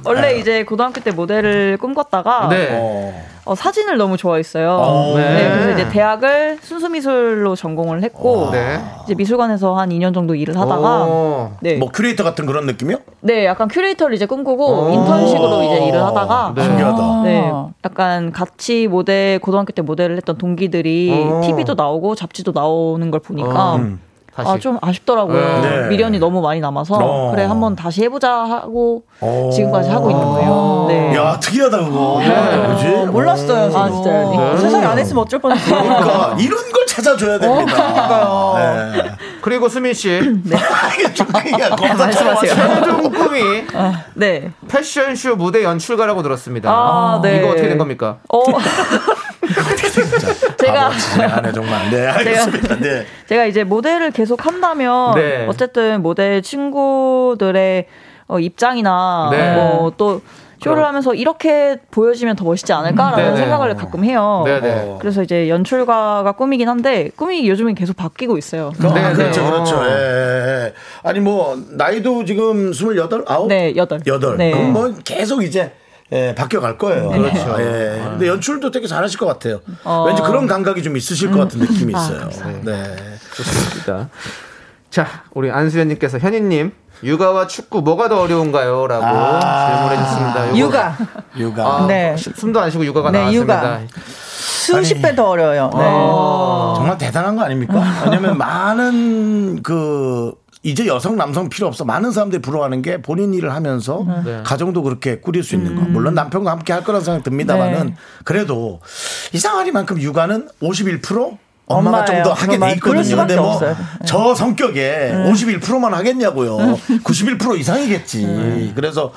[SPEAKER 8] 원래 이제 고등학교 때 모델을 꿈꿨다가
[SPEAKER 2] 네.
[SPEAKER 1] 어.
[SPEAKER 8] 어, 사진을 너무 좋아했어요.
[SPEAKER 1] 어.
[SPEAKER 8] 네.
[SPEAKER 2] 네.
[SPEAKER 8] 그래서 이제 대학을 순수미술로 전공을 했고
[SPEAKER 2] 네. 어.
[SPEAKER 8] 이제 미술관에서 한 2년 정도 일을 하다가
[SPEAKER 2] 오.
[SPEAKER 8] 네,
[SPEAKER 1] 뭐 큐레이터 같은 그런 느낌이요? 어.
[SPEAKER 8] 네 약간 큐레이터를 이제 꿈꾸고 인턴식으로 이제 일을 하다가
[SPEAKER 2] 네.
[SPEAKER 1] 아. 신기하다.
[SPEAKER 8] 네, 약간 같이 모델 고등학교 때 모델을 했던 동기들이
[SPEAKER 1] 아.
[SPEAKER 2] 어.
[SPEAKER 8] TV도 나오고 잡지도 나오는 걸 보니까
[SPEAKER 2] 어. 음. 다시.
[SPEAKER 8] 아 좀 아쉽더라고요.
[SPEAKER 1] 네.
[SPEAKER 8] 미련이 너무 많이 남아서
[SPEAKER 1] 어.
[SPEAKER 8] 그래 한번 다시 해보자 하고
[SPEAKER 1] 어.
[SPEAKER 2] 어.
[SPEAKER 8] 지금까지 하고 있는 거예요.
[SPEAKER 7] 네.
[SPEAKER 1] 야 특이하다 그거. 아, 뭐지?
[SPEAKER 7] 어, 몰랐어요.
[SPEAKER 1] 아,
[SPEAKER 7] 진짜. 세상에 안 했으면 어쩔 뻔했어.
[SPEAKER 1] 그러니까 이런 걸 찾아줘야 됩니다. 네.
[SPEAKER 2] 그러니까요. 그리고 수민 씨.
[SPEAKER 7] 말씀하세요.
[SPEAKER 2] 최종 꿈이
[SPEAKER 7] 네.
[SPEAKER 2] 패션쇼 무대 연출가라고 들었습니다.
[SPEAKER 8] 아, 네.
[SPEAKER 2] 이거 어떻게 된 겁니까?
[SPEAKER 8] 어. 제가
[SPEAKER 1] 아, 뭐, 진행하네 정말. 네 알겠습니다. 네.
[SPEAKER 8] 제가 이제 모델을 계속 한다면
[SPEAKER 1] 네.
[SPEAKER 8] 어쨌든 모델 친구들의 어, 입장이나
[SPEAKER 2] 네.
[SPEAKER 8] 뭐 또 쇼를 하면서 이렇게 보여지면 더 멋있지 않을까라는
[SPEAKER 2] 네네.
[SPEAKER 8] 생각을 가끔 해요.
[SPEAKER 2] 네네.
[SPEAKER 8] 그래서 이제 연출가가 꿈이긴 한데 꿈이 요즘엔 계속 바뀌고 있어요.
[SPEAKER 1] 아, 그렇죠, 그렇죠. 예, 예, 예. 아니 뭐 나이도 지금 스물여덟, 아홉,
[SPEAKER 8] 네, 여덟.
[SPEAKER 1] 여덟.
[SPEAKER 8] 네.
[SPEAKER 1] 그럼 뭐 계속 이제 예, 바뀌어 갈 거예요.
[SPEAKER 8] 네.
[SPEAKER 2] 그렇죠.
[SPEAKER 1] 예. 근데 연출도 되게 잘하실 것 같아요.
[SPEAKER 8] 어.
[SPEAKER 1] 왠지 그런 감각이 좀 있으실 것 같은 느낌이 있어요. 네.
[SPEAKER 2] 좋습니다. 자, 우리 안수현님께서 현희님 육아와 축구 뭐가 더 어려운가요?라고 질문해주셨습니다. 이거-
[SPEAKER 7] 육아.
[SPEAKER 1] 육아.
[SPEAKER 2] 아,
[SPEAKER 7] 네.
[SPEAKER 2] 시- 숨도 안 쉬고 육아가
[SPEAKER 7] 네,
[SPEAKER 2] 나왔습니다.
[SPEAKER 7] 수십 배 더 어려워요. 네.
[SPEAKER 1] 정말 대단한 거 아닙니까?
[SPEAKER 7] 음.
[SPEAKER 1] 왜냐면 많은 그 이제 여성 남성 필요 없어 많은 사람들이 부러워하는 게 본인 일을 하면서
[SPEAKER 7] 음.
[SPEAKER 2] 네.
[SPEAKER 1] 가정도 그렇게 꾸릴 수 있는 거 물론 남편과 함께 할 거라는 생각 듭니다만은
[SPEAKER 7] 네.
[SPEAKER 1] 그래도 이상하리만큼 육아는 51% 엄마가
[SPEAKER 7] 엄마예요.
[SPEAKER 1] 좀 더 하게 돼
[SPEAKER 7] 정말 그럴
[SPEAKER 1] 있거든요.
[SPEAKER 7] 수밖에
[SPEAKER 1] 근데 뭐
[SPEAKER 7] 없어요. 음.
[SPEAKER 1] 저 성격에 51%만 하겠냐고요. 91% 이상이겠지. 그래서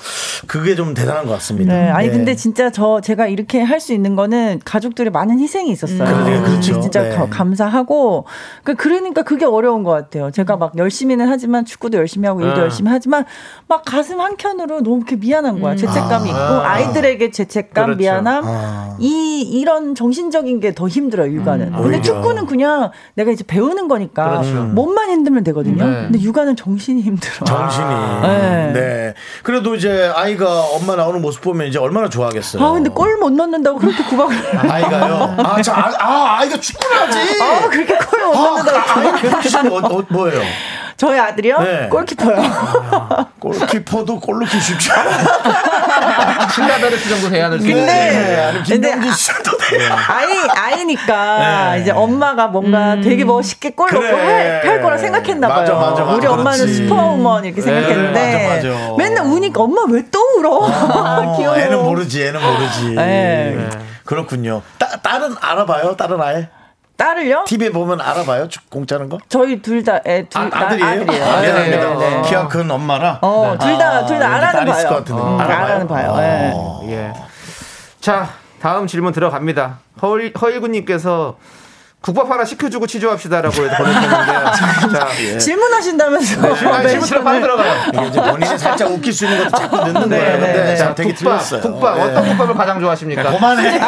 [SPEAKER 1] 그게 좀 대단한 것 같습니다.
[SPEAKER 7] 음. 네, 아니
[SPEAKER 1] 네.
[SPEAKER 7] 근데 진짜 저 제가 이렇게 할 수 있는 거는 가족들의 많은 희생이 있었어요.
[SPEAKER 1] 그러니까 그렇죠.
[SPEAKER 7] 진짜
[SPEAKER 1] 네.
[SPEAKER 7] 가- 감사하고 그- 그러니까 그게 어려운 것 같아요. 제가 막 열심히는 하지만 축구도 열심히 하고 일도
[SPEAKER 1] 네.
[SPEAKER 2] 음.
[SPEAKER 7] 열심히 하지만 막 가슴 한 켠으로 너무 이렇게 미안한 거야. 죄책감이
[SPEAKER 1] 아.
[SPEAKER 7] 있고 아이들에게 죄책감,
[SPEAKER 2] 그렇죠.
[SPEAKER 7] 미안함
[SPEAKER 1] 아.
[SPEAKER 7] 이 이런 정신적인 게 더 힘들어요. 육아는. 근데
[SPEAKER 1] 음. 오히려.
[SPEAKER 7] 축구는 그냥 내가 이제 배우는 거니까 음.
[SPEAKER 2] 그렇죠.
[SPEAKER 7] 몸만 힘들면 되거든요.
[SPEAKER 2] 네.
[SPEAKER 7] 근데 육아는 정신이 힘들어.
[SPEAKER 1] 정신이. 네.
[SPEAKER 7] 네.
[SPEAKER 1] 그래도 이제 아이가 엄마 나오는 모습 보면 이제 얼마나 좋아하겠어요.
[SPEAKER 7] 아 근데 골 못 넣는다고 그렇게
[SPEAKER 1] 아.
[SPEAKER 7] 구박을
[SPEAKER 1] 아이가요. 아, 저, 아, 아, 아이가 축구를 하지.
[SPEAKER 7] 아, 그렇게 골을 못
[SPEAKER 1] 아,
[SPEAKER 7] 넣는다고.
[SPEAKER 1] 아, 아이 배우시는 거 어, 어, 뭐예요?
[SPEAKER 7] 저희 아들이요?
[SPEAKER 1] 네.
[SPEAKER 7] 골키퍼요.
[SPEAKER 1] 골키퍼도 골로 키 쉽지 않아.
[SPEAKER 2] 신라베르트 정도 돼야 될수
[SPEAKER 1] 네.
[SPEAKER 2] 있는데.
[SPEAKER 1] 아니면
[SPEAKER 7] 근데
[SPEAKER 1] 김동진
[SPEAKER 7] 아-
[SPEAKER 1] 씨도 네. 돼요.
[SPEAKER 7] 아이, 아이니까 이제 엄마가 뭔가 되게 멋있게 골 넣고
[SPEAKER 1] 네. 그래.
[SPEAKER 7] 할, 할 거라 생각했나 봐요.
[SPEAKER 1] 맞아, 맞아, 맞아.
[SPEAKER 7] 우리 엄마는
[SPEAKER 1] 그렇지. 네,
[SPEAKER 7] 슈퍼우먼 이렇게 생각했는데
[SPEAKER 1] 맞아, 맞아. 아,
[SPEAKER 7] 맨날 우니까 엄마 왜 또 울어? 아, 귀여워.
[SPEAKER 1] 애는 모르지, 애는 모르지.
[SPEAKER 7] 네.
[SPEAKER 1] 그렇군요. 따, 딸은 알아봐요, 딸은 아예.
[SPEAKER 7] 딸을요?
[SPEAKER 1] TV에 보면 알아봐요, 축- 공짜는 거?
[SPEAKER 7] 저희 둘 다 애 둘
[SPEAKER 1] 아,
[SPEAKER 7] 다
[SPEAKER 1] 아들이에요?
[SPEAKER 7] 아들이에요.
[SPEAKER 1] 아,
[SPEAKER 7] 네, 네,
[SPEAKER 1] 미안합니다.
[SPEAKER 7] 네.
[SPEAKER 1] 키가 큰 엄마라.
[SPEAKER 7] 어, 둘 다 둘 다
[SPEAKER 1] 아,
[SPEAKER 7] 알아는
[SPEAKER 1] 딸이 있을
[SPEAKER 7] 봐요.
[SPEAKER 1] 것 같은데.
[SPEAKER 7] 음,
[SPEAKER 1] 알아봐요?
[SPEAKER 7] 알아는 봐요. 예.
[SPEAKER 1] 어.
[SPEAKER 2] 예. 자, 다음 질문 들어갑니다. 허일 허일군님께서 국밥 하나 시켜주고 취조합시다라고 보내주셨는데. 자,
[SPEAKER 1] 네.
[SPEAKER 7] 질문하신다면서.
[SPEAKER 2] 아, 질문 들어 바로 들어가요.
[SPEAKER 1] 이게 이제 본인이 살짝 웃길 수 있는 것도 자꾸 넣는 거예요. 근데
[SPEAKER 2] 네,
[SPEAKER 1] 자,
[SPEAKER 2] 자,
[SPEAKER 1] 되게
[SPEAKER 2] 국밥,
[SPEAKER 1] 틀렸어요. 네,
[SPEAKER 2] 국밥
[SPEAKER 1] 예.
[SPEAKER 2] 어떤 네. 국밥을 가장 좋아하십니까?
[SPEAKER 1] 그만해.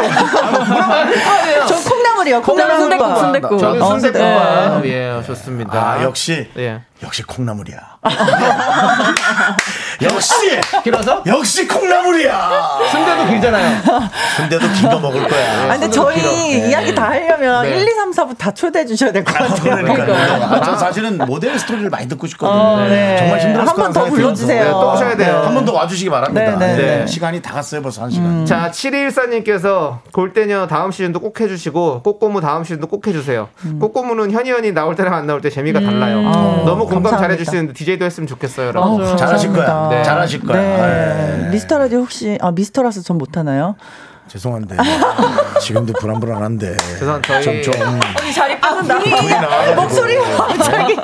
[SPEAKER 7] 저 콩나물이요. 콩나물
[SPEAKER 8] 순대국,
[SPEAKER 7] 순대국.
[SPEAKER 8] 순대국.
[SPEAKER 2] 저는
[SPEAKER 7] 어,
[SPEAKER 2] 순대국밥. 예, 좋습니다.
[SPEAKER 1] 아, 역시.
[SPEAKER 2] 예.
[SPEAKER 1] 역시 콩나물이야. 역시!
[SPEAKER 2] 길어서?
[SPEAKER 1] 역시 콩나물이야!
[SPEAKER 2] 순대도 길잖아요.
[SPEAKER 1] 근데도 기가 먹을 거야.
[SPEAKER 7] 아, 근데 저희
[SPEAKER 1] 네.
[SPEAKER 7] 이야기 다 하려면
[SPEAKER 2] 네.
[SPEAKER 7] 1, 2, 3, 4부 다 초대해 주셔야 될 것 같아요.
[SPEAKER 1] 그러니까 아, 저 사실은 모델 스토리를 많이 듣고 싶거든요.
[SPEAKER 7] 네.
[SPEAKER 1] 정말 힘들었을
[SPEAKER 7] 한번더 불러주세요.
[SPEAKER 2] 네, 또 오셔야 돼요.
[SPEAKER 1] 한 번 더 와주시기 바랍니다.
[SPEAKER 7] 네,
[SPEAKER 2] 네,
[SPEAKER 1] 예,
[SPEAKER 2] 네.
[SPEAKER 1] 시간이 다 갔어요 벌써 한 시간.
[SPEAKER 2] 자, 7214님께서 골대녀 다음 시즌도 꼭 해주시고, 꽃고무 다음 시즌도 꼭 해주세요. 꽃고무는 현이 현이 나올 때랑 안 나올 때 재미가 달라요. 너무 공감
[SPEAKER 7] 음. 아, 감사합니다.
[SPEAKER 2] 잘해주시는데 DJ도 했으면 좋겠어요. 라고.
[SPEAKER 1] 잘하실 거야.
[SPEAKER 2] 네.
[SPEAKER 1] 잘하실 거야.
[SPEAKER 7] 네.
[SPEAKER 1] 예.
[SPEAKER 7] 미스터라디오 혹시, 아, 미스터라서 전 못하나요?
[SPEAKER 1] 죄송한데 지금도 불안불안한데.
[SPEAKER 2] 죄송, 저희
[SPEAKER 1] 좀 좀.
[SPEAKER 7] 자리 빠진다.
[SPEAKER 1] 돈이 나와가지고.
[SPEAKER 7] 아, 목소리가 갑자기.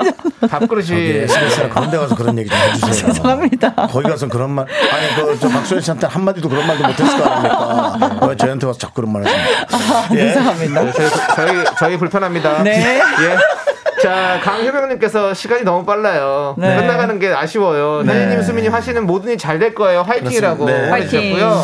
[SPEAKER 2] 밥그릇이. 네.
[SPEAKER 1] SBS나 그런 데 가서 그런 얘기 좀 해주세요.
[SPEAKER 7] 아, 죄송합니다.
[SPEAKER 1] 거기 가서 그런 말, 아니, 그, 저 박소연 씨한테 한마디도 그런 말도 못했을 거 아닙니까? 왜 저희한테 와서 자꾸 그런 말 예. 하십니까?
[SPEAKER 7] 아, 죄송합니다.
[SPEAKER 2] 네, 저희, 저희, 저희 불편합니다.
[SPEAKER 7] 네.
[SPEAKER 2] 예. 자, 강효명님께서 시간이 너무 빨라요.
[SPEAKER 7] 네.
[SPEAKER 2] 끝나가는 게 아쉬워요.
[SPEAKER 1] 네.
[SPEAKER 2] 현이님, 수민님 하시는 모든 일 잘 될 거예요. 화이팅이라고
[SPEAKER 1] 그렇습니다. 네.
[SPEAKER 2] 해주셨고요.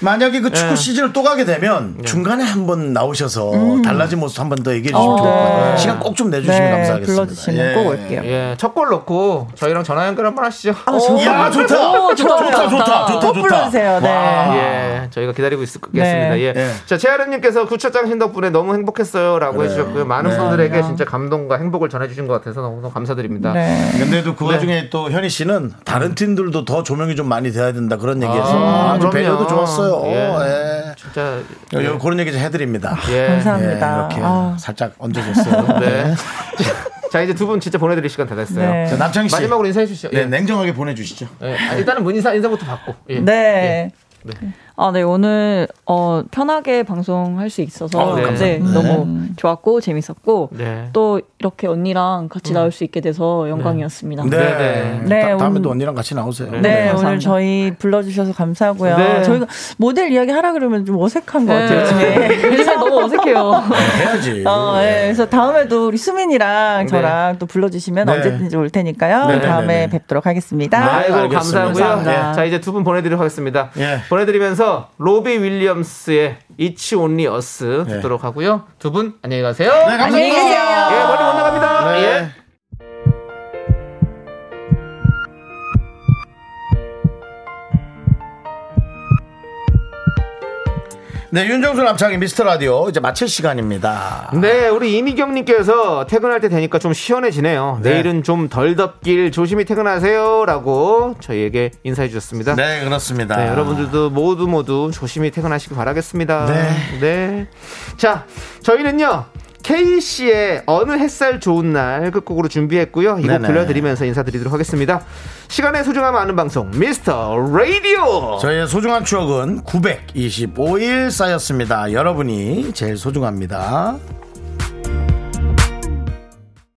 [SPEAKER 1] 만약에 그
[SPEAKER 2] 예.
[SPEAKER 1] 축구 시즌을 또 가게 되면 중간에 한 번 나오셔서 달라진 모습 한 번 더 얘기해 주시면
[SPEAKER 7] 음. 어,
[SPEAKER 1] 좋을 것 같아요.
[SPEAKER 7] 네.
[SPEAKER 1] 시간 꼭 좀 내주시면
[SPEAKER 7] 네,
[SPEAKER 1] 감사하겠습니다.
[SPEAKER 7] 불러주시면 꼭 올게요.
[SPEAKER 2] 예, 첫 골 넣고 저희랑 전화 연결 한번 하시죠.
[SPEAKER 7] 아,
[SPEAKER 1] 야, 좋다. 좋다,
[SPEAKER 7] 오,
[SPEAKER 1] 좋다,
[SPEAKER 7] 좋다,
[SPEAKER 1] 좋다,
[SPEAKER 7] 좋다.
[SPEAKER 1] 좋다,
[SPEAKER 7] 꼭
[SPEAKER 1] 좋다.
[SPEAKER 7] 불러주세요, 네.
[SPEAKER 1] 와.
[SPEAKER 2] 예, 저희가 기다리고 있겠습니다.
[SPEAKER 7] 네.
[SPEAKER 2] 예.
[SPEAKER 1] 네.
[SPEAKER 2] 자, 최아름님께서 구차장신 덕분에 너무 행복했어요라고 해주셨고요. 많은
[SPEAKER 1] 네.
[SPEAKER 2] 분들에게 진짜 감동과 행복을 전해주신 것 같아서 너무 감사드립니다.
[SPEAKER 7] 네.
[SPEAKER 1] 근데도 그 와중에 또 현희 씨는 다른 팀들도 더 조명이 좀 많이 돼야 된다 그런 얘기해서
[SPEAKER 2] 아,
[SPEAKER 1] 아, 주
[SPEAKER 2] 그럼요.
[SPEAKER 1] 배려도 좋았어요.
[SPEAKER 2] 예.
[SPEAKER 1] 어, 예.
[SPEAKER 2] 진짜
[SPEAKER 1] 요- 요 그런 얘기 좀 해드립니다.
[SPEAKER 2] 예.
[SPEAKER 7] 감사합니다.
[SPEAKER 1] 예, 이렇게
[SPEAKER 7] 아.
[SPEAKER 1] 살짝 얹어줬어요.
[SPEAKER 2] 네. 자, 이제 두 분 진짜 보내드릴 시간 다 됐어요.
[SPEAKER 7] 네.
[SPEAKER 1] 자, 남창희 씨.
[SPEAKER 2] 마지막으로 인사해 주시죠.
[SPEAKER 1] 네,
[SPEAKER 2] 예.
[SPEAKER 1] 냉정하게 보내주시죠.
[SPEAKER 2] 예. 아, 일단은 문 인사 인사부터 받고. 예.
[SPEAKER 7] 네.
[SPEAKER 8] 아, 네, 오늘, 어, 편하게 방송할 수 있어서,
[SPEAKER 2] 어, 네.
[SPEAKER 8] 네,
[SPEAKER 2] 감사합니다.
[SPEAKER 8] 너무 좋았고, 재밌었고,
[SPEAKER 2] 네. 음.
[SPEAKER 8] 또 이렇게 언니랑 같이 나올 수 있게 돼서 영광이었습니다.
[SPEAKER 1] 네.
[SPEAKER 2] 네,
[SPEAKER 8] 네,
[SPEAKER 1] 다, 음에
[SPEAKER 8] 오늘-
[SPEAKER 1] 또 언니랑 같이 나오세요.
[SPEAKER 8] 네,
[SPEAKER 7] 네,
[SPEAKER 8] 감사합니다.
[SPEAKER 7] 오늘 저희 불러주셔서 감사하고요.
[SPEAKER 8] 네.
[SPEAKER 7] 저희가 모델 이야기 하라 그러면 좀 어색한 것
[SPEAKER 8] 네.
[SPEAKER 7] 같아요.
[SPEAKER 8] 네. 요즘에 너무 어색해요.
[SPEAKER 1] 해야지.
[SPEAKER 7] 어, 네. 그래서 다음에도 우리 수민이랑
[SPEAKER 2] 네.
[SPEAKER 7] 저랑 또 불러주시면
[SPEAKER 1] 네.
[SPEAKER 7] 언제든지 올 테니까요.
[SPEAKER 1] 네, 네,
[SPEAKER 7] 다음에
[SPEAKER 1] 네, 네.
[SPEAKER 7] 뵙도록 하겠습니다.
[SPEAKER 2] 아이고
[SPEAKER 1] 알겠습니다.
[SPEAKER 2] 감사하고요.
[SPEAKER 1] 감사합니다.
[SPEAKER 2] 자 이제 두 분 보내드리도록 하겠습니다.
[SPEAKER 1] 예.
[SPEAKER 2] 보내드리면서 로비 윌리엄스의 It's Only Us
[SPEAKER 1] 예.
[SPEAKER 2] 듣도록 하고요. 두 분 안녕히 가세요.
[SPEAKER 7] 안녕히 계세요.
[SPEAKER 2] 예, 멀리 못 나갑니다.
[SPEAKER 1] 네.
[SPEAKER 2] 예.
[SPEAKER 1] 네, 윤정수 남창의 미스터 라디오 이제 마칠 시간입니다.
[SPEAKER 2] 네, 우리 이미경님께서 퇴근할 때 되니까 좀 시원해지네요.
[SPEAKER 1] 네.
[SPEAKER 2] 내일은 좀 덜 덥길 조심히 퇴근하세요라고 저희에게 인사해 주셨습니다.
[SPEAKER 1] 네, 그렇습니다.
[SPEAKER 2] 네, 여러분들도 모두 모두 조심히 퇴근하시길 바라겠습니다.
[SPEAKER 1] 네.
[SPEAKER 2] 네. 자, 저희는요. K 씨의 어느 햇살 좋은 날 끝곡으로 준비했고요. 이곡
[SPEAKER 1] 네네.
[SPEAKER 2] 들려드리면서 인사드리도록 하겠습니다. 시간의 소중함 아는 방송 미스터 라디오.
[SPEAKER 1] 저희의 소중한 추억은 925일 쌓였습니다. 여러분이 제일 소중합니다.